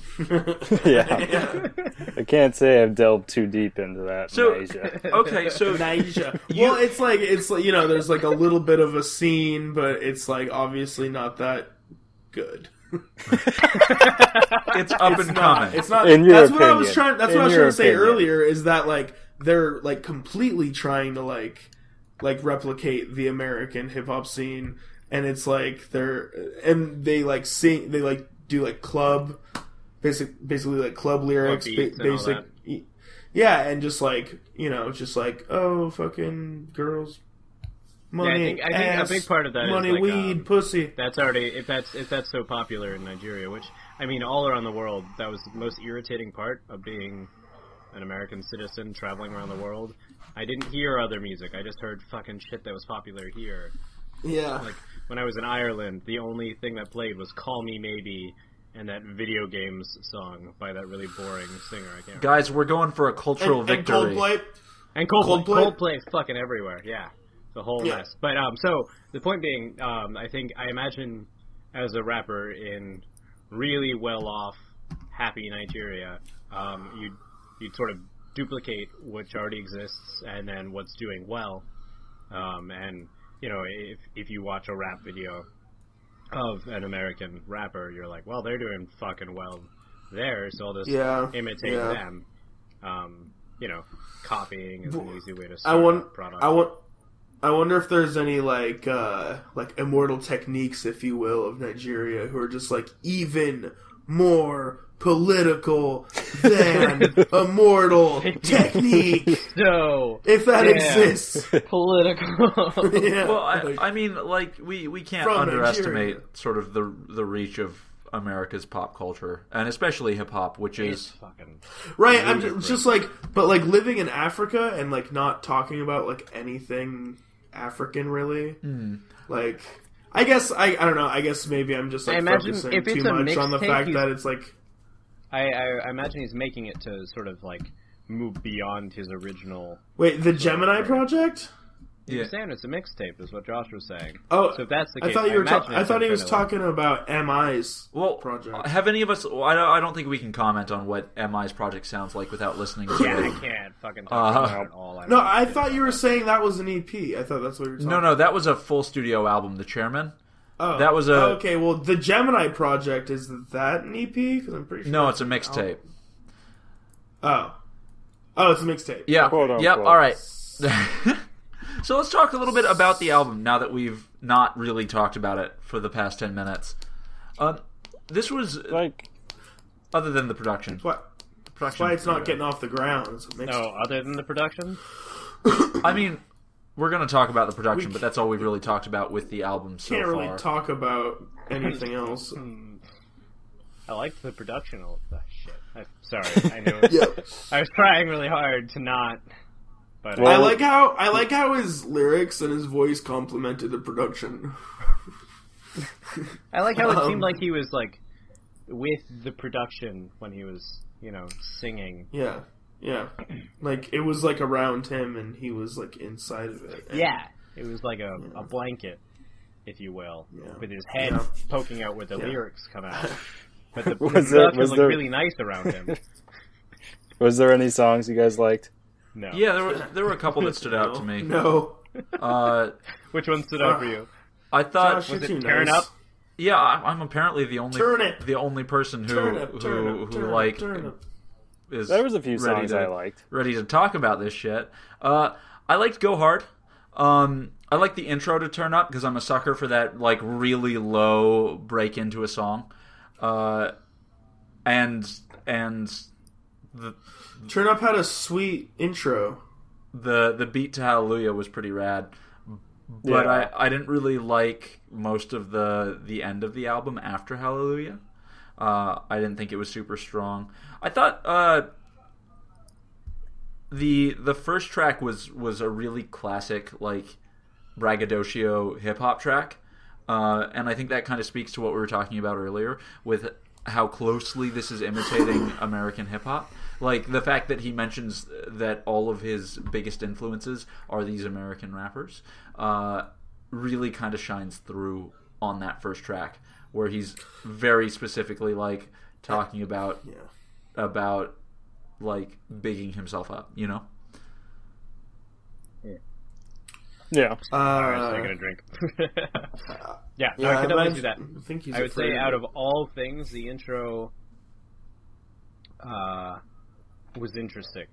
Speaker 4: Yeah, I can't say I've delved too deep into that.
Speaker 3: So-
Speaker 4: in Asia.
Speaker 3: Okay, so
Speaker 2: Naija.
Speaker 3: You-
Speaker 2: Well, it's like it's like you know, there's like a little bit of a scene, but it's like obviously not that good.
Speaker 3: it's up and coming.
Speaker 2: It's not.
Speaker 4: In your
Speaker 2: that's what I was
Speaker 4: opinion.
Speaker 2: trying. That's
Speaker 4: In
Speaker 2: what I was
Speaker 4: your
Speaker 2: trying to say
Speaker 4: opinion.
Speaker 2: earlier. Is that like they're like completely trying to like like replicate the American hip hop scene, and it's like they're and they like sing. They like do like club, basic basically like club lyrics,
Speaker 1: beats
Speaker 2: ba-
Speaker 1: and all
Speaker 2: basic.
Speaker 1: that.
Speaker 2: Yeah, and just like you know, just like oh, fucking girls, money,
Speaker 1: I think- I think a
Speaker 2: ass,
Speaker 1: big part of that is,
Speaker 2: money,
Speaker 1: like,
Speaker 2: weed,
Speaker 1: um,
Speaker 2: pussy.
Speaker 1: That's already if that's if that's so popular in Nigeria, which I mean, all around the world, that was the most irritating part of being an American citizen traveling around the world. I didn't hear other music. I just heard fucking shit that was popular here.
Speaker 2: Yeah,
Speaker 1: Like when I was in Ireland, the only thing that played was "Call Me Maybe" and that video games song by that really boring singer. I can't.
Speaker 3: Guys, we're going for a cultural
Speaker 2: and, and
Speaker 3: victory.
Speaker 2: Coldplay.
Speaker 1: And Coldplay,
Speaker 2: Coldplay?
Speaker 1: Coldplay, is fucking everywhere. Yeah, the whole
Speaker 2: Yeah.
Speaker 1: mess. But um, so the point being, um, I think I imagine as a rapper in really well off, happy Nigeria, um, you you sort of duplicate what already exists and then what's doing well, um, and you know, if if you watch a rap video of an American rapper, you're like, well, they're doing fucking well there, so I'll just
Speaker 2: Yeah,
Speaker 1: imitate
Speaker 2: yeah.
Speaker 1: them. Um, you know, copying is an
Speaker 2: But
Speaker 1: easy way to
Speaker 2: I
Speaker 1: start a
Speaker 2: want.
Speaker 1: product.
Speaker 2: I want. I wonder if there's any like uh like immortal techniques, if you will, of Nigeria who are just like even more political than immortal technique,
Speaker 1: so
Speaker 2: if that
Speaker 1: Yeah.
Speaker 2: exists.
Speaker 1: political.
Speaker 2: Yeah.
Speaker 3: Well, I,
Speaker 2: like,
Speaker 3: I mean, like we we can't
Speaker 2: From
Speaker 3: underestimate
Speaker 2: Nigeria.
Speaker 3: sort of the the reach of America's pop culture and especially hip hop, which
Speaker 1: It's
Speaker 3: is
Speaker 1: fucking
Speaker 2: right. I'm
Speaker 1: ludicrous.
Speaker 2: just, just like, but like living in Africa and like not talking about like anything African really.
Speaker 1: Hmm.
Speaker 2: Like, I guess I I don't know. I guess maybe I'm just
Speaker 1: I
Speaker 2: like
Speaker 1: imagine
Speaker 2: focusing
Speaker 1: if it's
Speaker 2: too
Speaker 1: a
Speaker 2: much on the
Speaker 1: mixtape,
Speaker 2: fact
Speaker 1: you-
Speaker 2: that it's like
Speaker 1: I, I I imagine he's making it to sort of like move beyond his original.
Speaker 2: Wait, the Gemini Project?
Speaker 3: yeah.
Speaker 1: He's saying it's a mixtape, is what Josh was saying.
Speaker 2: Oh,
Speaker 1: So if that's the
Speaker 2: I
Speaker 1: case,
Speaker 2: thought you were.
Speaker 1: imagine
Speaker 2: talking I
Speaker 1: it's
Speaker 2: thought he
Speaker 1: some
Speaker 2: was
Speaker 1: kind of, like-
Speaker 2: talking about MI's.
Speaker 3: Well,
Speaker 2: project.
Speaker 3: have any of us? well, I don't, I don't think we can comment on what MI's project sounds like without listening to
Speaker 1: Yeah,
Speaker 3: it.
Speaker 1: I can't fucking talk about
Speaker 3: Uh-huh.
Speaker 1: it at all. I
Speaker 2: No,
Speaker 1: don't
Speaker 2: I
Speaker 1: know.
Speaker 2: thought you were saying that was an EP. I thought that's what you were talking.
Speaker 3: No, no, that was a full studio album. The Chairman.
Speaker 2: Oh,
Speaker 3: that was a-
Speaker 2: Okay, well, the Gemini Project is that an EP? Because I'm pretty sure.
Speaker 3: No, it's a
Speaker 2: that's an
Speaker 3: mixtape.
Speaker 2: album. Oh, oh, it's a mixtape.
Speaker 3: Yeah.
Speaker 4: Quote, unquote.
Speaker 3: yep. All right. so let's talk a little bit about the album now that we've not really talked about it for the past ten minutes. Um, this was
Speaker 4: Like,
Speaker 3: other than the production.
Speaker 2: Why,
Speaker 3: production
Speaker 2: why it's not getting off the ground? It's a mixtape.
Speaker 1: No, other than the production,
Speaker 3: I mean, we're going to talk about the production,
Speaker 2: We
Speaker 3: but that's all we've really talked about with the album so
Speaker 2: Can't
Speaker 3: far.
Speaker 2: really talk about anything else.
Speaker 1: I liked the production. Oh, ah, shit. I, sorry, I know.
Speaker 2: yeah.
Speaker 1: I was trying really hard to not, but
Speaker 2: I
Speaker 4: Well-
Speaker 2: like how I like how his lyrics and his voice complemented the production.
Speaker 1: I like how it
Speaker 2: Um,
Speaker 1: seemed like he was like with the production when he was, you know, singing.
Speaker 2: Yeah, yeah. Like it was like around him, and he was like inside of it. And-
Speaker 1: Yeah, it was like a, a blanket, if you will,
Speaker 2: Yeah.
Speaker 1: with his head
Speaker 2: Yeah.
Speaker 1: poking out where the lyrics come out. But the, the
Speaker 4: Was there-
Speaker 1: production
Speaker 4: was
Speaker 1: looked
Speaker 4: there-
Speaker 1: really nice around him.
Speaker 4: was there any songs you guys liked?
Speaker 1: No,
Speaker 3: Yeah, there were there were a couple that stood out
Speaker 2: no,
Speaker 3: to me.
Speaker 2: No,
Speaker 3: Uh,
Speaker 1: which one stood out for you?
Speaker 3: I thought,
Speaker 2: Josh, you're
Speaker 1: it
Speaker 2: too
Speaker 1: Turn
Speaker 2: nice.
Speaker 1: Up?
Speaker 3: yeah, I- I'm apparently the only
Speaker 2: Turn it.
Speaker 3: the only person who
Speaker 2: Turn up, turn
Speaker 3: who
Speaker 2: up,
Speaker 3: who
Speaker 2: turn up,
Speaker 3: like
Speaker 2: turn up.
Speaker 3: is
Speaker 4: There was a few
Speaker 3: ready
Speaker 4: songs
Speaker 3: to,
Speaker 4: I liked.
Speaker 3: ready to talk about this shit. Uh, I liked Go Hard. Um, I like the intro to Turn Up because I'm a sucker for that like really low break into a song. Uh, and and the
Speaker 2: Turn up had a sweet intro.
Speaker 3: the the beat to Hallelujah was pretty rad, but
Speaker 4: Yeah.
Speaker 3: I, I didn't really like most of the the end of the album after Hallelujah. Uh, I didn't think it was super strong. I thought uh, the the first track was was a really classic like braggadocio hip hop track, uh, and I think that kind of speaks to what we were talking about earlier with how closely this is imitating American hip hop. Like the fact that he mentions that all of his biggest influences are these American rappers, uh, really kind of shines through on that first track where he's very specifically like talking about
Speaker 2: Yeah,
Speaker 3: about like bigging himself up, you know.
Speaker 4: Yeah.
Speaker 2: uh,
Speaker 1: I was taking a drink. yeah, no, I
Speaker 2: yeah,
Speaker 1: could
Speaker 2: I
Speaker 1: definitely do that.
Speaker 2: I think he's
Speaker 1: I would
Speaker 2: afraid
Speaker 1: say out
Speaker 2: it.
Speaker 1: of all things, the intro uh, was interesting.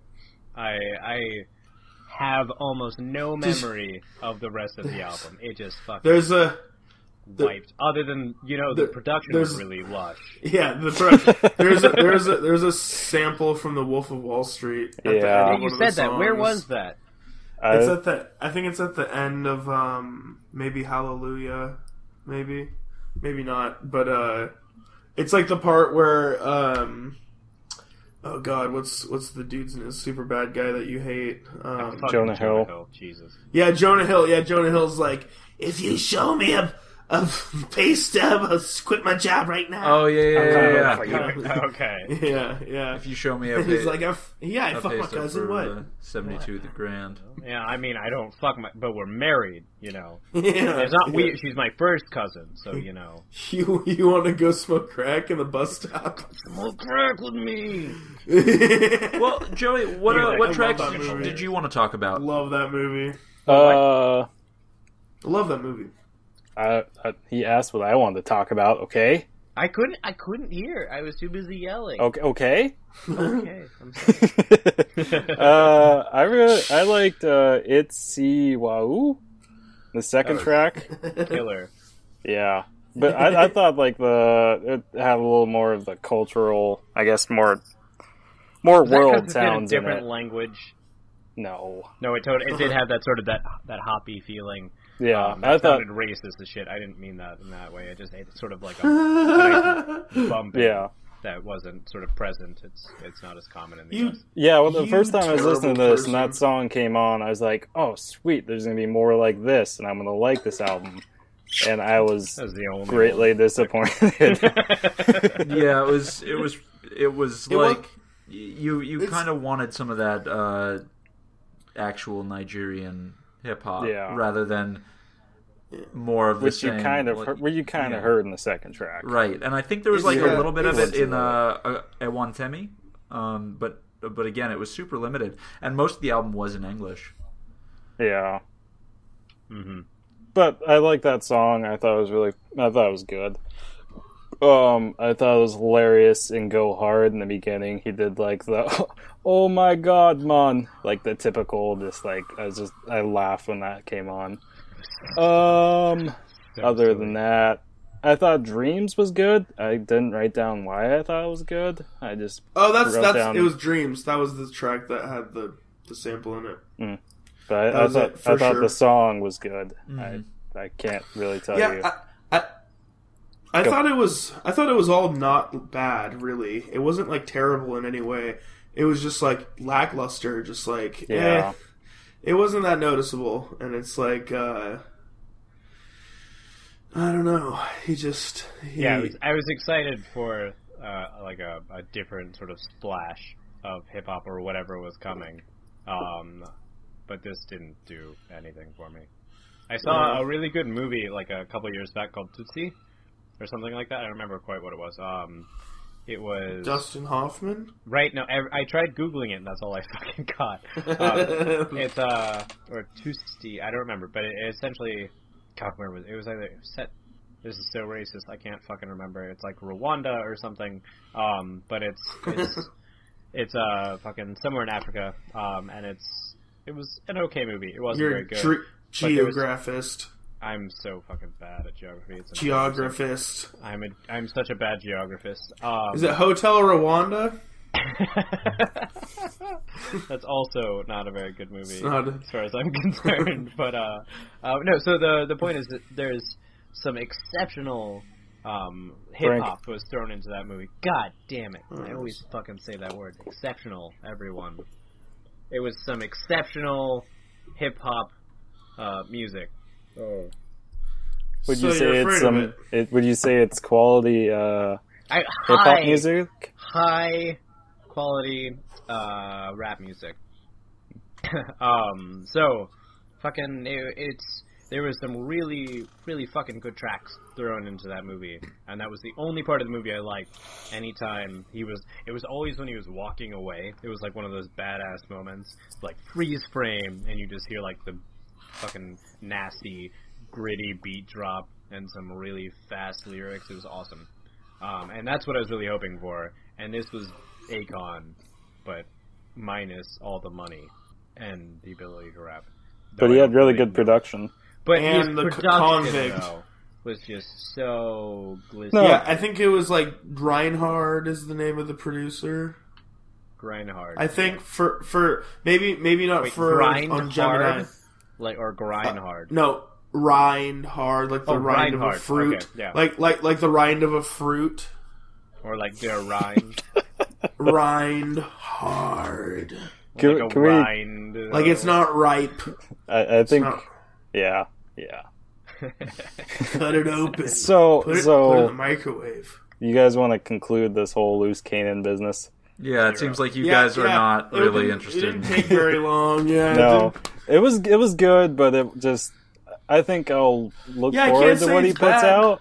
Speaker 1: I I have almost no
Speaker 2: Just-
Speaker 1: memory of the rest of the album. It just fucking
Speaker 2: There's a
Speaker 1: wiped. Other than you know, the
Speaker 2: there-
Speaker 1: production was
Speaker 2: there's-
Speaker 1: really lush.
Speaker 2: yeah. The production. there's a there's a there's a sample from the Wolf of Wall Street. At The
Speaker 4: Yeah.
Speaker 2: end
Speaker 4: Uh,
Speaker 2: of
Speaker 1: you
Speaker 2: one of the
Speaker 1: said that. Where
Speaker 2: songs.
Speaker 1: was that?
Speaker 4: I,
Speaker 2: It's at the. I think it's at the end of um maybe Hallelujah, maybe, maybe not. But uh, it's like the part where um, oh god, what's what's the dude's name? Super bad guy that you hate. Um,
Speaker 1: Fucking
Speaker 4: Jonah Hill.
Speaker 1: Jesus.
Speaker 2: yeah, Jonah Hill. Yeah, Jonah Hill's like, if you show me a a pay stub, I'll quit my job right now.
Speaker 3: Oh yeah, yeah, yeah. yeah.
Speaker 4: like-
Speaker 1: okay.
Speaker 2: Yeah, yeah.
Speaker 3: Oh. If you show me a
Speaker 2: He's
Speaker 3: bit,
Speaker 2: like, I f- yeah, I
Speaker 3: a
Speaker 2: fuck my
Speaker 3: paste up
Speaker 2: cousin.
Speaker 3: for,
Speaker 2: What?
Speaker 3: uh, seventy-two the grand.
Speaker 1: Yeah, I mean, I don't fuck my, but we're married, you know.
Speaker 2: yeah,
Speaker 1: It's not we. She's my first cousin, so you know.
Speaker 2: You you want to go smoke crack in the bus stop?
Speaker 1: Smoke crack with me.
Speaker 3: Well, Joey, what
Speaker 1: You're
Speaker 3: uh,
Speaker 1: like, I
Speaker 3: what
Speaker 1: love
Speaker 3: tracks
Speaker 2: that
Speaker 3: did you,
Speaker 2: movie.
Speaker 3: did you want to talk about?
Speaker 2: love that movie.
Speaker 4: uh,
Speaker 2: I love that movie.
Speaker 4: I, I, he asked what I wanted to talk about. Okay,
Speaker 1: I couldn't. I couldn't hear. I was too busy yelling.
Speaker 4: okay, okay.
Speaker 1: Okay. I'm sorry.
Speaker 4: uh, I really, I liked uh, it's see wow, the second
Speaker 1: Oh.
Speaker 4: track.
Speaker 1: Killer.
Speaker 4: Yeah, but I, I thought like the it had a little more of the cultural, I guess, more more
Speaker 1: Is that 'cause
Speaker 4: world
Speaker 1: it's in a
Speaker 4: sounds in
Speaker 1: different Um,
Speaker 4: it.
Speaker 1: language.
Speaker 4: No,
Speaker 1: No, it totally. It did have that sort of that that hoppy feeling.
Speaker 4: yeah,
Speaker 1: Um,
Speaker 4: Uh, I
Speaker 1: that
Speaker 4: thought
Speaker 1: sounded racist as shit. I didn't mean that in that way. I just it's sort of like a bump. in
Speaker 4: yeah.
Speaker 1: That wasn't sort of present. It's it's not as common in the
Speaker 2: You
Speaker 1: US.
Speaker 4: Yeah, well, the
Speaker 2: You
Speaker 4: first time I was listening to
Speaker 2: terrible
Speaker 4: this and
Speaker 2: person.
Speaker 4: that song came on, I was like, "Oh, sweet! There's gonna be more like this, and I'm gonna like this album." And I was
Speaker 1: That was the only
Speaker 4: greatly disappointed.
Speaker 1: one.
Speaker 3: yeah, it was it was it was
Speaker 2: It was-
Speaker 3: like you you
Speaker 2: It's-
Speaker 3: kind of wanted some of that uh, actual Nigerian hip hop
Speaker 4: Yeah.
Speaker 3: rather than more of the
Speaker 4: which you
Speaker 3: same,
Speaker 4: kind of
Speaker 3: like-
Speaker 4: heard, well, you kind
Speaker 3: yeah.
Speaker 4: of heard in the second track.
Speaker 3: right. And I think there was like
Speaker 2: Yeah,
Speaker 3: a little bit
Speaker 2: it
Speaker 3: of it
Speaker 2: was
Speaker 3: in
Speaker 4: a
Speaker 3: uh,
Speaker 4: little-
Speaker 3: uh, Ewantemi, um, but but again, it was super limited, and most of the album was in English.
Speaker 4: Yeah,
Speaker 1: hmm
Speaker 4: but I like that song. I thought it was really, I thought it was good. Um, I thought it was hilarious in "Go Hard" in the beginning. He did like the "Oh my God, man!" like the typical. Just like I was just, I laughed when that came on. Um. other than that i thought dreams was good i didn't write down why i thought it was good i just
Speaker 2: Oh, that's
Speaker 4: Wrote
Speaker 2: that's
Speaker 4: down-
Speaker 2: it was Dreams. That was the track that had the the sample in it.
Speaker 4: but I-
Speaker 2: That
Speaker 4: i
Speaker 2: was
Speaker 4: thought,
Speaker 2: it, for
Speaker 4: I thought
Speaker 2: sure.
Speaker 4: the song was good
Speaker 3: Mhm.
Speaker 4: i i can't really tell you
Speaker 2: yeah, I, I, I
Speaker 4: Oh, Go.
Speaker 2: thought it was I thought it was all not bad really. It wasn't like terrible in any way. It was just like lackluster, just like
Speaker 4: Yeah.
Speaker 2: eh. It wasn't that noticeable, and it's like uh, I don't know. He just he,
Speaker 1: Yeah, I was, I was excited for uh, like a, a different sort of splash of hip hop or whatever was coming, um, but this didn't do anything for me. I saw
Speaker 2: Yeah.
Speaker 1: a really good movie like a couple years back called Tootsie or something like that. I don't remember quite what it was. Um, it was
Speaker 2: Dustin Hoffman.
Speaker 1: right now. I, I tried googling it, and that's all I fucking got. Um, it's uh or Toosty, I don't remember, but it, it essentially God, where was it? It was either set this is so racist, I can't fucking remember. It's like Rwanda or something. Um but it's it's it's uh fucking somewhere in Africa. Um and it's it was an okay movie. It wasn't
Speaker 2: You're
Speaker 1: very good.
Speaker 2: dr-
Speaker 1: But there was-
Speaker 2: geographist.
Speaker 1: I'm so fucking bad at geography. It's embarrassing.
Speaker 2: Geographist.
Speaker 1: I'm a, I'm such a bad geographist. Um,
Speaker 2: Is it Hotel Rwanda?
Speaker 1: That's also not a very good movie,
Speaker 2: It's not a-
Speaker 1: as far as I'm concerned. but uh, uh, no. So the the point is that there's some exceptional um, hip
Speaker 4: Frank.
Speaker 1: hop was thrown into that movie. God damn it! I
Speaker 2: Oh,
Speaker 1: always fucking say that word. Exceptional, everyone. It was some exceptional hip hop uh, music. Oh.
Speaker 4: would you
Speaker 2: So you're
Speaker 4: say
Speaker 2: afraid
Speaker 4: it's um,
Speaker 2: of
Speaker 4: some
Speaker 2: it.
Speaker 4: it, would you say it's quality uh
Speaker 1: I,
Speaker 4: hip hop
Speaker 1: high,
Speaker 4: music
Speaker 1: high quality uh, rap music. um, so fucking it, it's there was some really really fucking good tracks thrown into that movie, and that was the only part of the movie I liked. Anytime he was, it was always when he was walking away. It was like one of those badass moments, like freeze frame, and you just hear like the fucking nasty gritty beat drop and some really fast lyrics. It was awesome. Um, and that's what I was really hoping for. And this was Akon, but minus all the money and the ability to rap.
Speaker 4: but
Speaker 1: Though
Speaker 4: he
Speaker 1: I
Speaker 4: had
Speaker 1: don't
Speaker 4: really
Speaker 1: really
Speaker 4: good
Speaker 1: know.
Speaker 4: production
Speaker 1: But
Speaker 2: And
Speaker 1: his
Speaker 2: the c-
Speaker 1: production,
Speaker 2: convict.
Speaker 1: though, was just so glitzy.
Speaker 4: No.
Speaker 2: Yeah, I think it was like Reinhard is the name of the producer.
Speaker 1: Grindhard.
Speaker 2: I think for for maybe maybe not
Speaker 1: Wait,
Speaker 2: for
Speaker 1: grind
Speaker 2: on Gemini. Uh,
Speaker 1: hard, like or Grindhard.
Speaker 2: No, Reinhard, like the
Speaker 1: Oh,
Speaker 2: rind of
Speaker 1: Reinhard,
Speaker 2: a fruit.
Speaker 1: okay, yeah.
Speaker 2: Like like like the rind of a fruit.
Speaker 1: or like their rind.
Speaker 2: rind hard.
Speaker 4: Can-
Speaker 1: like a
Speaker 4: can we-
Speaker 1: rind.
Speaker 2: Like it's not ripe.
Speaker 4: i, I think
Speaker 2: not-
Speaker 4: yeah yeah
Speaker 2: Cut it open.
Speaker 4: so
Speaker 2: put, it, put it in the
Speaker 4: so
Speaker 2: microwave.
Speaker 4: you guys want to conclude this whole loose canaan business
Speaker 3: Yeah, it seems like you
Speaker 2: Yeah,
Speaker 3: guys are
Speaker 2: yeah,
Speaker 3: not
Speaker 2: it
Speaker 3: really
Speaker 2: didn't-
Speaker 3: interested.
Speaker 2: It didn't
Speaker 3: in-
Speaker 2: take very long. Yeah. it
Speaker 4: no
Speaker 2: didn't-
Speaker 4: it was it was good but it just i think i'll look
Speaker 2: Yeah, I
Speaker 4: forward
Speaker 2: can't
Speaker 4: to
Speaker 2: say
Speaker 4: what he
Speaker 2: it's
Speaker 4: puts
Speaker 2: bad.
Speaker 4: out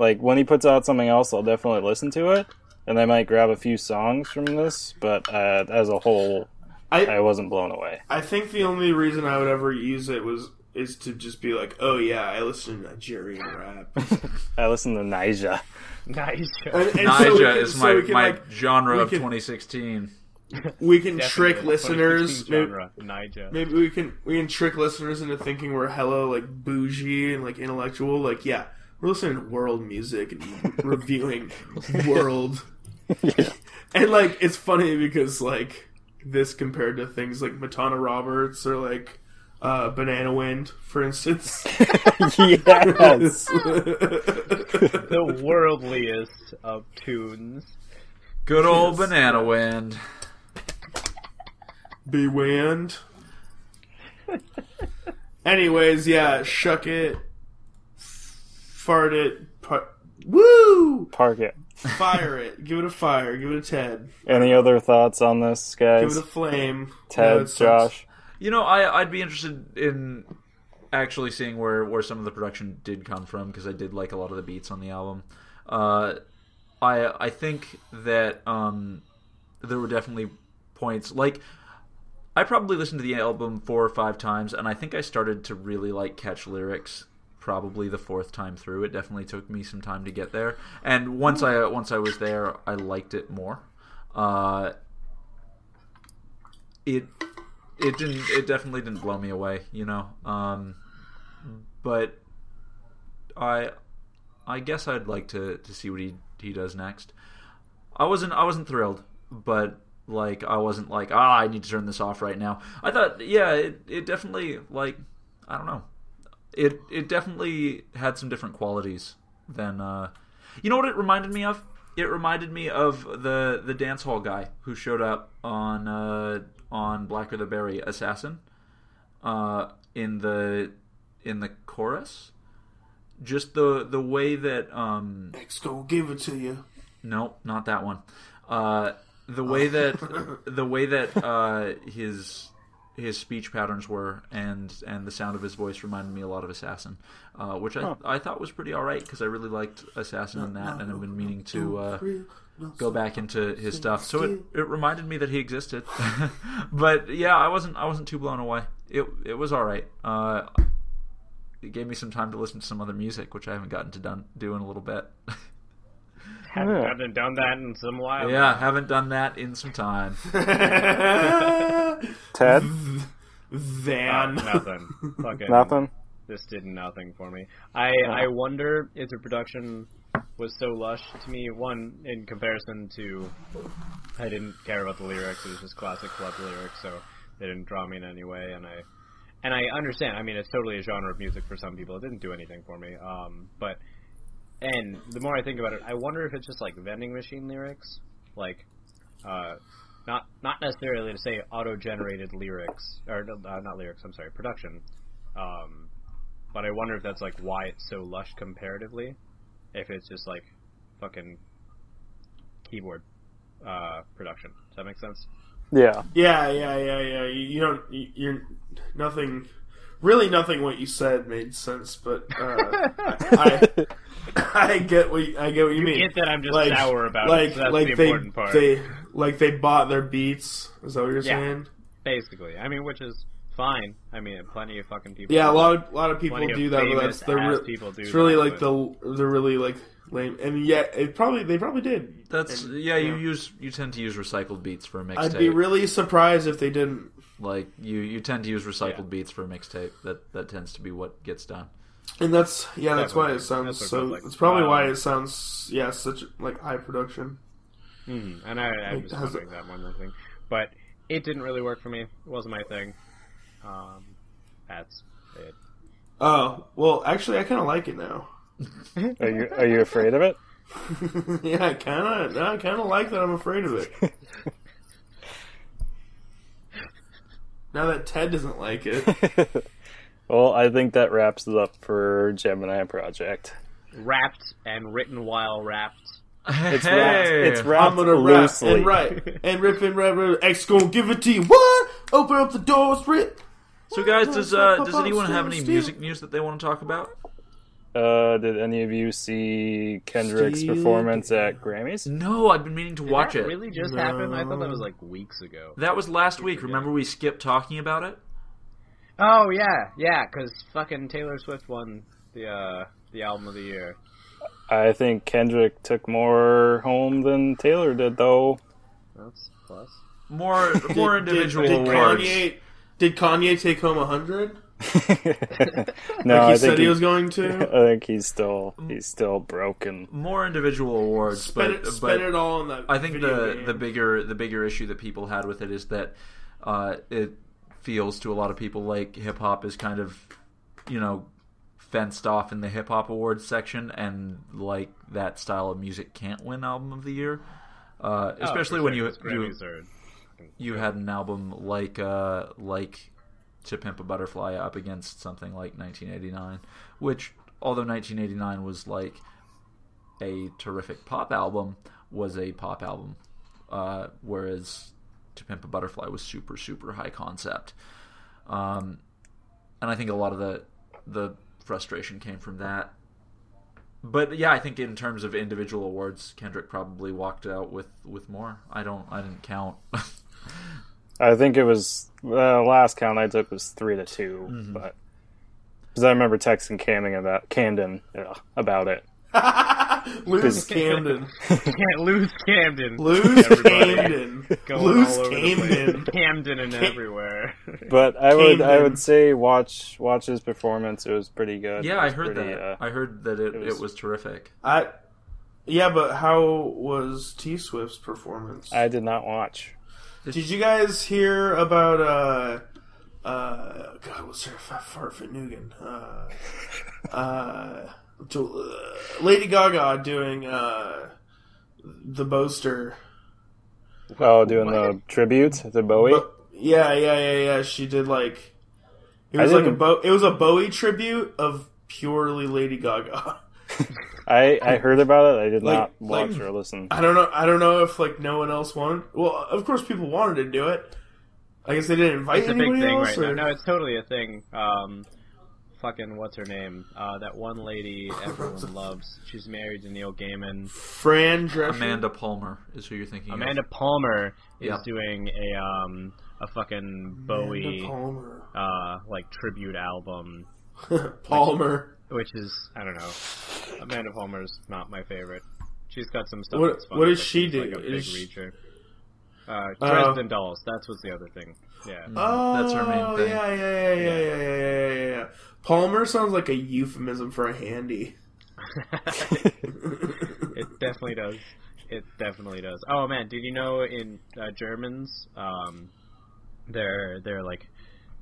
Speaker 4: like when he puts out something else i'll definitely listen to it and i might grab a few songs from this but uh, as a whole
Speaker 2: I,
Speaker 4: i wasn't blown away
Speaker 2: I think the only reason I would ever use it was is to just be like, oh yeah, I listen to Nigerian rap.
Speaker 4: I listen to Nija.
Speaker 1: Nice.
Speaker 2: And, and so we
Speaker 3: Nija
Speaker 2: can-
Speaker 3: is
Speaker 2: so
Speaker 3: my,
Speaker 2: we can,
Speaker 3: my
Speaker 2: like,
Speaker 3: genre
Speaker 2: we
Speaker 3: of
Speaker 2: can-
Speaker 3: 2016.
Speaker 2: we can
Speaker 1: Definitely
Speaker 2: trick
Speaker 1: the 2016
Speaker 2: listeners. Maybe,
Speaker 1: Genre, Niger.
Speaker 2: maybe we can we can trick listeners into thinking we're hella like bougie and like intellectual. Like yeah, we're listening to world music and reviewing world. And like it's funny because like this compared to things like Matana Roberts or like uh, Banana Wind, for instance.
Speaker 4: yes.
Speaker 2: the
Speaker 1: The worldliest of tunes.
Speaker 3: Good old banana wind.
Speaker 2: Bewand. Anyways, yeah, shuck it, fart it, par- woo,
Speaker 4: Park it.
Speaker 2: fire it, give it a fire, give it a Ted,
Speaker 4: Any other thoughts on this,
Speaker 2: give
Speaker 4: guys?
Speaker 2: it a flame. No,
Speaker 4: Ted,
Speaker 2: it sucks.
Speaker 4: Josh.
Speaker 3: You know, I I'd be interested in actually seeing where where some of the production did come from because I did like a lot of the beats on the album. Uh, I I think that um, there were definitely points like I probably listened to the album four or five times, and I think I started to really like catch lyrics probably the fourth time through. It definitely took me some time to get there, and once I once I was there, I liked it more. Uh, it it didn't it definitely didn't blow me away you know um but i i guess i'd like to to see what he he does next i wasn't i wasn't thrilled but like i wasn't like ah i need to turn this off right now i thought yeah it, it definitely like i don't know it it definitely had some different qualities than uh you know what it reminded me of? It reminded me of the the dance hall guy who showed up on uh, on Blacker the Berry Assassin uh, in the in the chorus. Just the the way that um
Speaker 2: X gonna give it to you.
Speaker 3: no, not that one. Uh, the way that the way that uh, his his speech patterns were and and the sound of his voice reminded me a lot of Assassin, uh, which I I thought was pretty all right because I really liked Assassin in that, and I've been meaning to uh, go back into his stuff. So it, it reminded me that he existed, but yeah, I wasn't I wasn't too blown away. It it was all right. Uh, it gave me some time to listen to some other music, which I haven't gotten to done, do in a little bit.
Speaker 1: Haven't,
Speaker 4: Yeah.
Speaker 1: haven't done that in some while.
Speaker 3: Yeah, haven't done that in some time.
Speaker 4: Ted?
Speaker 2: Mm-hmm.
Speaker 1: Uh,
Speaker 2: Van.
Speaker 1: nothing. Fucking
Speaker 4: Nothing?
Speaker 1: This did nothing for me. I I wonder if the production was so lush to me. One in comparison to, I didn't care about the lyrics. It was just classic club lyrics, so they didn't draw me in any way. And I and I understand. I mean, it's totally a genre of music for some people. It didn't do anything for me. Um, but and the more I think about it, I wonder if it's just like vending machine lyrics, like, uh, not not necessarily to say auto-generated lyrics or uh, not lyrics. I'm sorry, production. Um, but I wonder if that's like why it's so lush comparatively. If it's just like fucking keyboard uh, production. Does that make sense?
Speaker 4: Yeah.
Speaker 2: Yeah, yeah, yeah, yeah. You, you don't. You, you're nothing. Really, nothing. What you said made sense, but uh, I, I get what you, I get what you, mean.
Speaker 1: get that I'm just sour about it,
Speaker 2: like,
Speaker 1: so that's
Speaker 2: like
Speaker 1: the
Speaker 2: they,
Speaker 1: important part.
Speaker 2: They like they bought their beats. Is that what you're
Speaker 1: Yeah.
Speaker 2: saying?
Speaker 1: Basically, I mean, which is fine. I mean, plenty of fucking people.
Speaker 2: Yeah, a lot of a lot of people
Speaker 1: Plenty of
Speaker 2: do that, but
Speaker 1: famous
Speaker 2: that's the
Speaker 1: ass
Speaker 2: re-
Speaker 1: people do
Speaker 2: it's really
Speaker 1: that,
Speaker 2: like the the really like lame, and yet it probably they probably did.
Speaker 3: That's yeah. You use you tend to use recycled beats for a
Speaker 2: I'd be
Speaker 3: mixtape.
Speaker 2: really surprised if they didn't.
Speaker 3: like you you tend to use recycled
Speaker 1: Yeah.
Speaker 3: beats for a mixtape. That that tends to be what gets done.
Speaker 2: And that's yeah, that's why it
Speaker 1: Definitely. That's
Speaker 2: sounds
Speaker 1: what it
Speaker 2: so.
Speaker 1: sounds like.
Speaker 2: It's probably why
Speaker 1: Um,
Speaker 2: it sounds yeah, such like high production.
Speaker 1: Mhm, And I, I was
Speaker 2: has-
Speaker 1: wondering that one more thing, but it didn't really work for me. It wasn't my thing. Um, that's it.
Speaker 2: Oh well, actually, I kind of like it now.
Speaker 4: Are you are you afraid of it?
Speaker 2: yeah, I kind of, I kind of like that. I'm afraid of it. now that Ted doesn't like it,
Speaker 4: well, I think that wraps it up for Gemini Project.
Speaker 1: Wrapped and written while wrapped.
Speaker 3: It's
Speaker 4: Wrapped- It's wrapped
Speaker 2: I'm gonna rap
Speaker 4: loosely.
Speaker 2: and write and rip and rap. rap. X gonna give it to you. What? Open up the doors, rip.
Speaker 3: So guys, does uh does anyone have any music news that they want to talk about?
Speaker 4: Uh, did any of you see Kendrick's
Speaker 2: Steve.
Speaker 4: performance at Grammys?
Speaker 3: No, I've been meaning to watch
Speaker 1: Did that
Speaker 3: it.
Speaker 1: really just
Speaker 2: No.
Speaker 1: happened? I thought that was like weeks ago.
Speaker 3: That was last week. Remember we skipped talking about it?
Speaker 1: Oh yeah, yeah, because fucking Taylor Swift won the uh, the album of the year.
Speaker 4: I think Kendrick took more home than Taylor did, though.
Speaker 1: That's a plus.
Speaker 3: More more individual
Speaker 2: did, did
Speaker 3: awards.
Speaker 2: Kanye, did Kanye take home 100?
Speaker 4: no,
Speaker 2: like he
Speaker 4: I think
Speaker 2: said he,
Speaker 4: he-
Speaker 2: was going to?
Speaker 4: I think he's still he's still broken.
Speaker 3: More individual awards,
Speaker 2: Spend,
Speaker 3: but
Speaker 2: it,
Speaker 3: but
Speaker 2: spend it all on that.
Speaker 3: I think
Speaker 2: video
Speaker 3: the
Speaker 2: game.
Speaker 3: the bigger the bigger issue that people had with it is that uh, it feels to a lot of people like hip hop is kind of you know fenced off in the hip hop awards section, and like that style of music can't win album of the year,
Speaker 2: Oh,
Speaker 3: uh,
Speaker 1: Oh,
Speaker 3: especially when you you,
Speaker 1: Grammys are
Speaker 3: you had an album like uh, like To Pimp a Butterfly up against something like 1989, which although 1989 was like a terrific pop album, was a pop album, uh, whereas To Pimp a Butterfly was super super high concept, um, and I think a lot of the the frustration came from that. But yeah, I think in terms of individual awards, Kendrick probably walked out with, with more. I don't, I didn't count.
Speaker 4: I think it was the last count I took was three to 2 but because I remember texting Camden about Camden ugh, about it.
Speaker 2: Lose Camden.
Speaker 1: can't lose Camden.
Speaker 2: Lose
Speaker 1: Everybody.
Speaker 2: Camden.
Speaker 1: Going
Speaker 2: Lose
Speaker 1: all over the place.
Speaker 2: Camden.
Speaker 1: Camden and everywhere.
Speaker 4: But I would I
Speaker 2: Camden.
Speaker 4: would say watch watch his performance. It was pretty good.
Speaker 3: Yeah,
Speaker 4: It
Speaker 3: I
Speaker 4: was
Speaker 3: heard
Speaker 4: pretty,
Speaker 3: that.
Speaker 4: uh,
Speaker 3: I heard that it, it, was,
Speaker 4: was-
Speaker 3: terrific.
Speaker 2: I. Yeah, but how was T Swift's performance?
Speaker 4: I did not watch.
Speaker 2: Did you guys hear about uh uh God what's her f- farfit Nugan? Uh uh Jo- uh, Lady Gaga doing uh the boaster.
Speaker 4: Oh, doing the tribute to Bowie.
Speaker 2: But, yeah, yeah, yeah, yeah. She did like it
Speaker 4: I
Speaker 2: was like a
Speaker 4: didn't-
Speaker 2: Bo- it was a Bowie tribute of purely Lady Gaga.
Speaker 4: I I heard about it. I did
Speaker 2: Like-
Speaker 4: not watch
Speaker 2: like-
Speaker 4: or listen.
Speaker 2: I don't know I don't know if like no one else wanted well, of course people wanted to do it. I guess they didn't invite
Speaker 1: It's a big
Speaker 2: anybody
Speaker 1: thing
Speaker 2: else
Speaker 1: right now.
Speaker 2: or-
Speaker 1: No, it's totally a thing. Um, fucking what's her name? Uh, that one lady everyone loves. She's married to Neil Gaiman.
Speaker 2: Fran Drescher.
Speaker 3: Amanda Palmer is who you're thinking
Speaker 1: Amanda
Speaker 3: of.
Speaker 1: Palmer is
Speaker 3: Yeah.
Speaker 1: doing a um a fucking
Speaker 2: Amanda
Speaker 1: Bowie
Speaker 2: Palmer.
Speaker 1: uh like tribute album,
Speaker 2: Palmer.
Speaker 1: which is I don't know. Amanda Palmer's not my favorite. She's got some stuff.
Speaker 2: What-
Speaker 1: that's funny,
Speaker 2: what does
Speaker 1: but
Speaker 2: she
Speaker 1: she's
Speaker 2: do?
Speaker 1: Like a big
Speaker 2: Is she-
Speaker 1: reacher. Uh,
Speaker 2: Uh,
Speaker 1: Dresden Dolls. That's what's the other thing. Yeah.
Speaker 2: Oh,
Speaker 3: That's her main thing.
Speaker 2: Yeah, yeah, yeah, yeah, yeah, yeah, yeah, yeah. Palmer sounds like a euphemism for a handy.
Speaker 1: It definitely does. It definitely does. Oh man, did you know in uh, Germans, um, their their like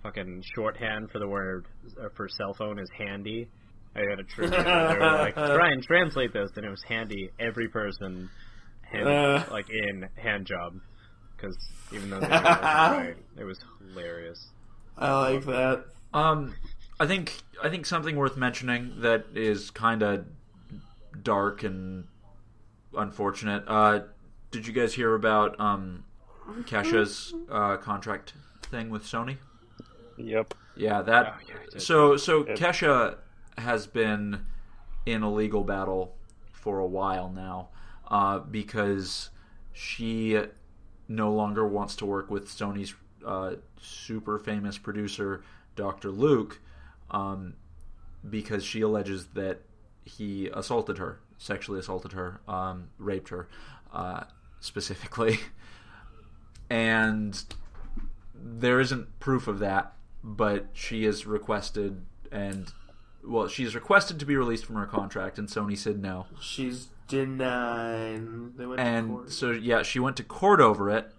Speaker 1: fucking shorthand for the word uh, for cell phone is handy. I got a true. They were like, try and translate this, and it was handy. Every person, hand,
Speaker 2: Uh.
Speaker 1: like in hand job, because even though they didn't know it was right, it was hilarious.
Speaker 2: I like that.
Speaker 3: Um, I think I think something worth mentioning that is kind of dark and unfortunate. Uh, did you guys hear about um, Kesha's uh, contract thing with Sony?
Speaker 4: Yep.
Speaker 3: Yeah, that.
Speaker 1: Oh, yeah, I did.
Speaker 3: so so Kesha has been in a legal battle for a while now uh, because she no longer wants to work with Sony's uh, super famous producer Dr. Luke um, because she alleges that he assaulted her, sexually assaulted her, um, raped her uh, specifically, and there isn't proof of that, but she is requested and well, she's requested to be released from her contract, and Sony said no.
Speaker 2: She's denying. They went to
Speaker 3: And
Speaker 2: court.
Speaker 3: so yeah, she went to court over it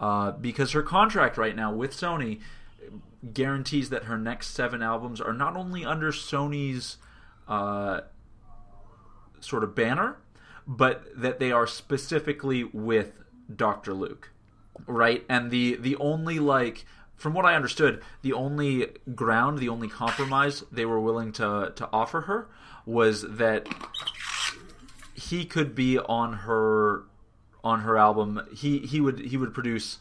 Speaker 3: uh, because her contract right now with Sony guarantees that her next seven albums are not only under Sony's uh, sort of banner, but that they are specifically with Doctor Luke, right? And the the only like from what I understood, the only ground, the only compromise they were willing to to offer her was that he could be on her on her album. He he would he would produce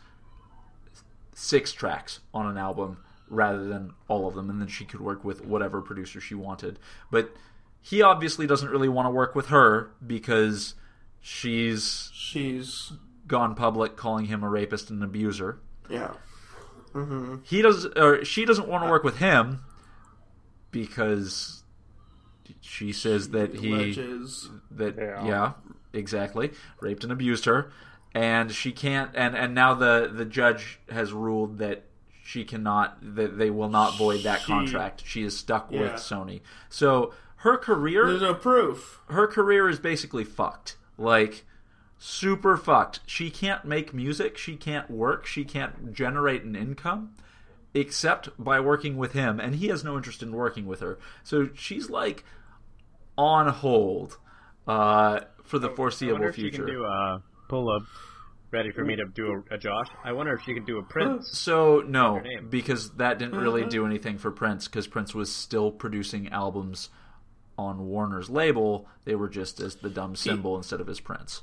Speaker 3: six tracks on an album rather than all of them, and then she could work with whatever producer she wanted. But he obviously doesn't really want to work with her because she's
Speaker 2: She's
Speaker 3: gone public calling him a rapist and an abuser.
Speaker 2: yeah.
Speaker 3: He does or she doesn't want to work with him because she says that he
Speaker 2: Leches.
Speaker 3: that yeah.
Speaker 4: Yeah.
Speaker 3: exactly raped and abused her and she can't and and now the the judge has ruled that she cannot that they will not void that
Speaker 2: She-
Speaker 3: contract she is stuck with
Speaker 2: Yeah.
Speaker 3: sony so her career
Speaker 2: There's no proof.
Speaker 3: her career is basically fucked like super fucked she can't make music she can't work she can't generate an income except by working with him and he has no interest in working with her so she's like on hold uh, for the
Speaker 1: I wonder
Speaker 3: foreseeable
Speaker 1: if she can
Speaker 3: future
Speaker 1: do a pull up. Ready for me to do a, a Josh? I wonder if she can do a Prince.
Speaker 3: so no
Speaker 1: name.
Speaker 3: because that didn't really do anything for prince because prince was still producing albums on warner's label they were just as the dumb symbol instead of his prince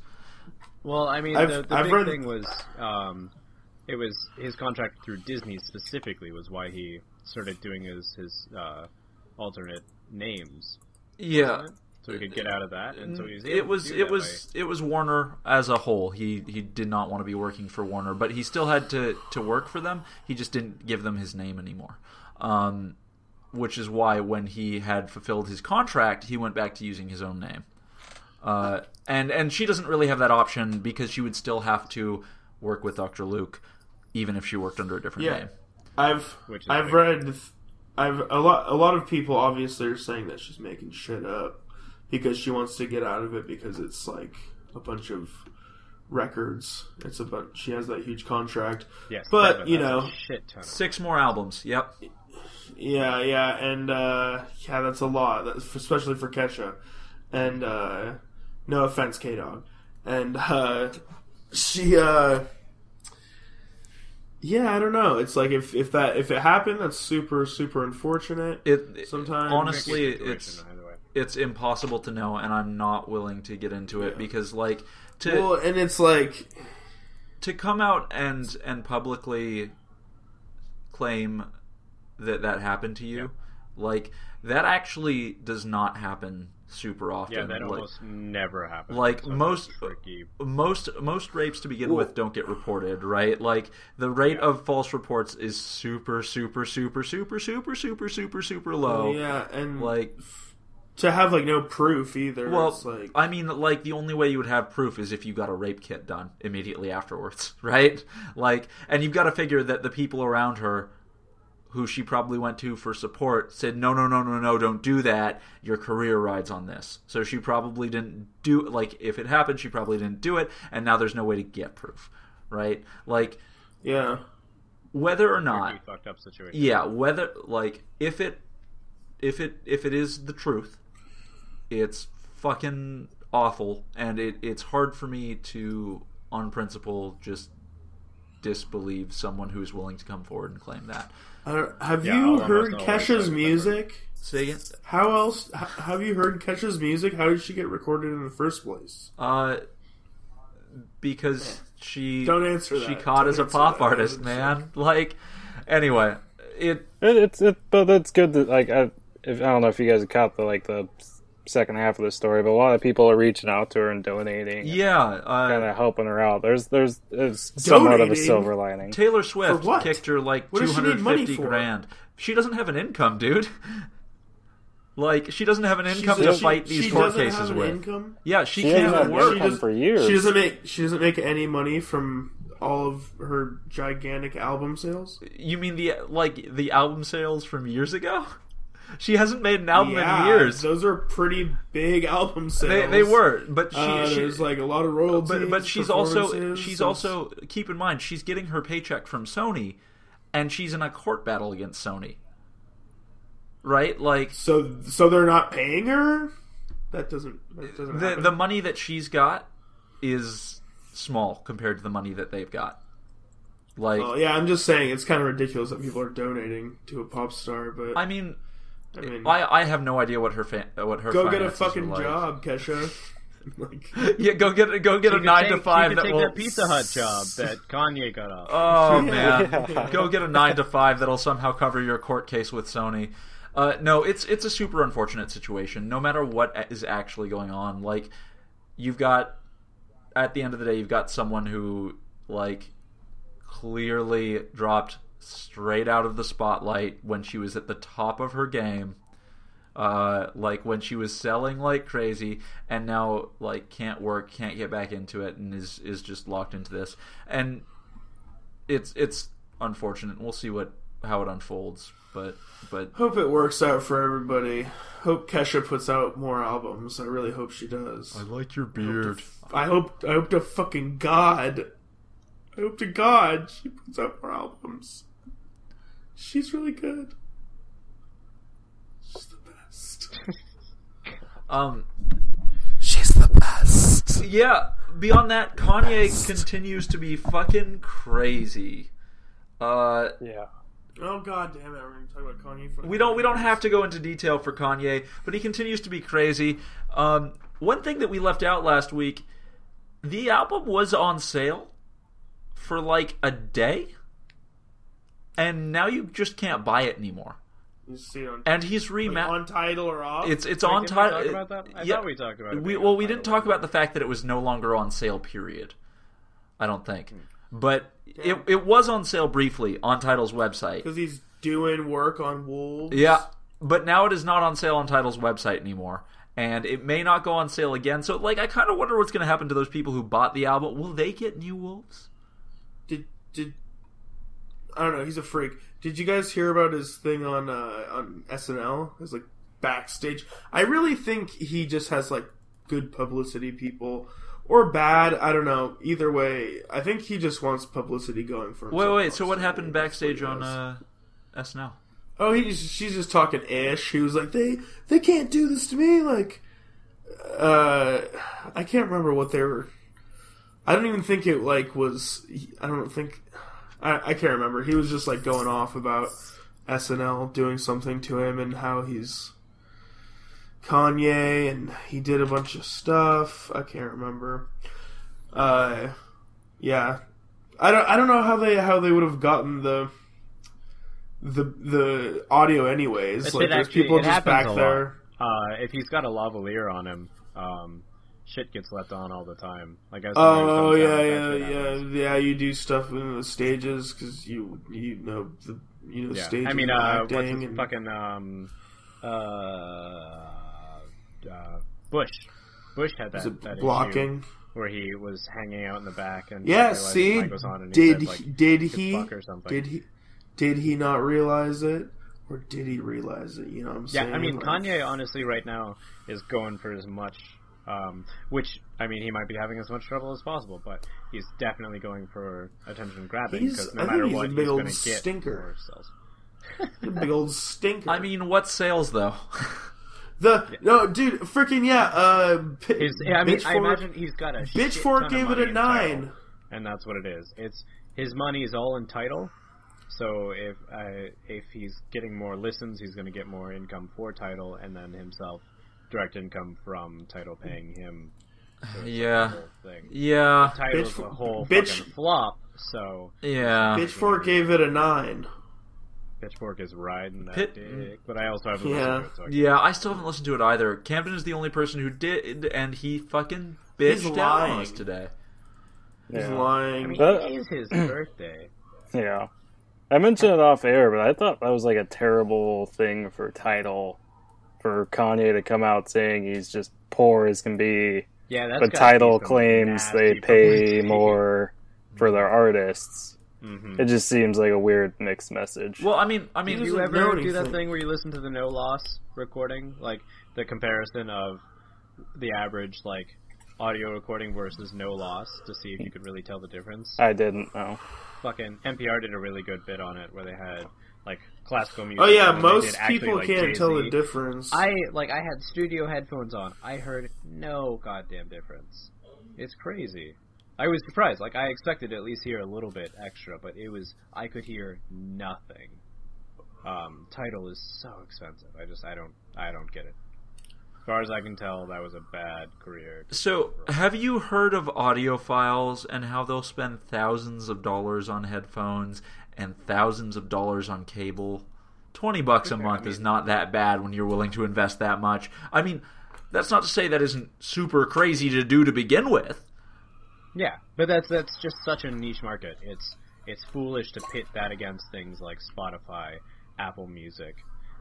Speaker 1: Well, I mean,
Speaker 2: I've-
Speaker 1: the, the
Speaker 2: I've
Speaker 1: big
Speaker 2: read-
Speaker 1: thing was, um, it was his contract through Disney specifically was why he started doing his his uh, alternate names,
Speaker 3: yeah
Speaker 1: so he could get out of that, and so he was able
Speaker 3: it was
Speaker 1: to do
Speaker 3: it
Speaker 1: that
Speaker 3: was it was Warner as a whole. He he did not want to be working for Warner, but he still had to to work for them. He just didn't give them his name anymore. Um, which is why when he had fulfilled his contract, he went back to using his own name. Uh, and and she doesn't really have that option because she would still have to work with Dr. Luke, even if she worked under a different
Speaker 2: Yeah.
Speaker 3: name.
Speaker 2: I've
Speaker 1: Which is
Speaker 2: I've
Speaker 1: big.
Speaker 2: read th- I've a lot a lot of people obviously are saying that she's making shit up because she wants to get out of it because it's like a bunch of records. It's about she has that huge contract.
Speaker 1: Yes,
Speaker 2: but,
Speaker 1: Kevin,
Speaker 2: you
Speaker 1: that's a
Speaker 2: know.
Speaker 1: shit ton. of-
Speaker 3: Six more albums. Yep.
Speaker 2: Yeah, yeah, and uh, yeah, that's a lot, that's for, especially for Kesha. And uh, no offense, K Dog. And uh, she, uh, yeah, I don't know. It's like if, if that if it happened, that's super super unfortunate.
Speaker 3: It,
Speaker 2: Sometimes-
Speaker 1: Tricky
Speaker 3: honestly,
Speaker 1: situation,
Speaker 3: it's
Speaker 1: either way.
Speaker 3: it's impossible to know and i'm not willing to get into it because like to
Speaker 2: well, and it's like
Speaker 3: to come out and and publicly claim that that happened to you like that actually does not happen super often
Speaker 1: yeah, that
Speaker 3: like,
Speaker 1: almost never happens.
Speaker 3: like
Speaker 1: It's a
Speaker 3: most-
Speaker 1: tricky
Speaker 3: most most rapes to begin with don't get reported, right? Like the rate of false reports is super, super, super, super, super, super, super, super low.
Speaker 2: yeah, and
Speaker 3: Like
Speaker 2: to have like no proof either.
Speaker 3: Well,
Speaker 2: it's like
Speaker 3: I mean, like the only way you would have proof is if you got a rape kit done immediately afterwards, right? Like, and you've got to figure that the people around her, who she probably went to for support, said, "No, no, no, no, no, don't do that. Your career rides on this." So she probably didn't do like if it happened, she probably didn't do it, and now there's no way to get proof, right? Like
Speaker 2: yeah,
Speaker 3: whether or not
Speaker 1: tricky fucked up situation.
Speaker 3: yeah whether like if it if it if it is the truth it's fucking awful and it it's hard for me to on principle just disbelieve someone who is willing to come forward and claim that
Speaker 2: I don't, have
Speaker 1: Yeah,
Speaker 2: you
Speaker 1: I'll
Speaker 2: heard
Speaker 1: almost always
Speaker 2: Kesha's
Speaker 1: like that.
Speaker 2: music?
Speaker 3: say again
Speaker 2: How else h- have you heard Kesha's music? How did she get recorded in the first place?
Speaker 3: uh because she
Speaker 2: Don't answer
Speaker 3: she
Speaker 2: that.
Speaker 3: caught
Speaker 2: Don't
Speaker 3: as a
Speaker 2: answer
Speaker 3: pop
Speaker 2: that.
Speaker 3: artist man like anyway it
Speaker 4: It, it's it, but that's good that like I, if, I don't know if you guys caught the like the second half of the story, but a lot of people are reaching out to her and donating, and
Speaker 3: yeah uh
Speaker 4: kind of helping her out. There's there's it's somewhat of a
Speaker 2: Donating?
Speaker 4: silver lining.
Speaker 3: Taylor Swift
Speaker 2: For what?
Speaker 3: kicked her like
Speaker 2: What
Speaker 3: two
Speaker 2: does she need
Speaker 3: hundred
Speaker 2: money
Speaker 3: fifty
Speaker 2: for?
Speaker 3: grand. She doesn't have an income, dude. like she doesn't have an income
Speaker 2: She's
Speaker 3: to
Speaker 2: a-
Speaker 3: fight these
Speaker 2: she
Speaker 3: court
Speaker 2: doesn't
Speaker 3: cases
Speaker 2: have an
Speaker 3: with.
Speaker 2: income?
Speaker 3: Yeah, she,
Speaker 4: She
Speaker 3: can't
Speaker 4: hasn't had
Speaker 2: she
Speaker 3: work.
Speaker 2: income.
Speaker 4: income
Speaker 2: just-
Speaker 4: for years.
Speaker 2: She doesn't make she doesn't make any money from all of her gigantic album sales.
Speaker 3: You mean the like the album sales from years ago? She hasn't made an album
Speaker 2: Yeah,
Speaker 3: in years.
Speaker 2: those are pretty big album
Speaker 3: They,
Speaker 2: sales.
Speaker 3: they were, but she,
Speaker 2: Uh,
Speaker 3: she
Speaker 2: there's like a lot of royalties,
Speaker 3: but but she's also
Speaker 2: performances,
Speaker 3: she's
Speaker 2: so-
Speaker 3: also keep in mind she's getting her paycheck from Sony, and she's in a court battle against Sony. Right, like
Speaker 2: so so they're not paying her. That doesn't that doesn't
Speaker 3: the
Speaker 2: happen.
Speaker 3: the money that she's got is small compared to the money that they've got. Like
Speaker 2: Well, Oh, yeah, I'm just saying it's kind of ridiculous that people are donating to a pop star, but
Speaker 3: I mean,
Speaker 2: I mean,
Speaker 3: I I have no idea what her fa- what her
Speaker 2: go get a
Speaker 3: finances are
Speaker 2: fucking
Speaker 3: like.
Speaker 2: job, Kesha. like,
Speaker 3: Yeah, go get a- go get a
Speaker 1: She could
Speaker 3: nine
Speaker 1: take-
Speaker 3: to five
Speaker 1: she could
Speaker 3: that
Speaker 1: take
Speaker 3: will
Speaker 1: that Pizza Hut job that Kanye got off.
Speaker 3: Oh
Speaker 2: Yeah.
Speaker 3: man, go get a nine to five that'll somehow cover your court case with Sony. Uh, no, it's it's a super unfortunate situation. No matter what a- is actually going on, like you've got at the end of the day, you've got someone who like clearly dropped straight out of the spotlight when she was at the top of her game. Uh, like when she was selling like crazy and now like can't work, can't get back into it and is is just locked into this. And it's it's unfortunate. We'll see what how it unfolds, but but
Speaker 2: Hope it works out for everybody. Hope Kesha puts out more albums. I really hope she does.
Speaker 3: like your beard.
Speaker 2: I hope I hope to fucking God. I hope to God she puts out more albums. She's really good. She's the best.
Speaker 3: Um
Speaker 2: She's the best.
Speaker 3: yeah, beyond that Kanye continues to be fucking crazy. Uh
Speaker 4: Yeah.
Speaker 2: Oh god damn it, we're gonna talk about Kanye for
Speaker 3: we don't we don't have to go into detail for Kanye, but he continues to be crazy. Um, one thing that we left out last week, the album was on sale for like a day, and now you just can't buy it anymore.
Speaker 2: you see it on,
Speaker 3: And he's rema-
Speaker 2: like, on title or off.
Speaker 3: it's it's on
Speaker 1: Did we talk
Speaker 3: title.
Speaker 1: about that? I
Speaker 3: yeah.
Speaker 1: thought we talked about it.
Speaker 3: We
Speaker 1: being
Speaker 3: well,
Speaker 1: on
Speaker 3: we didn't
Speaker 1: title.
Speaker 3: talk about the fact that it was no longer on sale. Period. I don't
Speaker 1: Hmm.
Speaker 3: think, but it it was on sale briefly on Title's website.
Speaker 2: because he's doing work on Wolves.
Speaker 3: Yeah, but now it is not on sale on Title's website anymore, and it may not go on sale again. So, like, I kind of wonder what's going to happen to those people who bought the album. Will they get new wolves?
Speaker 2: Did did I don't know? He's a freak. Did you guys hear about his thing on uh, on SNL? His like backstage. I really think he just has like good publicity people or bad. I don't know. Either way, I think he just wants publicity going for
Speaker 3: Wait,
Speaker 2: himself.
Speaker 3: wait. So, what
Speaker 2: constantly.
Speaker 3: happened
Speaker 2: That's what he
Speaker 3: backstage on
Speaker 2: does.
Speaker 3: uh, SNL?
Speaker 2: Oh, he's she's just talking ish. He was like, they they can't do this to me. Like, uh, I can't remember what they were. I don't even think it like was. I don't think. I, I can't remember. He was just like going off about SNL doing something to him and how he's Kanye and he did a bunch of stuff. I can't remember. Uh, yeah, I don't. I don't know how they how they would have gotten the the the audio anyways.
Speaker 1: It-
Speaker 2: like
Speaker 1: it
Speaker 2: there's
Speaker 1: actually-
Speaker 2: people
Speaker 1: it
Speaker 2: just
Speaker 1: happens
Speaker 2: back
Speaker 1: a lot.
Speaker 2: there.
Speaker 1: Uh, if he's got a lavalier on him, um, shit gets left on all the time. Like as the moon
Speaker 2: Oh
Speaker 1: comes out,
Speaker 2: yeah,
Speaker 1: that's
Speaker 2: yeah,
Speaker 1: what
Speaker 2: yeah,
Speaker 1: happens.
Speaker 2: yeah. You do stuff in the stages because you you know the you know
Speaker 1: Yeah.
Speaker 2: stage.
Speaker 1: I mean,
Speaker 2: and
Speaker 1: uh,
Speaker 2: acting
Speaker 1: what's his
Speaker 2: and-
Speaker 1: fucking um, uh, uh, Bush? Bush had
Speaker 2: is
Speaker 1: that,
Speaker 2: it
Speaker 1: that issue
Speaker 2: blocking.
Speaker 1: where he was hanging out in the back and
Speaker 2: Yeah,
Speaker 1: realized his
Speaker 2: see,
Speaker 1: mic was on and he
Speaker 2: did
Speaker 1: said, like,
Speaker 2: he, did
Speaker 1: "Good
Speaker 2: he
Speaker 1: fuck or something.
Speaker 2: did he did he not realize it or did he realize it? You know what I'm
Speaker 1: Yeah,
Speaker 2: saying?
Speaker 1: I mean
Speaker 2: Like,
Speaker 1: Kanye honestly right now is going for as much um which I mean he might be having as much trouble as possible, but he's definitely going for attention grabbing
Speaker 2: He's-
Speaker 1: because no
Speaker 2: I think
Speaker 1: matter
Speaker 2: he's a
Speaker 1: what
Speaker 2: big
Speaker 1: he's
Speaker 2: old
Speaker 1: going to get
Speaker 2: stinker.
Speaker 1: more sales.
Speaker 2: big old stinker.
Speaker 3: I mean, what sales though?
Speaker 2: the no, dude, freaking yeah. Uh, pi-
Speaker 1: His, I mean I
Speaker 2: Pitchfork-
Speaker 1: imagine he's got a shit ton
Speaker 2: Pitchfork
Speaker 1: of
Speaker 2: gave it
Speaker 1: money
Speaker 2: a
Speaker 1: in title,
Speaker 2: nine.
Speaker 1: and that's what it is. It's his money is all in title. So if uh, if he's getting more listens, he's going to get more income for title and then himself direct income from title paying him
Speaker 3: yeah,
Speaker 1: whole thing.
Speaker 3: yeah,
Speaker 1: title's
Speaker 2: Bitch-
Speaker 1: a whole
Speaker 2: bitch-
Speaker 1: fucking flop, so
Speaker 3: yeah.
Speaker 2: Pitchfork gave it a nine.
Speaker 1: Pitchfork is riding that
Speaker 3: Pit-
Speaker 1: dick. But I also haven't
Speaker 2: Yeah.
Speaker 1: listened to it, so I
Speaker 3: Yeah, I still haven't listened to it either. Camden is the only person who did, and he fucking
Speaker 2: He's
Speaker 3: bitched out on
Speaker 2: lying.
Speaker 3: us today.
Speaker 2: He's
Speaker 4: Yeah.
Speaker 2: lying.
Speaker 1: I mean,
Speaker 4: That-
Speaker 1: it is his birthday.
Speaker 4: Yeah. I mentioned it off air, but I thought that was like a terrible thing for title for Kanye to come out saying he's just poor as can be,
Speaker 1: Yeah, that's
Speaker 4: but title claims they pay more for their artists.
Speaker 1: hmm
Speaker 4: It just seems like a weird mixed message.
Speaker 3: Well, I mean, I
Speaker 1: Did
Speaker 3: mean,
Speaker 2: He
Speaker 1: you
Speaker 2: doesn't
Speaker 1: ever
Speaker 2: know
Speaker 1: do that
Speaker 2: anything.
Speaker 1: thing where you listen to the no loss recording, like the comparison of the average like audio recording versus no loss to see if you could really tell the difference?
Speaker 4: I didn't know.
Speaker 1: fucking NPR did a really good bit on it where they had like classical music.
Speaker 2: Oh yeah,
Speaker 1: and then they
Speaker 2: most
Speaker 1: did actually,
Speaker 2: people
Speaker 1: like,
Speaker 2: can't tell the
Speaker 1: Jay-Z.
Speaker 2: difference.
Speaker 1: I like I had studio headphones on. I heard no goddamn difference. It's crazy. I was surprised. Like I expected to at least hear a little bit extra, but it was I could hear nothing. Um, title is so expensive. I just I don't I don't get it. As far as I can tell, that was a bad career.
Speaker 3: So, have you heard of audiophiles and how they'll spend thousands of dollars on headphones and thousands of dollars on cable? 20 bucks a month is not that bad when you're willing to invest that much. I mean, that's not to say that isn't super crazy to do to begin with.
Speaker 1: Yeah, but that's that's just such a niche market. It's it's foolish to pit that against things like Spotify, Apple Music,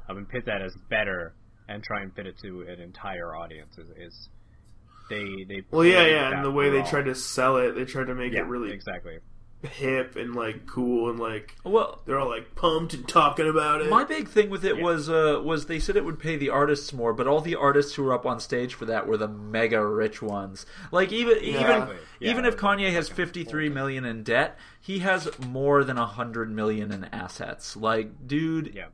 Speaker 1: um, and pit that as better and try and fit it to an entire audience. Is, is they they
Speaker 2: Well, yeah,
Speaker 1: played
Speaker 2: yeah,
Speaker 1: that
Speaker 2: and the way they
Speaker 1: role.
Speaker 2: tried to sell it, they tried to make
Speaker 1: yeah
Speaker 2: it really
Speaker 1: exactly
Speaker 2: hip and like cool and like
Speaker 3: Well,
Speaker 2: they're all like pumped and talking about it.
Speaker 3: my big thing with it was uh, was they said it would pay the artists more, but all the artists who were up on stage for that were the mega rich ones. Like even even
Speaker 1: Exactly. Yeah,
Speaker 3: even if
Speaker 1: like,
Speaker 3: Kanye has fifty three million in debt, he has more than hundred million in assets. Like, dude
Speaker 1: yeah.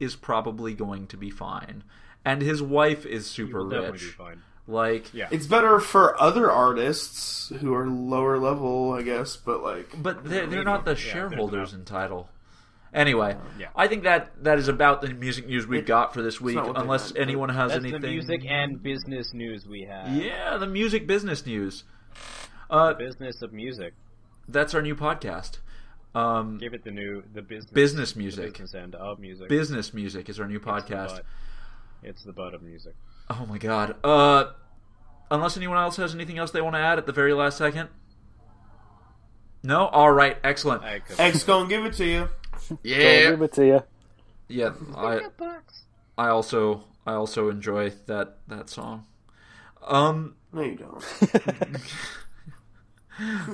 Speaker 3: is probably going to be fine, and his wife is
Speaker 1: He
Speaker 3: super
Speaker 1: will definitely be
Speaker 3: rich.
Speaker 1: fine.
Speaker 3: Like,
Speaker 1: Yeah.
Speaker 2: It's better for other artists who are lower level, I guess, but like
Speaker 3: But they're, they're
Speaker 1: Maybe.
Speaker 3: not the
Speaker 1: Yeah, they're
Speaker 3: shareholders in title. Anyway,
Speaker 1: Yeah.
Speaker 3: I think that that is about the music news we've got for this week.
Speaker 2: not what they
Speaker 3: Unless
Speaker 2: meant, but
Speaker 3: anyone has
Speaker 1: That's
Speaker 3: anything,
Speaker 1: the music and business news we have.
Speaker 3: yeah, the music business news. Uh,
Speaker 1: Business of music.
Speaker 3: that's our new podcast. Um,
Speaker 1: Give it the new the business
Speaker 3: business
Speaker 1: the
Speaker 3: music,
Speaker 1: business end of music.
Speaker 3: business music is our new podcast.
Speaker 1: But it's the butt of music.
Speaker 3: Oh my god. Uh, unless anyone else has anything else they want to add at the very last second. No. All right. Excellent.
Speaker 1: I could
Speaker 2: X gonna give it to you.
Speaker 4: I'll give it to you.
Speaker 3: Yeah. I, I also I also enjoy that that song. Um
Speaker 2: No, you don't.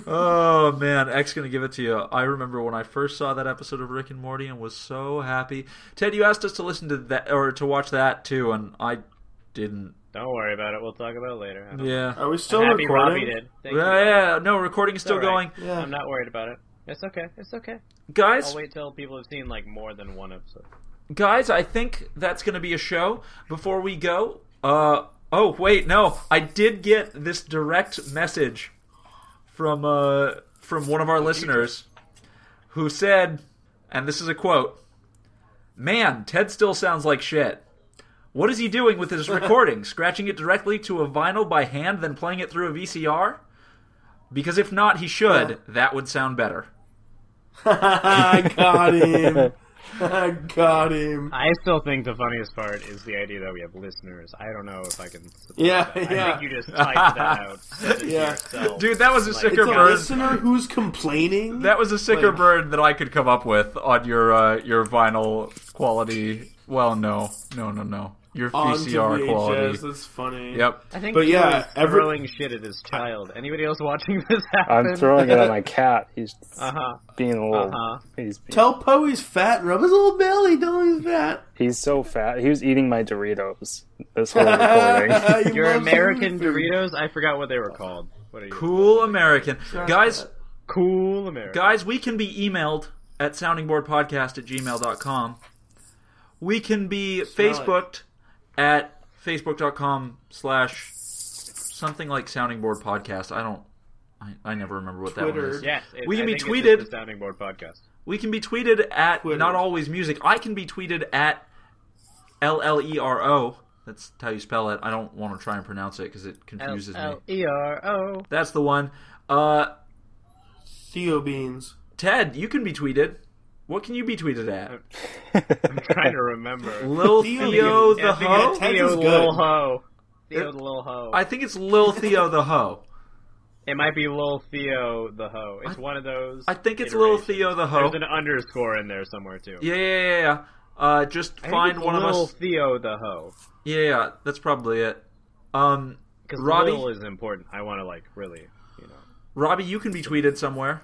Speaker 3: oh man, X gonna give it to you. I remember when I first saw that episode of Rick and Morty and was so happy. Ted, you asked us to listen to that or to watch that too, and I didn't.
Speaker 1: Don't worry about it. We'll talk about it later. I don't-
Speaker 3: Yeah,
Speaker 2: Are we still
Speaker 1: Happy Robbie
Speaker 2: recording?
Speaker 1: did. Thank you.
Speaker 3: yeah, yeah. No, recording is still
Speaker 1: It's all
Speaker 3: going,
Speaker 1: right.
Speaker 2: Yeah.
Speaker 1: I'm not worried about it. It's okay. It's okay.
Speaker 3: guys.
Speaker 1: I'll wait till people have seen like more than one episode.
Speaker 3: guys i think that's gonna be a show before we go uh oh wait no i did get this direct message from uh from one of our listeners who said and this is a quote man ted still sounds like shit what is he doing with his recording scratching it directly to a vinyl by hand then playing it through a vcr because if not he should that would sound better
Speaker 2: I got him. I got him.
Speaker 1: I still think the funniest part is the idea that we have listeners. I don't know if I can. support
Speaker 2: Yeah,
Speaker 1: that. I
Speaker 2: yeah.
Speaker 1: think you just typed that out. sent it to
Speaker 2: Yeah.
Speaker 1: yourself.
Speaker 3: dude that was a
Speaker 1: Like-
Speaker 3: sicker
Speaker 2: It's a
Speaker 3: burn
Speaker 2: listener who's complaining.
Speaker 3: That was a sicker
Speaker 2: Like-
Speaker 3: bird that I could come up with on your uh, your vinyl quality. Well, no, no, no, no. Your
Speaker 2: onto
Speaker 3: VCR
Speaker 2: VHS.
Speaker 3: quality.
Speaker 2: That's funny.
Speaker 3: Yep.
Speaker 1: I think.
Speaker 2: But
Speaker 1: Drew
Speaker 2: yeah,
Speaker 1: is
Speaker 2: every-
Speaker 1: throwing shit at his child. Anybody else watching this happen?
Speaker 4: I'm throwing it at my cat. He's
Speaker 1: Uh huh.
Speaker 4: being a
Speaker 1: Uh
Speaker 4: little.
Speaker 1: huh.
Speaker 4: He's
Speaker 2: uh-huh. Tell Poe he's fat and rub his little belly. Tell him he's fat.
Speaker 4: he's so fat. He was eating my Doritos this whole recording.
Speaker 2: He
Speaker 1: Your
Speaker 2: loves
Speaker 1: American
Speaker 2: food.
Speaker 1: Doritos. I forgot what they were called. What are you?
Speaker 3: Cool American guys.
Speaker 1: Cool American.
Speaker 3: Guys, we can be emailed at soundingboardpodcast at gmail.com. We can be Facebooked at facebook.com slash something like sounding board podcast. I don't. I, I never remember what that one
Speaker 2: Twitter.
Speaker 3: is.
Speaker 1: Yes. It,
Speaker 3: We can
Speaker 1: I
Speaker 3: be
Speaker 1: think it's
Speaker 3: tweeted.
Speaker 1: just the sounding board podcast.
Speaker 3: We can be tweeted at
Speaker 2: Twitter.
Speaker 3: not always music. I can be tweeted at L L E R O. That's how you spell it. I don't want to try and pronounce it because it confuses me.
Speaker 1: E R O.
Speaker 3: That's the one. Uh,
Speaker 2: Theo beans.
Speaker 3: Ted, you can be tweeted. What can you be tweeted at?
Speaker 1: Trying to remember.
Speaker 3: Lil
Speaker 2: Uh, Theo
Speaker 3: Theo
Speaker 2: Bean.
Speaker 3: the Ho.
Speaker 2: Ted's
Speaker 1: Theo
Speaker 2: is
Speaker 1: the
Speaker 2: good.
Speaker 1: Lil Ho. Theo the Lil Ho.
Speaker 3: I think it's Lil Theo the Ho.
Speaker 1: It might be Lil Theo the Ho. It's one of those.
Speaker 3: I think it's Lil
Speaker 1: iterations.
Speaker 3: Theo the Ho.
Speaker 1: There's an underscore in there somewhere too.
Speaker 3: Yeah, yeah, yeah. yeah. Uh, just
Speaker 1: I think
Speaker 3: find
Speaker 1: it's
Speaker 3: one of
Speaker 1: Lil
Speaker 3: us.
Speaker 1: Theo the Ho.
Speaker 3: Yeah, yeah, that's probably it. Um,
Speaker 1: Because
Speaker 3: Robbie?
Speaker 1: Lil is important. I want to like really, you know.
Speaker 3: Robbie, you can be tweeted somewhere.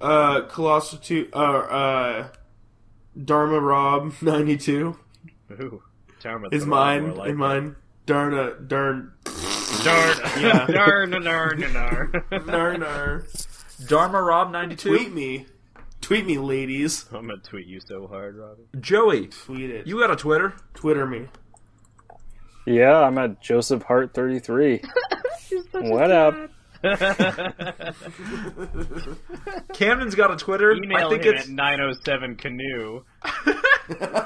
Speaker 2: Uh, Colossal two. Uh, uh, Dharma Rob ninety two
Speaker 1: Ooh, Dharma
Speaker 2: is
Speaker 1: Throb,
Speaker 2: mine.
Speaker 1: more like
Speaker 2: Is mine. Darna darn
Speaker 1: it. Darn,
Speaker 2: Yeah.
Speaker 1: darn, darn, darn.
Speaker 2: darnar.
Speaker 3: Dharma Rob ninety
Speaker 2: Tweet
Speaker 3: two.
Speaker 2: me. Tweet me, ladies.
Speaker 1: I'm gonna tweet you so hard, Robbie.
Speaker 3: Joey,
Speaker 2: Tweet it.
Speaker 3: you got a Twitter?
Speaker 2: Twitter me.
Speaker 4: yeah, I'm at Joseph Hart 33. what up?
Speaker 3: Camden's got a Twitter.
Speaker 1: Email
Speaker 3: I think
Speaker 1: him
Speaker 3: it's
Speaker 1: at 907 canoe.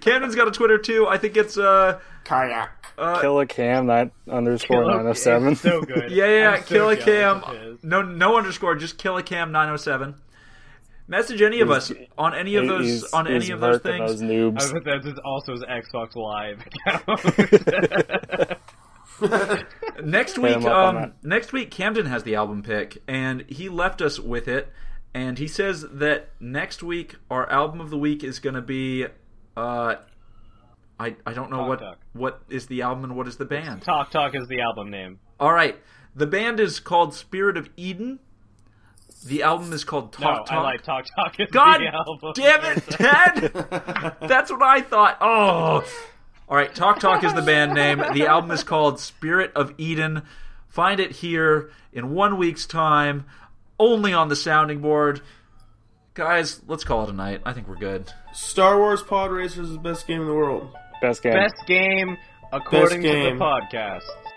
Speaker 3: Camden's got a Twitter too. I think it's uh
Speaker 2: Kayak.
Speaker 4: Kill a cam that underscore nine oh seven.
Speaker 1: It's so good.
Speaker 3: yeah yeah
Speaker 1: I'm so
Speaker 3: kill a
Speaker 1: jealous of
Speaker 3: cam
Speaker 1: his.
Speaker 3: no no underscore just kill a cam nine oh seven. Message any of us on any of those
Speaker 4: He's-
Speaker 3: on
Speaker 4: he's
Speaker 3: any of those
Speaker 4: hurt than
Speaker 1: Oh,
Speaker 3: things.
Speaker 4: Those
Speaker 1: I
Speaker 4: noobs.
Speaker 1: bet that's his- also his Xbox Live account.
Speaker 3: Next
Speaker 4: Hit
Speaker 3: week,
Speaker 4: him up
Speaker 3: um,
Speaker 4: on that.
Speaker 3: next week, Camden has the album pick, and he left us with it. And he says that next week our album of the week is going to be, uh, I I don't know
Speaker 1: Talk
Speaker 3: what
Speaker 1: Talk.
Speaker 3: what is the album and what is the band.
Speaker 1: Talk Talk is the album name.
Speaker 3: All right, the band is called Spirit of Eden. The album is called Talk
Speaker 1: No,
Speaker 3: Talk.
Speaker 1: Oh, I like Talk Talk is
Speaker 3: God
Speaker 1: the album.
Speaker 3: damn it, Ted! That's what I thought. Oh. All right, Talk Talk is the band name. The album is called Spirit of Eden. Find it here in one week's time, only on the sounding board. Guys, let's call it a night. I think we're good.
Speaker 2: Star Wars Pod Racer is the best game in the world.
Speaker 4: Best game.
Speaker 1: Best game according
Speaker 2: Best game.
Speaker 1: to the podcast.